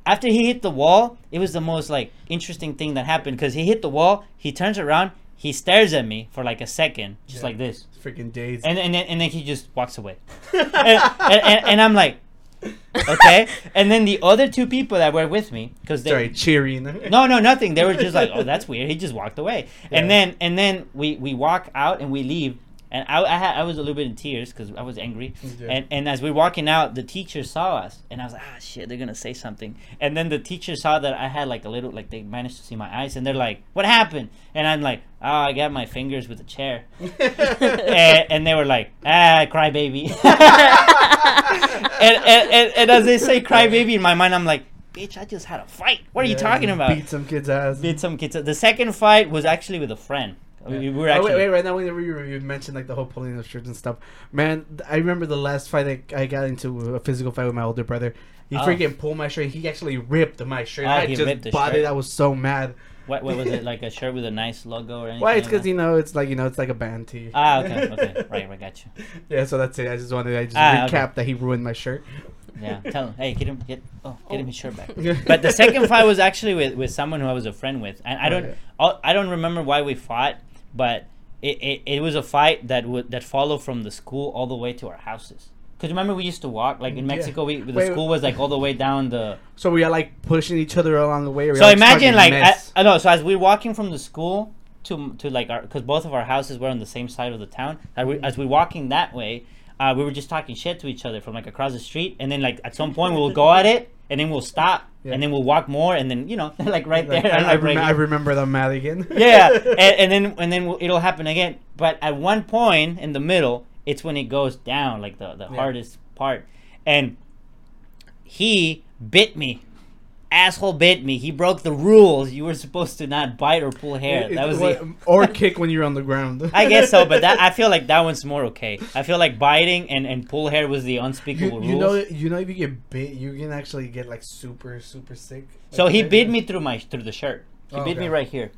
Speaker 2: After he hit the wall, it was the most like interesting thing that happened cuz he hit the wall, he turns around, he stares at me for like a second, just
Speaker 1: Yeah.
Speaker 2: like this.
Speaker 1: Freaking days.
Speaker 2: and and then, and then he just walks away, and, and, and, and I'm like, okay. And then the other two people that were with me, because they
Speaker 1: Sorry, cheering.
Speaker 2: no no nothing, they were just like, oh that's weird. He just walked away, and
Speaker 1: Yeah.
Speaker 2: then and then we we walk out and we leave. And I, I, had, I was a little bit in tears because I was angry.
Speaker 1: Yeah.
Speaker 2: And, and as we were walking out, the teacher saw us. And I was like, ah, shit, they're going to say something. And then the teacher saw that I had like a little, like they managed to see my eyes. And they're like, what happened? And I'm like, oh, I got my fingers with a chair and, and they were like, ah, crybaby. and, and, and, and as they say crybaby, in my mind, I'm like, bitch, I just had a fight. What are you
Speaker 1: Yeah,
Speaker 2: talking
Speaker 1: you
Speaker 2: about?
Speaker 1: Beat some kid's ass.
Speaker 2: Did some kids. The second fight was actually with a friend. We we were
Speaker 1: Oh,
Speaker 2: actually.
Speaker 1: wait, wait, right now whenever you, you mentioned like the whole pulling of shirts and stuff, man, th- I remember the last fight I, I got into a physical fight with my older brother. He
Speaker 2: Oh.
Speaker 1: freaking pulled my shirt. He actually ripped my shirt.
Speaker 2: Ah,
Speaker 1: I
Speaker 2: he ripped the
Speaker 1: just bought
Speaker 2: shirt.
Speaker 1: it. I was so mad.
Speaker 2: What, what was it? Like a shirt with a nice logo or anything?
Speaker 1: Why? It's
Speaker 2: like
Speaker 1: because
Speaker 2: that?
Speaker 1: you know it's like you know it's like a band tee.
Speaker 2: Ah, okay, okay. Right, I got you.
Speaker 1: yeah, so that's it. I just wanted I just
Speaker 2: Ah,
Speaker 1: recap
Speaker 2: okay.
Speaker 1: that he ruined my shirt.
Speaker 2: Yeah, tell him. Hey, get him. Get oh, get him his shirt back. But the second fight was actually with, with someone who I was a friend with, and I don't
Speaker 1: Okay.
Speaker 2: I'll- I don't remember why we fought, but it, it, it was a fight that would that followed from the school all the way to our houses. Cause remember we used to walk like in
Speaker 1: Yeah.
Speaker 2: Mexico, we the
Speaker 1: Wait,
Speaker 2: school
Speaker 1: wait.
Speaker 2: was like all the way down the.
Speaker 1: So we are like pushing each other along the way. We
Speaker 2: So
Speaker 1: all fucking
Speaker 2: imagine like I,
Speaker 1: mess.
Speaker 2: I know. So as we're walking from the school to to like our because both of our houses were on the same side of the town. As we as we're walking that way, uh, we were just talking shit to each other from like across the street, and then like at some point we'll go at it, and then we'll stop,
Speaker 1: Yeah.
Speaker 2: and then we'll walk more, and then you know like right
Speaker 1: Like,
Speaker 2: there.
Speaker 1: I,
Speaker 2: I'm
Speaker 1: I,
Speaker 2: like, right
Speaker 1: rem- I
Speaker 2: here.
Speaker 1: remember the mad again.
Speaker 2: yeah, and, and then and then it'll happen again. But at one point in the middle, it's when it goes down, like the the hardest part. And he bit me, asshole bit me. He broke the rules. You were supposed to not bite or pull hair.
Speaker 1: It-
Speaker 2: that
Speaker 1: it-
Speaker 2: was
Speaker 1: what-
Speaker 2: the.
Speaker 1: or kick when you're on the ground.
Speaker 2: I guess so, but that I feel like that one's more okay. I feel like biting and, and pull hair was the unspeakable
Speaker 1: You,
Speaker 2: rule.
Speaker 1: you know, you know, if you get bit, you can actually get like super, super sick.
Speaker 2: so
Speaker 1: Like,
Speaker 2: he
Speaker 1: right
Speaker 2: bit
Speaker 1: here.
Speaker 2: me through my through the shirt. He
Speaker 1: Oh,
Speaker 2: bit me
Speaker 1: okay.
Speaker 2: right here,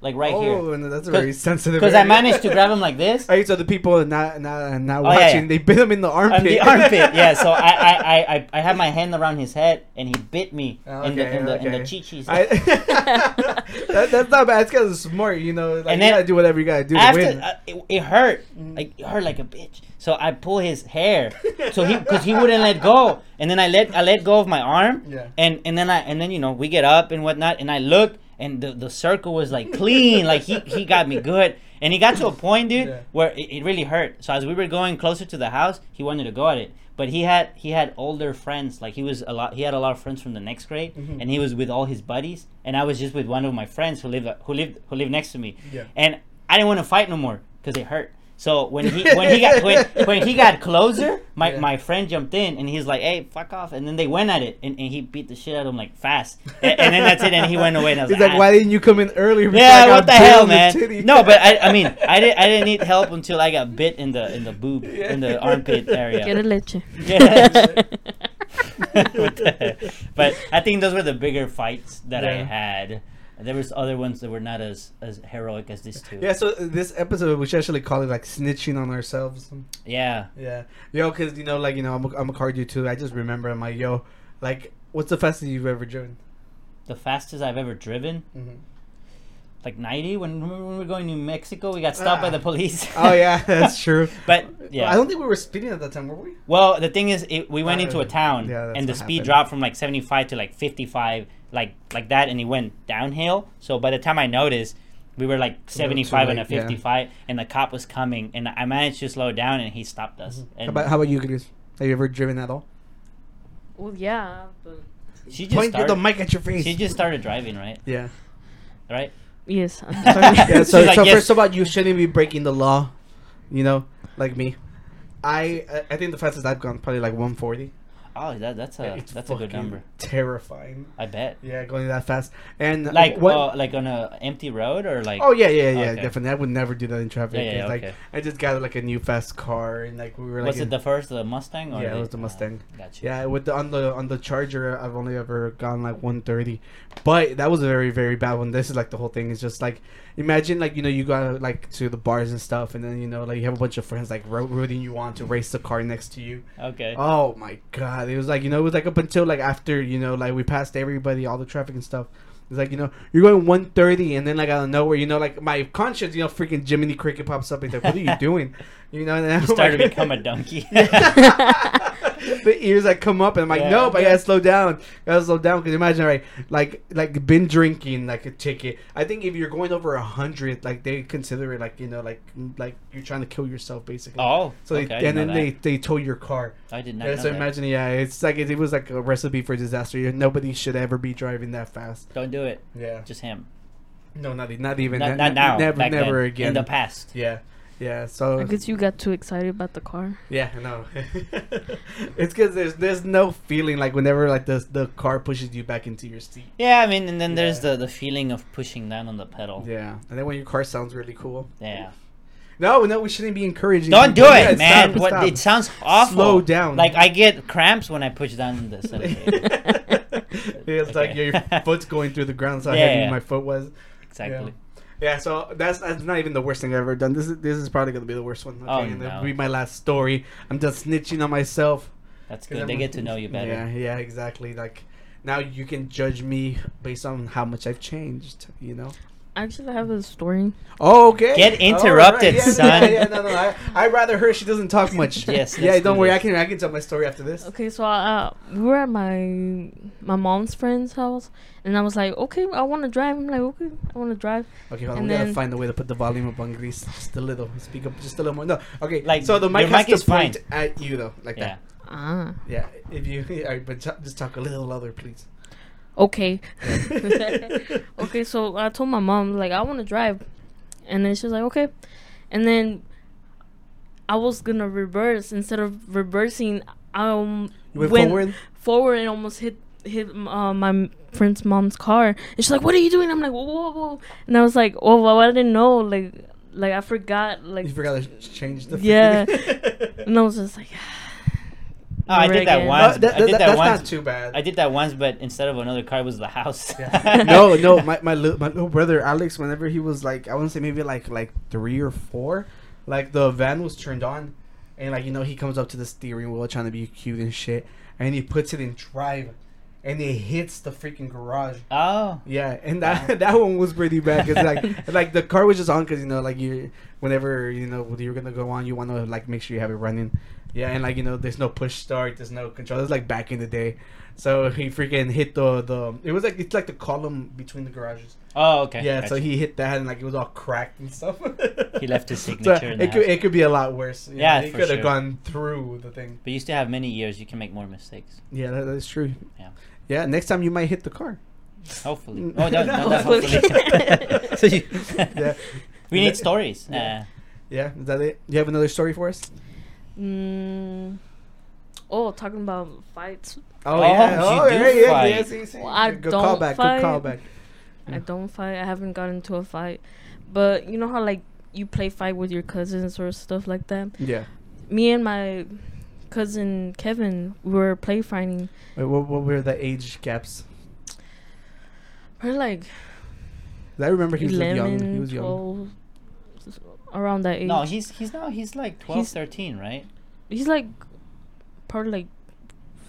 Speaker 2: like right
Speaker 1: oh,
Speaker 2: here.
Speaker 1: and that's a
Speaker 2: 'Cause-
Speaker 1: very sensitive.
Speaker 2: Because I
Speaker 1: area.
Speaker 2: managed to grab him like this,
Speaker 1: Alright, so the people are not not not
Speaker 2: yeah,
Speaker 1: watching.
Speaker 2: yeah.
Speaker 1: They bit him in the armpit.
Speaker 2: On the armpit, yeah. So I, I, I, I, I had my hand around his head, and he bit me
Speaker 1: Oh,
Speaker 2: in the
Speaker 1: okay,
Speaker 2: in the, in the
Speaker 1: okay.
Speaker 2: chi-chis.
Speaker 1: I- that, that's not bad. It's kind of smart, you know. Like,
Speaker 2: And
Speaker 1: you
Speaker 2: then-
Speaker 1: gotta do whatever you gotta do to
Speaker 2: After
Speaker 1: win.
Speaker 2: uh, it, it hurt, like it hurt like a bitch. So I pull his hair, so he because he wouldn't let go, and then I let I let go of my arm,
Speaker 1: Yeah.
Speaker 2: and and then I and then you know we get up and whatnot, and I look, and the the circle was like clean, like he he got me good, and he got to a point, dude,
Speaker 1: Yeah.
Speaker 2: where it, it really hurt. So as we were going closer to the house, he wanted to go at it. But he had he had older friends, like he was a lot. He had a lot of friends from the next grade,
Speaker 1: Mm-hmm.
Speaker 2: and he was with all his buddies. And I was just with one of my friends who lived who lived who lived next to me.
Speaker 1: Yeah.
Speaker 2: And I didn't want to fight no more because it hurt. So when he when he got when, when he got closer, my,
Speaker 1: Yeah.
Speaker 2: my friend jumped in and he's like, "Hey, fuck off!" And then they went at it, and, and he beat the shit out of him like fast. And, and then that's it, and he went away. And I was
Speaker 1: He's like,
Speaker 2: "Ah."
Speaker 1: why didn't you come in earlier? before I
Speaker 2: Yeah,
Speaker 1: got
Speaker 2: what the
Speaker 1: bit
Speaker 2: hell,
Speaker 1: on the
Speaker 2: man?
Speaker 1: titty?"
Speaker 2: no, but I, I mean, I didn't, I didn't need help until I got bit in the in the boob, in the armpit
Speaker 3: Quiere
Speaker 2: area.
Speaker 3: leche.
Speaker 2: Yeah. What the hell? but I think those were the bigger fights that I
Speaker 1: Yeah.
Speaker 2: had. There was other ones that were not as as heroic as these two.
Speaker 1: yeah. So uh, this episode, we should actually call it like snitching on ourselves.
Speaker 2: Yeah.
Speaker 1: Yeah, yo, because you know, like you know, I'm a, I'm a cardio too. I just remember, I'm like, yo, like, what's the fastest you've ever driven? Mm-hmm.
Speaker 2: The fastest I've ever driven.
Speaker 1: Mhm.
Speaker 2: like ninety when, remember when we were going to Mexico. We got stopped by
Speaker 1: Ah.
Speaker 2: the police.
Speaker 1: Oh yeah, that's true.
Speaker 2: but yeah,
Speaker 1: I don't think we were speeding at that time, were we?
Speaker 2: Well, the thing is, it, we went
Speaker 1: Uh,
Speaker 2: into a town,
Speaker 1: yeah, that's
Speaker 2: and the
Speaker 1: what
Speaker 2: speed
Speaker 1: happened.
Speaker 2: dropped from like seventy-five to like fifty-five, like like that, and it went downhill. So by the time I noticed, we were like seventy-five and a
Speaker 1: late, yeah.
Speaker 2: fifty-five, and the cop was coming, and I managed to slow down, and he stopped us.
Speaker 1: Mm-hmm. How
Speaker 2: And
Speaker 1: about how about you, Chris? Have you ever driven at all?
Speaker 3: Well, yeah, but
Speaker 2: she just
Speaker 1: Point the
Speaker 2: started.
Speaker 1: mic at your face.
Speaker 2: she just started driving, right?
Speaker 1: yeah.
Speaker 2: Right.
Speaker 3: yes, I'm sorry.
Speaker 1: Yeah. So,
Speaker 2: She's like,
Speaker 1: so
Speaker 2: "Yes."
Speaker 1: first of all, you shouldn't be breaking the law. You know, like me. I I- I think the fastest I've gone probably like 140.
Speaker 2: Oh, that, that's a
Speaker 1: It's
Speaker 2: that's a good
Speaker 1: fucking
Speaker 2: number.
Speaker 1: Terrifying.
Speaker 2: I bet.
Speaker 1: Yeah, going that fast. And
Speaker 2: Like
Speaker 1: what?
Speaker 2: uh, like on a empty road or like.
Speaker 1: Oh yeah, yeah, yeah,
Speaker 2: Okay.
Speaker 1: definitely. I would never do that in traffic.
Speaker 2: Yeah, yeah,
Speaker 1: 'cause, like
Speaker 2: okay.
Speaker 1: I just got like a new fast car, and like we were like.
Speaker 2: was
Speaker 1: in-
Speaker 2: it the first the Mustang? Or
Speaker 1: Yeah, it
Speaker 2: the-
Speaker 1: was the
Speaker 2: uh,
Speaker 1: Mustang.
Speaker 2: gotcha.
Speaker 1: yeah, with the on the on the Charger, I've only ever gone like 130, but that was a very very bad one. This is like the whole thing is just like imagine like you know you got like to the bars and stuff, and then you know like you have a bunch of friends like ro- rooting you on to race the car next to you.
Speaker 2: Okay.
Speaker 1: Oh my god, it was like you know it was like up until like after you know like we passed everybody, all the traffic and stuff. It's like you know you're going 130, and then like out of nowhere, you know like my conscience, you know freaking Jiminy Cricket pops up. It's like what are you doing? You know, and then
Speaker 2: you
Speaker 1: I'm
Speaker 2: started to
Speaker 1: like-
Speaker 2: become a donkey.
Speaker 1: the ears that come up, and I'm like,
Speaker 2: Yeah,
Speaker 1: nope, I
Speaker 2: yeah.
Speaker 1: gotta slow down. gotta slow down because imagine, right? Like, like been drinking like a ticket. I think if you're going over a hundred, like they consider it like you know, like like you're trying to kill yourself basically.
Speaker 2: Oh,
Speaker 1: so
Speaker 2: okay, I
Speaker 1: they,
Speaker 2: didn't
Speaker 1: and then
Speaker 2: know
Speaker 1: they
Speaker 2: that.
Speaker 1: they tow your car.
Speaker 2: I did not.
Speaker 1: Yeah,
Speaker 2: know
Speaker 1: so
Speaker 2: that.
Speaker 1: imagine, yeah, it's like it, it was like a recipe for disaster. You- Nobody should ever be driving that fast.
Speaker 2: Don't do it.
Speaker 1: Yeah,
Speaker 2: Just him.
Speaker 1: no, not e- not even
Speaker 2: Not,
Speaker 1: ne-
Speaker 2: not now.
Speaker 1: Never,
Speaker 2: back
Speaker 1: never
Speaker 2: then,
Speaker 1: again.
Speaker 2: In the past.
Speaker 1: Yeah, yeah.
Speaker 3: I
Speaker 1: So
Speaker 3: guess you got too excited about the car.
Speaker 1: Yeah, I know. it's because there's there's no feeling like whenever like the the car pushes you back into your seat.
Speaker 2: Yeah, I mean, and then there's
Speaker 1: Yeah.
Speaker 2: the, the feeling of pushing down on the pedal. Yeah.
Speaker 1: Yeah, and then when your car sounds really cool. No, no, we shouldn't be encouraging.
Speaker 2: Don't do
Speaker 1: people.
Speaker 2: it,
Speaker 1: Yeah,
Speaker 2: man.
Speaker 1: stop,
Speaker 2: what
Speaker 1: stop.
Speaker 2: it sounds awful.
Speaker 1: Slow down.
Speaker 2: Like I get cramps when I push down the accelerator.
Speaker 1: it's like
Speaker 2: Okay.
Speaker 1: your foot's going through the ground. So
Speaker 2: Yeah,
Speaker 1: heavy
Speaker 2: yeah.
Speaker 1: my foot was.
Speaker 2: exactly.
Speaker 1: Yeah, so that's that's not even the worst thing I've ever done. This is this is probably gonna be the worst one. Okay,
Speaker 2: Oh,
Speaker 1: and
Speaker 2: no.
Speaker 1: that'll be my last story. I'm just snitching on myself.
Speaker 2: That's
Speaker 1: 'Cause
Speaker 2: good. They
Speaker 1: I'm-
Speaker 2: get to know you better.
Speaker 1: Yeah, yeah, exactly. Like now you can judge me based on how much I've changed. You know.
Speaker 3: Actually, I have a story.
Speaker 1: Oh, okay.
Speaker 2: Get
Speaker 1: All
Speaker 2: interrupted,
Speaker 1: Yeah,
Speaker 2: son.
Speaker 1: Yeah, yeah, no, no. I I rather her. She doesn't talk much.
Speaker 2: Yes,
Speaker 1: Yeah.
Speaker 2: let's
Speaker 1: Don't
Speaker 2: do
Speaker 1: worry. I
Speaker 2: this.
Speaker 1: can I can tell my story after this.
Speaker 3: Okay, so uh, we were at my my mom's friend's house, and I was like, okay, I want to drive. I'm like, okay, I want to drive.
Speaker 1: Okay, hold on.
Speaker 3: And
Speaker 1: We gotta
Speaker 3: then-
Speaker 1: find a way to put the volume up on Greece just a little. Speak up just a little more. No. Okay.
Speaker 2: Like,
Speaker 1: so the
Speaker 2: your
Speaker 1: mic
Speaker 2: mic
Speaker 1: has
Speaker 2: is
Speaker 1: to
Speaker 2: fine.
Speaker 1: point at you though, like
Speaker 2: Yeah.
Speaker 1: that.
Speaker 3: Ah,
Speaker 1: Yeah. If you, all right, but t- just talk a little louder, please.
Speaker 3: okay, okay. So I told my mom like I want to drive, and then she was like, okay, and then I was gonna reverse instead of reversing, I um,
Speaker 1: You went
Speaker 3: went
Speaker 1: forward.
Speaker 3: forward and almost hit hit uh, my friend's mom's car. And she's like, "What are you doing?" I'm like, "Whoa, whoa, whoa!" And I was like, "Oh, well, I didn't know. Like, like I forgot. Like,
Speaker 1: You forgot to change the.
Speaker 3: Yeah.
Speaker 1: no,
Speaker 3: and I was just like,
Speaker 2: Oh, I
Speaker 3: Never
Speaker 2: did that
Speaker 3: again.
Speaker 2: once.
Speaker 1: that, that,
Speaker 2: I did that,
Speaker 1: that's
Speaker 2: once.
Speaker 1: not too bad.
Speaker 2: I did that once, but instead of another car, it was the house.
Speaker 1: no, no, my my, li- my little brother Alex, whenever he was like, I want to say maybe like like three or four, like the van was turned on, and like you know he comes up to the steering wheel trying to be cute and shit, and he puts it in drive, and it hits the freaking garage.
Speaker 2: Oh.
Speaker 1: Yeah, and that that one was pretty bad because like like the car was just on because you know like you whenever you know when you're gonna go on you want to like make sure you have it running. Yeah, and like you know there's no push start, there's no control. It's like back in the day, so he freaking hit the the it was like it's like the column between the garages.
Speaker 2: Oh, okay.
Speaker 1: yeah, so
Speaker 2: Gotcha.
Speaker 1: he hit that and like it was all cracked and stuff.
Speaker 2: He left his
Speaker 1: So
Speaker 2: signature in the
Speaker 1: it could
Speaker 2: house.
Speaker 1: it could be a lot worse. you know,
Speaker 2: Yeah,
Speaker 1: it
Speaker 2: for
Speaker 1: could have
Speaker 2: sure.
Speaker 1: gone through the thing.
Speaker 2: But you still have many years. You can make more mistakes.
Speaker 1: Yeah, that, that's true.
Speaker 2: Yeah.
Speaker 1: yeah. Next time you might hit the car. Mm.
Speaker 2: Hopefully. Oh, no, no, no,
Speaker 3: Hopefully.
Speaker 2: hopefully. so you,
Speaker 1: Yeah,
Speaker 2: we need stories. Uh,
Speaker 1: Yeah.
Speaker 2: Yeah.
Speaker 1: yeah. Is that it? You have another story for us?
Speaker 3: "Mm." Oh, talking about fights.
Speaker 1: Oh,
Speaker 2: Oh,
Speaker 1: yeah.
Speaker 2: you
Speaker 1: Oh,
Speaker 2: do
Speaker 1: yeah, yeah,
Speaker 2: fight.
Speaker 1: yeah, see, see.
Speaker 3: Well, I
Speaker 1: good, good
Speaker 3: don't
Speaker 1: callback.
Speaker 3: fight.
Speaker 1: Good callback.
Speaker 3: I don't fight. I haven't gotten into a fight, but you know how like you play fight with your cousins or stuff like that.
Speaker 1: Yeah.
Speaker 3: Me and my cousin Kevin we were play fighting.
Speaker 1: Wait, what, what were the age gaps?
Speaker 3: We're like
Speaker 1: 'Cause I remember he was like,
Speaker 3: 11,
Speaker 1: young. He was young.
Speaker 3: 12, s- around that age.
Speaker 2: No, he's he's now he's like 12,
Speaker 3: He's-
Speaker 2: 13, right?
Speaker 3: he's like probably like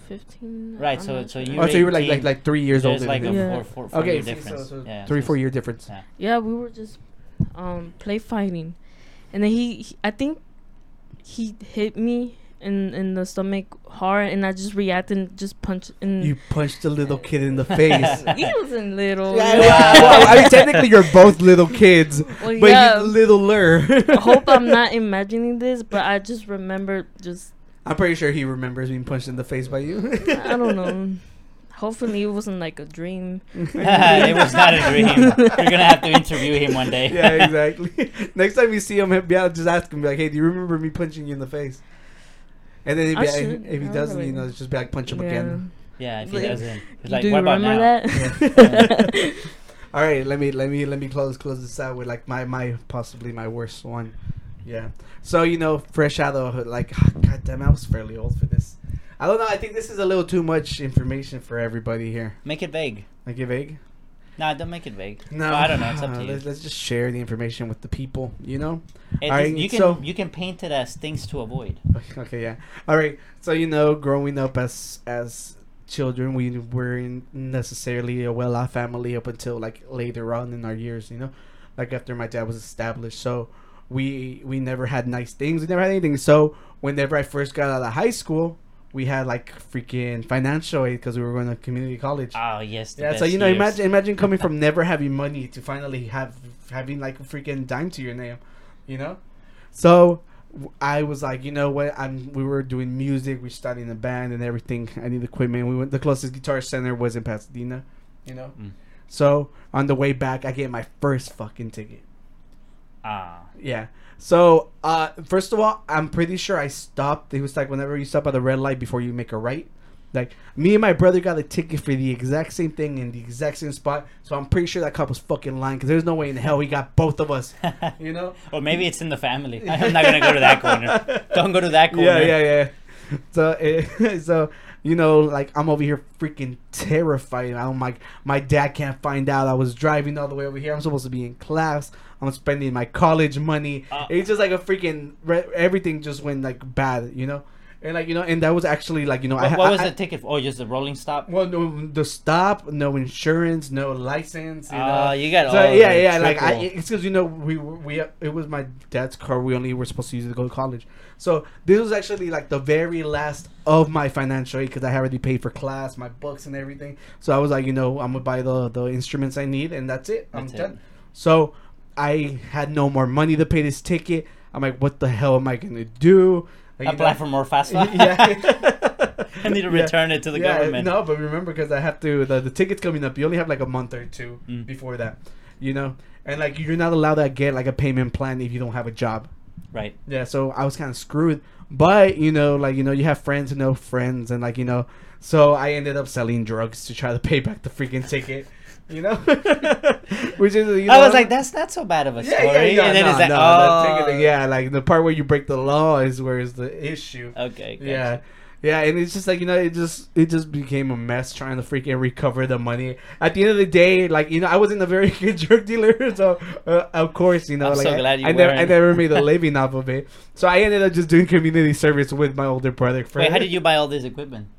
Speaker 3: 15.
Speaker 2: Right,
Speaker 3: Mm, I'm
Speaker 2: so-
Speaker 3: not
Speaker 2: so
Speaker 3: sure.
Speaker 2: you-
Speaker 1: Oh, so you were like
Speaker 2: 18.
Speaker 1: like like three years
Speaker 2: There's
Speaker 1: older.
Speaker 2: like
Speaker 1: than
Speaker 2: a
Speaker 1: me.
Speaker 3: Yeah.
Speaker 2: four, four, four
Speaker 1: okay,
Speaker 2: year
Speaker 1: so-
Speaker 2: difference.
Speaker 1: so, so
Speaker 2: Yeah,
Speaker 1: three
Speaker 2: so
Speaker 1: four
Speaker 2: it's-
Speaker 1: year difference.
Speaker 2: Yeah.
Speaker 3: Yeah, we were just um play fighting, and then he, he I think he hit me in in the stomach hard, and I just reacted and just punched. And
Speaker 1: You punched a little kid in the face.
Speaker 3: he wasn't little.
Speaker 1: Yeah,
Speaker 3: you know?
Speaker 1: well, well, I mean, technically, you're both little kids,
Speaker 3: Well,
Speaker 1: but
Speaker 3: yeah.
Speaker 1: you littler.
Speaker 3: I hope I'm not imagining this, but I just remember just
Speaker 1: I'm pretty sure he remembers being punched in the face by you.
Speaker 3: I don't know. Hopefully it wasn't like a dream.
Speaker 2: it was not a dream. You're gonna have to interview him one day.
Speaker 1: yeah, exactly. Next time you see him, he'll be out, just ask him, be like, hey, do you remember me punching you in the face? And then he'd
Speaker 3: I
Speaker 1: be,
Speaker 3: should-
Speaker 1: if he
Speaker 3: I
Speaker 1: doesn't, you
Speaker 3: really-
Speaker 1: know, just be like, punch him again.
Speaker 2: yeah, if he
Speaker 3: Like,
Speaker 2: doesn't, he's
Speaker 3: Yeah.
Speaker 2: like,
Speaker 3: Do you
Speaker 2: what about
Speaker 3: remember
Speaker 2: now?
Speaker 3: that?
Speaker 1: All right, let me let me let me close close this out with like my my possibly my worst one. Yeah. So you know, fresh out of like, god damn, I was fairly old for this. I don't know. I think this is a little too much information for everybody here.
Speaker 2: Make it vague.
Speaker 1: Like, give egg.
Speaker 2: Nah, don't make it vague.
Speaker 1: No,
Speaker 2: I don't know. It's up to you.
Speaker 1: Let's, let's just share the information with the people. You know.
Speaker 2: It-
Speaker 1: All right,
Speaker 2: you can
Speaker 1: so-
Speaker 2: you can paint it as things to avoid.
Speaker 1: Okay, yeah. All right. So you know, growing up as as children, we weren't necessarily a well-off family up until like later on in our years. You know, like after my dad was established, so we we never had nice things. We never had anything. So whenever I first got out of high school, we had like freaking financial aid because we were going to community college.
Speaker 2: Oh yes. the
Speaker 1: Yeah, so
Speaker 2: best
Speaker 1: you know,
Speaker 2: years.
Speaker 1: imagine imagine coming from never having money to finally have having like a freaking dime to your name, you know. So w- I was like, you know what? I'm. We were doing music. We started a band and everything. I need equipment. We went. The closest guitar center was in Pasadena, you know.
Speaker 2: Mm.
Speaker 1: So on the way back, I get my first fucking ticket.
Speaker 2: Ah,
Speaker 1: Yeah. So uh, first of all, I'm pretty sure I stopped. It was like whenever you stop at the red light before you make a right. Like me and my brother got a ticket for the exact same thing in the exact same spot. So I'm pretty sure that cop was fucking lying because there's no way in hell he got both of us. You know?
Speaker 2: or maybe it's in the family. I'm not gonna go to that corner. Don't go to that corner.
Speaker 1: yeah, yeah, yeah. So, eh, so you know, like I'm over here freaking terrified. I'm like, my dad can't find out. I was driving all the way over here. I'm supposed to be in class. I'm spending my college money.
Speaker 2: Uh.
Speaker 1: it's just like a freaking re- everything just went like bad, you know. And like you know, and that was actually like you know,
Speaker 2: What,
Speaker 1: I,
Speaker 2: what
Speaker 1: I-
Speaker 2: was
Speaker 1: I-
Speaker 2: the ticket? For? Oh, just the rolling stop.
Speaker 1: Well, no, the stop, no insurance, no license. You
Speaker 2: Ah,
Speaker 1: know?
Speaker 2: you got
Speaker 1: So
Speaker 2: all
Speaker 1: yeah,
Speaker 2: the
Speaker 1: yeah. Like I,
Speaker 2: triple.
Speaker 1: it's because you know we were- we it was my dad's car. We only were supposed to use it to go to college. So this was actually like the very last of my financial aid because I had already paid for class, my books, and everything. So I was like, you know, I'm gonna buy the the instruments I need, and that's it. I'm
Speaker 2: That's it.
Speaker 1: done. So I had no more money to pay this ticket. I'm like, what the hell am I gonna do? Like, you
Speaker 2: Apply
Speaker 1: know-
Speaker 2: for more FAFSA.
Speaker 1: yeah.
Speaker 2: I need to
Speaker 1: Yeah.
Speaker 2: return it to the government.
Speaker 1: No, but remember, because I have to. The, the ticket's coming up. You only have like a month or two
Speaker 2: Mm.
Speaker 1: before that, you know. And like you're not allowed to get like a payment plan if you don't have a job.
Speaker 2: Right.
Speaker 1: Yeah, so I was kind of screwed. But you know, like you know, you have friends who know friends, and like you know, so I ended up selling drugs to try to pay back the freaking ticket. You know, which is you know,
Speaker 2: I was like, that's not so bad of a story.
Speaker 1: yeah,
Speaker 2: and
Speaker 1: no,
Speaker 2: then it's like,
Speaker 1: no, the
Speaker 2: oh,
Speaker 1: ticket thing, yeah, like the part where you break the law is where is the issue.
Speaker 2: Okay. Gotcha.
Speaker 1: Yeah. Yeah, and it's just like you know, it just it just became a mess trying to freaking recover the money. At the end of the day, like you know, I wasn't a very good drug dealer, so uh, of course you know,
Speaker 2: I'm
Speaker 1: like
Speaker 2: so
Speaker 1: I-
Speaker 2: glad you
Speaker 1: I, never I
Speaker 2: weren't.
Speaker 1: never made a living off of it. So I ended up just doing community service with my older brother.
Speaker 2: Wait, how did you buy all this equipment?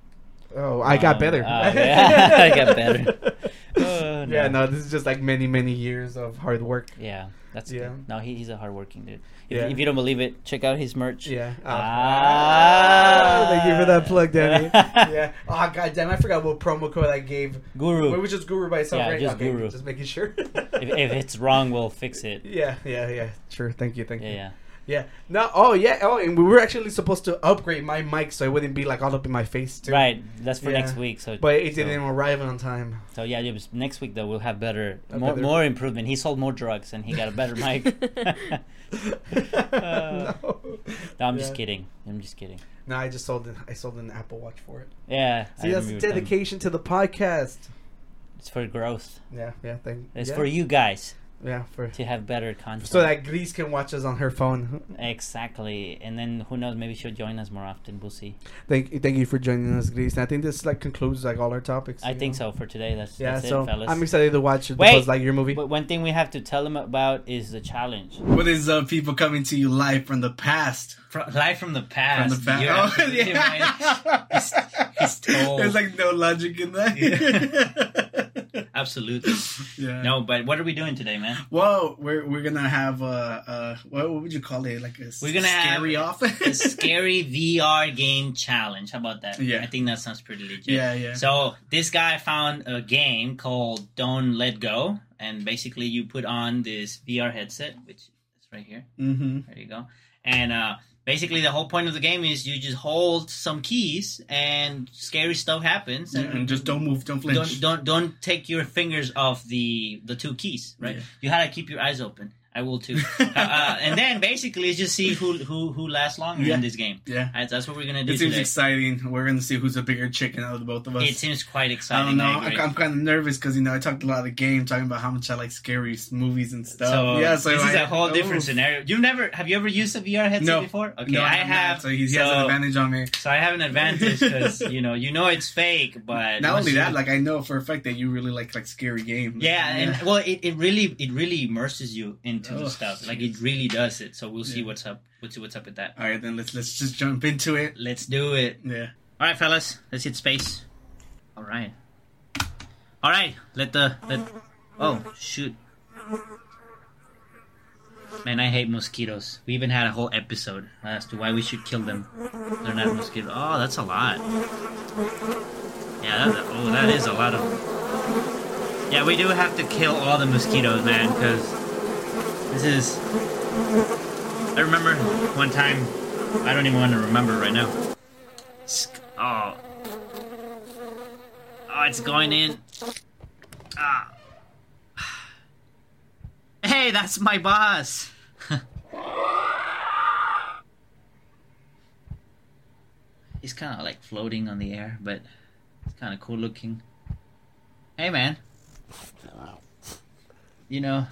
Speaker 1: Oh, I got
Speaker 2: Oh,
Speaker 1: better.
Speaker 2: oh, yeah. I got better. Oh,
Speaker 1: Yeah, no, this is just like many many years of hard work.
Speaker 2: Yeah, that's
Speaker 1: Yeah.
Speaker 2: good. No, he, he's a hardworking dude. If,
Speaker 1: Yeah.
Speaker 2: if you don't believe it, check out his merch.
Speaker 1: Yeah. Oh.
Speaker 2: Ah.
Speaker 1: Thank you for that plug, Danny. yeah. Oh god damn, I forgot what promo code I gave.
Speaker 2: Guru.
Speaker 1: Wait, was just Guru by itself,
Speaker 2: Yeah,
Speaker 1: right?
Speaker 2: just Guru.
Speaker 1: Just making sure.
Speaker 2: if, if it's wrong, we'll fix it.
Speaker 1: yeah, yeah, yeah. Sure. Thank you. Thank
Speaker 2: Yeah,
Speaker 1: you.
Speaker 2: yeah.
Speaker 1: Yeah. No. Oh, yeah. Oh, and we were actually supposed to upgrade my mic so it wouldn't be like all up in my face too.
Speaker 2: Right, that's for
Speaker 1: Yeah.
Speaker 2: next week. So,
Speaker 1: But it
Speaker 2: so,
Speaker 1: didn't arrive on time.
Speaker 2: So yeah, it was- next week though we'll have better,
Speaker 1: A
Speaker 2: more,
Speaker 1: better-
Speaker 2: more improvement. He sold more drugs and he got a better mic. Uh,
Speaker 1: no.
Speaker 2: no, I'm just
Speaker 1: Yeah.
Speaker 2: kidding. I'm just kidding.
Speaker 1: No, I just sold an, I sold an Apple Watch for it.
Speaker 2: Yeah, I
Speaker 1: See, that's
Speaker 2: remember them.
Speaker 1: dedication to the podcast.
Speaker 2: It's for growth.
Speaker 1: Yeah, yeah, thank.
Speaker 2: It's
Speaker 1: yeah,
Speaker 2: for you guys
Speaker 1: Yeah, for
Speaker 2: to have better content.
Speaker 1: so that Grease can watch us on her phone.
Speaker 2: exactly, and then who knows? Maybe she'll join us more often. We'll see.
Speaker 1: Thank, thank you for joining us, Grease. And I think this like concludes like all our topics.
Speaker 2: I
Speaker 1: you
Speaker 2: think
Speaker 1: know?
Speaker 2: so for today. That's,
Speaker 1: Yeah,
Speaker 2: that's
Speaker 1: so
Speaker 2: it, fellas.
Speaker 1: I'm excited to watch the
Speaker 2: Wait.
Speaker 1: Buzz Lightyear movie.
Speaker 2: But one thing we have to tell them about is the challenge.
Speaker 1: What is up, people? Coming to you live from the past.
Speaker 2: live from the past.
Speaker 1: From the past. Oh, yeah.
Speaker 7: He's told.
Speaker 1: There's like no logic in that. Yeah.
Speaker 2: Absolutely. No, but what are we doing today, man?
Speaker 1: Well, we're we're gonna have uh uh what, what would you call it like a s-
Speaker 2: We're gonna have
Speaker 1: scary off
Speaker 2: a scary VR game challenge. How about that?
Speaker 1: Yeah.
Speaker 2: I think that sounds pretty legit.
Speaker 1: Yeah, yeah.
Speaker 2: So this guy found a game called Don't Let Go, and basically you put on this VR headset, which is right here.
Speaker 1: mm-hmm.
Speaker 2: There you go. And uh, basically, the whole point of the game is you just hold some keys, and scary stuff happens. And
Speaker 1: and just don't move, don't flinch.
Speaker 2: don't don't don't take your fingers off the the two keys, right?
Speaker 1: Yeah.
Speaker 2: You had to keep your eyes open. I will too. uh, uh, and then basically, it's just see who who who lasts longer
Speaker 1: Yeah.
Speaker 2: in this game.
Speaker 1: Yeah.
Speaker 2: That's, that's what we're gonna do
Speaker 1: It seems
Speaker 2: today.
Speaker 1: exciting. We're gonna see who's a bigger chicken out of the both of us.
Speaker 2: It seems quite
Speaker 1: I don't
Speaker 2: exciting.
Speaker 1: know.
Speaker 2: I
Speaker 1: I
Speaker 2: agree.
Speaker 1: am kind of nervous because you know I talked a lot of the game, talking about how much I like scary s- movies and stuff.
Speaker 2: so,
Speaker 1: yeah, so
Speaker 2: this is
Speaker 1: I-
Speaker 2: a whole different
Speaker 1: Ooh.
Speaker 2: scenario. You've never have you ever used a VR headset
Speaker 1: No.
Speaker 2: before? Okay,
Speaker 1: No,
Speaker 2: I
Speaker 1: I'm not,
Speaker 2: have.
Speaker 1: so he he has an advantage on me.
Speaker 2: so I have an advantage because you know you know it's fake, but
Speaker 1: Not
Speaker 2: once
Speaker 1: only
Speaker 2: you-
Speaker 1: that, like I know for a fact that you really like like scary games.
Speaker 2: Yeah, and well, it, it really it really immerses you into
Speaker 1: Oh,
Speaker 2: the stuff. Like it really does it. So we'll see
Speaker 1: Yeah.
Speaker 2: what's up. We'll see what's up with that.
Speaker 1: all right, then let's let's just jump into it.
Speaker 2: Let's do it.
Speaker 1: Yeah.
Speaker 2: All right, fellas, let's hit space. All right. All right. Let the let. Oh shoot. Man, I hate mosquitoes. We even had a whole episode as to why we should kill them. They're not mosquitoes. Oh, that's a lot. Yeah, that, oh, that is a lot of. Yeah, we do have to kill all the mosquitoes, man, because this is. I remember one time. I don't even want to remember right now. It's- Oh. Oh, it's going in. Ah. Hey, that's my boss. He's kind of like floating on the air, but it's kind of cool looking. Hey, man. You know,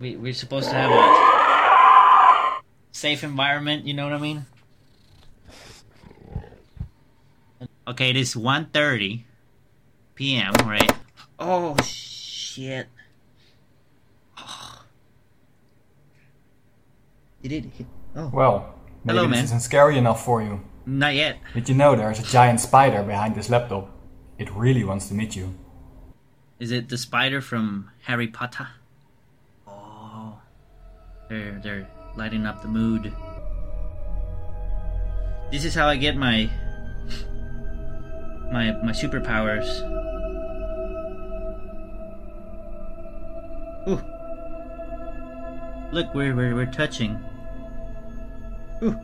Speaker 2: we, we're supposed to have a safe environment, you know what I mean? Okay, it is 1.30 p.m., right? Oh, shit. Oh. Did it hit? Oh,
Speaker 10: Well, maybe
Speaker 2: Hello,
Speaker 10: this
Speaker 2: man.
Speaker 10: isn't scary enough for you.
Speaker 2: not yet.
Speaker 10: Did you know there's a giant spider behind this laptop? It really wants to meet you.
Speaker 2: Is it the spider from Harry Potter? Oh, they're they're lighting up the mood. This is how I get my my my superpowers. Ooh, look, we're we're, we're touching. Ooh.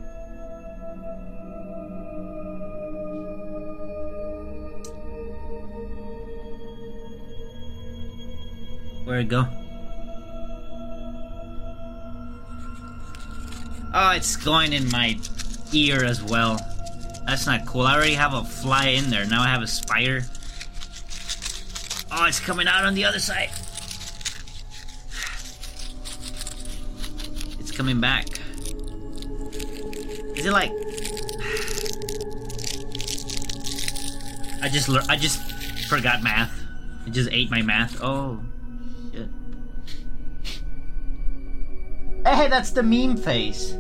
Speaker 2: Where it go? Oh, it's going in my ear as well. That's not cool. I already have a fly in there. Now I have a spider. Oh, it's coming out on the other side. It's coming back. Is it like? I just lear- I just forgot math. I just ate my math. Oh, shit. Hey, that's the meme face.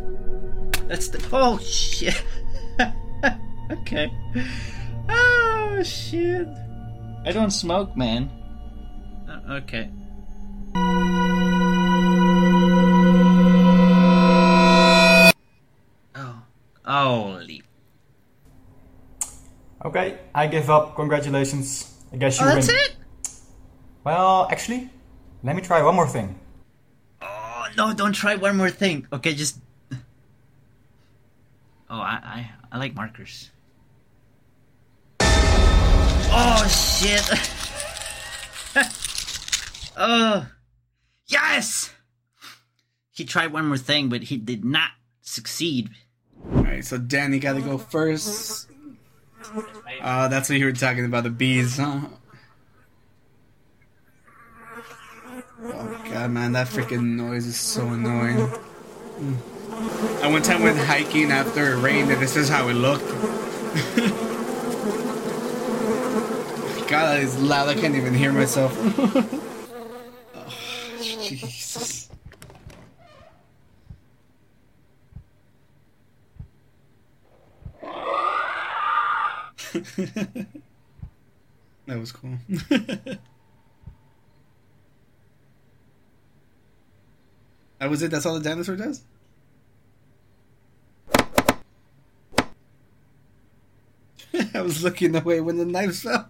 Speaker 2: That's the oh shit. okay. Oh shit. I don't smoke, man. Uh, okay. Oh, holy
Speaker 10: Okay, I give up. Congratulations. I guess you
Speaker 2: Oh,
Speaker 10: win.
Speaker 2: that's it?
Speaker 10: Well, actually, let me try one more thing.
Speaker 2: Oh, no, don't try one more thing. Okay, just. Oh, I, I, I like markers. Oh, shit. oh. Yes! He tried one more thing, but he did not succeed.
Speaker 1: All right, so Danny got to go first. Uh, that's what you were talking about the bees, huh? Oh god, man, that freaking noise is so annoying. Mm. I one time went hiking after it rained, and this is how it looked. God, that is loud. I can't even hear myself. oh, Jesus.
Speaker 7: that was cool. that was it. That's all the dinosaur does. I was looking away when the knife fell.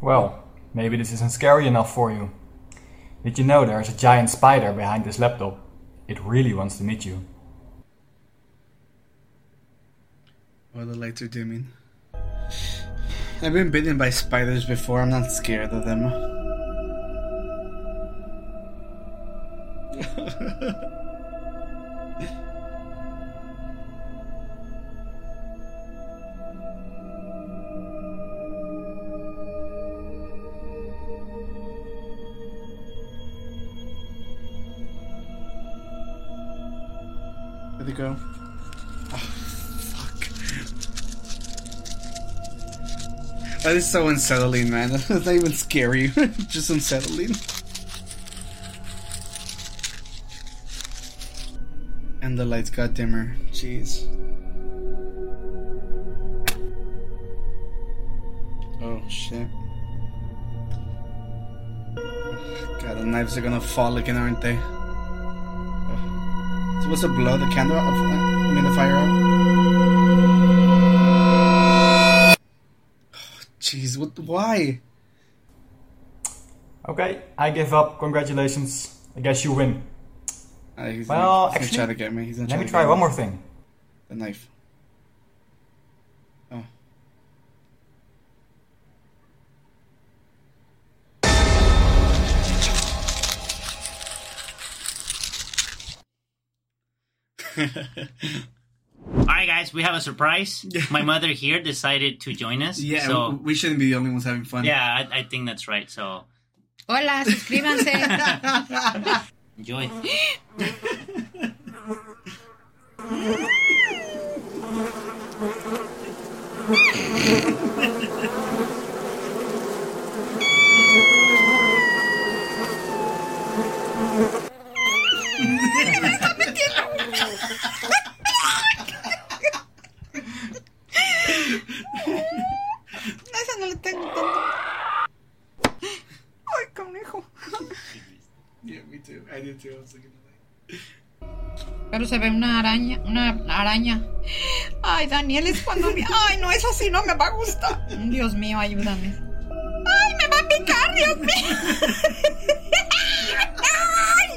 Speaker 10: Well, maybe this isn't scary enough for you. Did you know there is a giant spider behind this laptop? It really wants to meet you.
Speaker 7: Well, the lights are dimming. I've been bitten by spiders before. I'm not scared of them. Where'd they go? Ah, That is so unsettling, man. It's not even scary. It's Just unsettling. And the lights got dimmer. Jeez. Oh shit. God, the knives are gonna fall again, aren't they? Ugh. Supposed to blow the candle out? I mean, the fire out? Jeez, what? Why?
Speaker 10: Okay, I give up. Congratulations. I guess you win.
Speaker 7: Uh, he's
Speaker 10: Well,
Speaker 7: gonna, he's
Speaker 10: actually,
Speaker 7: gonna try to get me. He's gonna
Speaker 10: Let
Speaker 7: try
Speaker 10: me
Speaker 7: to
Speaker 10: try
Speaker 7: get
Speaker 10: one
Speaker 7: me.
Speaker 10: more thing.
Speaker 7: The knife. Oh.
Speaker 2: All right, guys, we have a surprise. My mother here decided to join us.
Speaker 7: Yeah,
Speaker 2: so
Speaker 7: we shouldn't be the only ones having fun.
Speaker 2: yeah, I, I think that's right. So
Speaker 11: Hola, suscríbanse.
Speaker 2: enjoy.
Speaker 11: No, esa no le tengo tanto. Ay, conejo.
Speaker 7: Yeah, me too. I did too. I was looking at
Speaker 11: Pero se ve una araña, una araña. Ay, Daniel, es cuando me... Ay, no, eso sí no me va a gustar. Dios mío, ayúdame. Ay, me va a picar, Dios mío. Ay,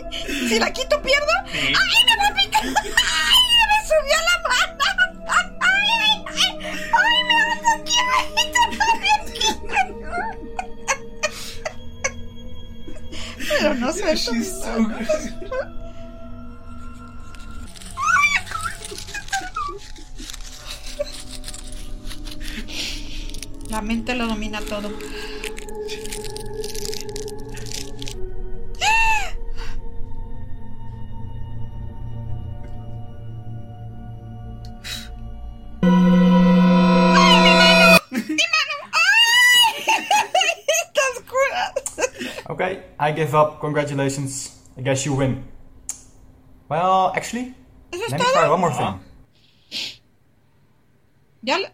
Speaker 11: si la quito, pierdo. Ay, me va a picar. Ay, me subió la mano. Ay, ay, ay, ay, me va a picar. Pero no suelto mis manos. La mente lo domina todo. Está oscura.
Speaker 10: Okay, I give up. Congratulations. I guess you win. Well, actually,
Speaker 11: ¿Eso es
Speaker 10: let me try
Speaker 11: todo?
Speaker 10: one more thing.
Speaker 11: Ya le-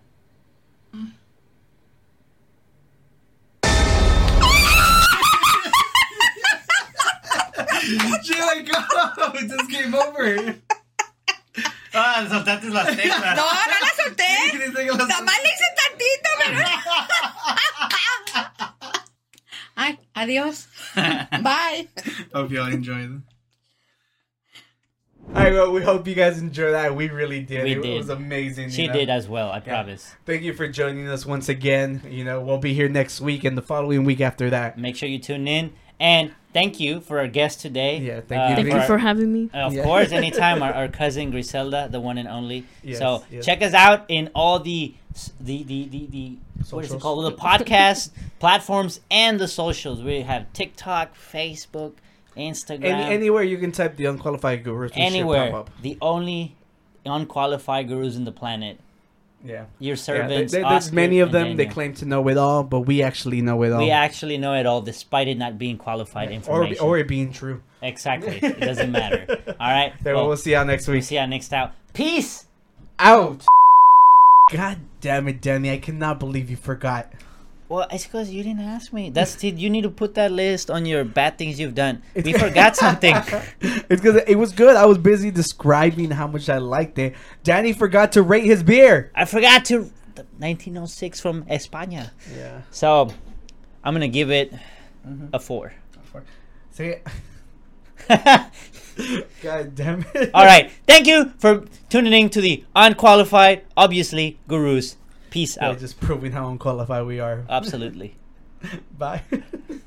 Speaker 7: that. Jay, like, oh, it just came over.
Speaker 2: Ah, soltaste las
Speaker 11: No, no la solté. Nada más le hice tantito, pero. Ay, adiós. Bye.
Speaker 7: Hope y'all enjoyed.
Speaker 1: All right, well, we hope you guys enjoy that. We really did.
Speaker 2: We
Speaker 1: it,
Speaker 2: did.
Speaker 1: was amazing.
Speaker 2: She
Speaker 1: you know?
Speaker 2: did as well. I promise.
Speaker 1: Thank you for joining us once again. You know, we'll be here next week and the following week after that.
Speaker 2: Make sure you tune in and thank you for our guest today. Uh,
Speaker 1: Yeah, thank you.
Speaker 3: Thank you for having me.
Speaker 2: Of
Speaker 1: Yeah.
Speaker 2: course, anytime our, our cousin Griselda, the one and only.
Speaker 1: Yes,
Speaker 2: so
Speaker 1: yes.
Speaker 2: check us out in all the the the the, the what is it
Speaker 1: Socials.
Speaker 2: called? The podcast platforms and the socials. We have TikTok, Facebook, Instagram,
Speaker 1: Any, anywhere you can type the unqualified gurus, we should
Speaker 2: anywhere.
Speaker 1: pop up.
Speaker 2: The only unqualified gurus in the planet.
Speaker 1: Yeah.
Speaker 2: Your
Speaker 1: Yeah,
Speaker 2: servants.
Speaker 1: they- they- there's
Speaker 2: Oscar
Speaker 1: many of
Speaker 2: and
Speaker 1: them. They
Speaker 2: Daniel.
Speaker 1: claim to know it all, but we actually know it all,
Speaker 2: We actually know it all, despite it not being qualified
Speaker 1: Um, or
Speaker 2: information.
Speaker 1: or it being true.
Speaker 2: exactly, it doesn't matter. All right,
Speaker 1: Then
Speaker 2: well,
Speaker 1: we'll see y'all next
Speaker 2: we'll
Speaker 1: week.
Speaker 2: see you next out. Peace.
Speaker 1: Out. God damn it, Danny! I cannot believe you forgot.
Speaker 2: Well, it's because you didn't ask me. That's it. You need to put that list on your bad things you've done. We forgot something.
Speaker 1: It's because it was good. I was busy describing how much I liked it. Danny forgot to rate his beer.
Speaker 2: I forgot to. 1906 from España.
Speaker 1: Yeah. Mm-hmm.
Speaker 2: So, I'm gonna give it a four.
Speaker 1: See. God damn it!
Speaker 2: All right. Thank you for tuning in to the unqualified, obviously gurus. Peace
Speaker 1: Yeah,
Speaker 2: out. Uh,
Speaker 1: just proving how unqualified we are.
Speaker 2: Absolutely.
Speaker 1: Bye.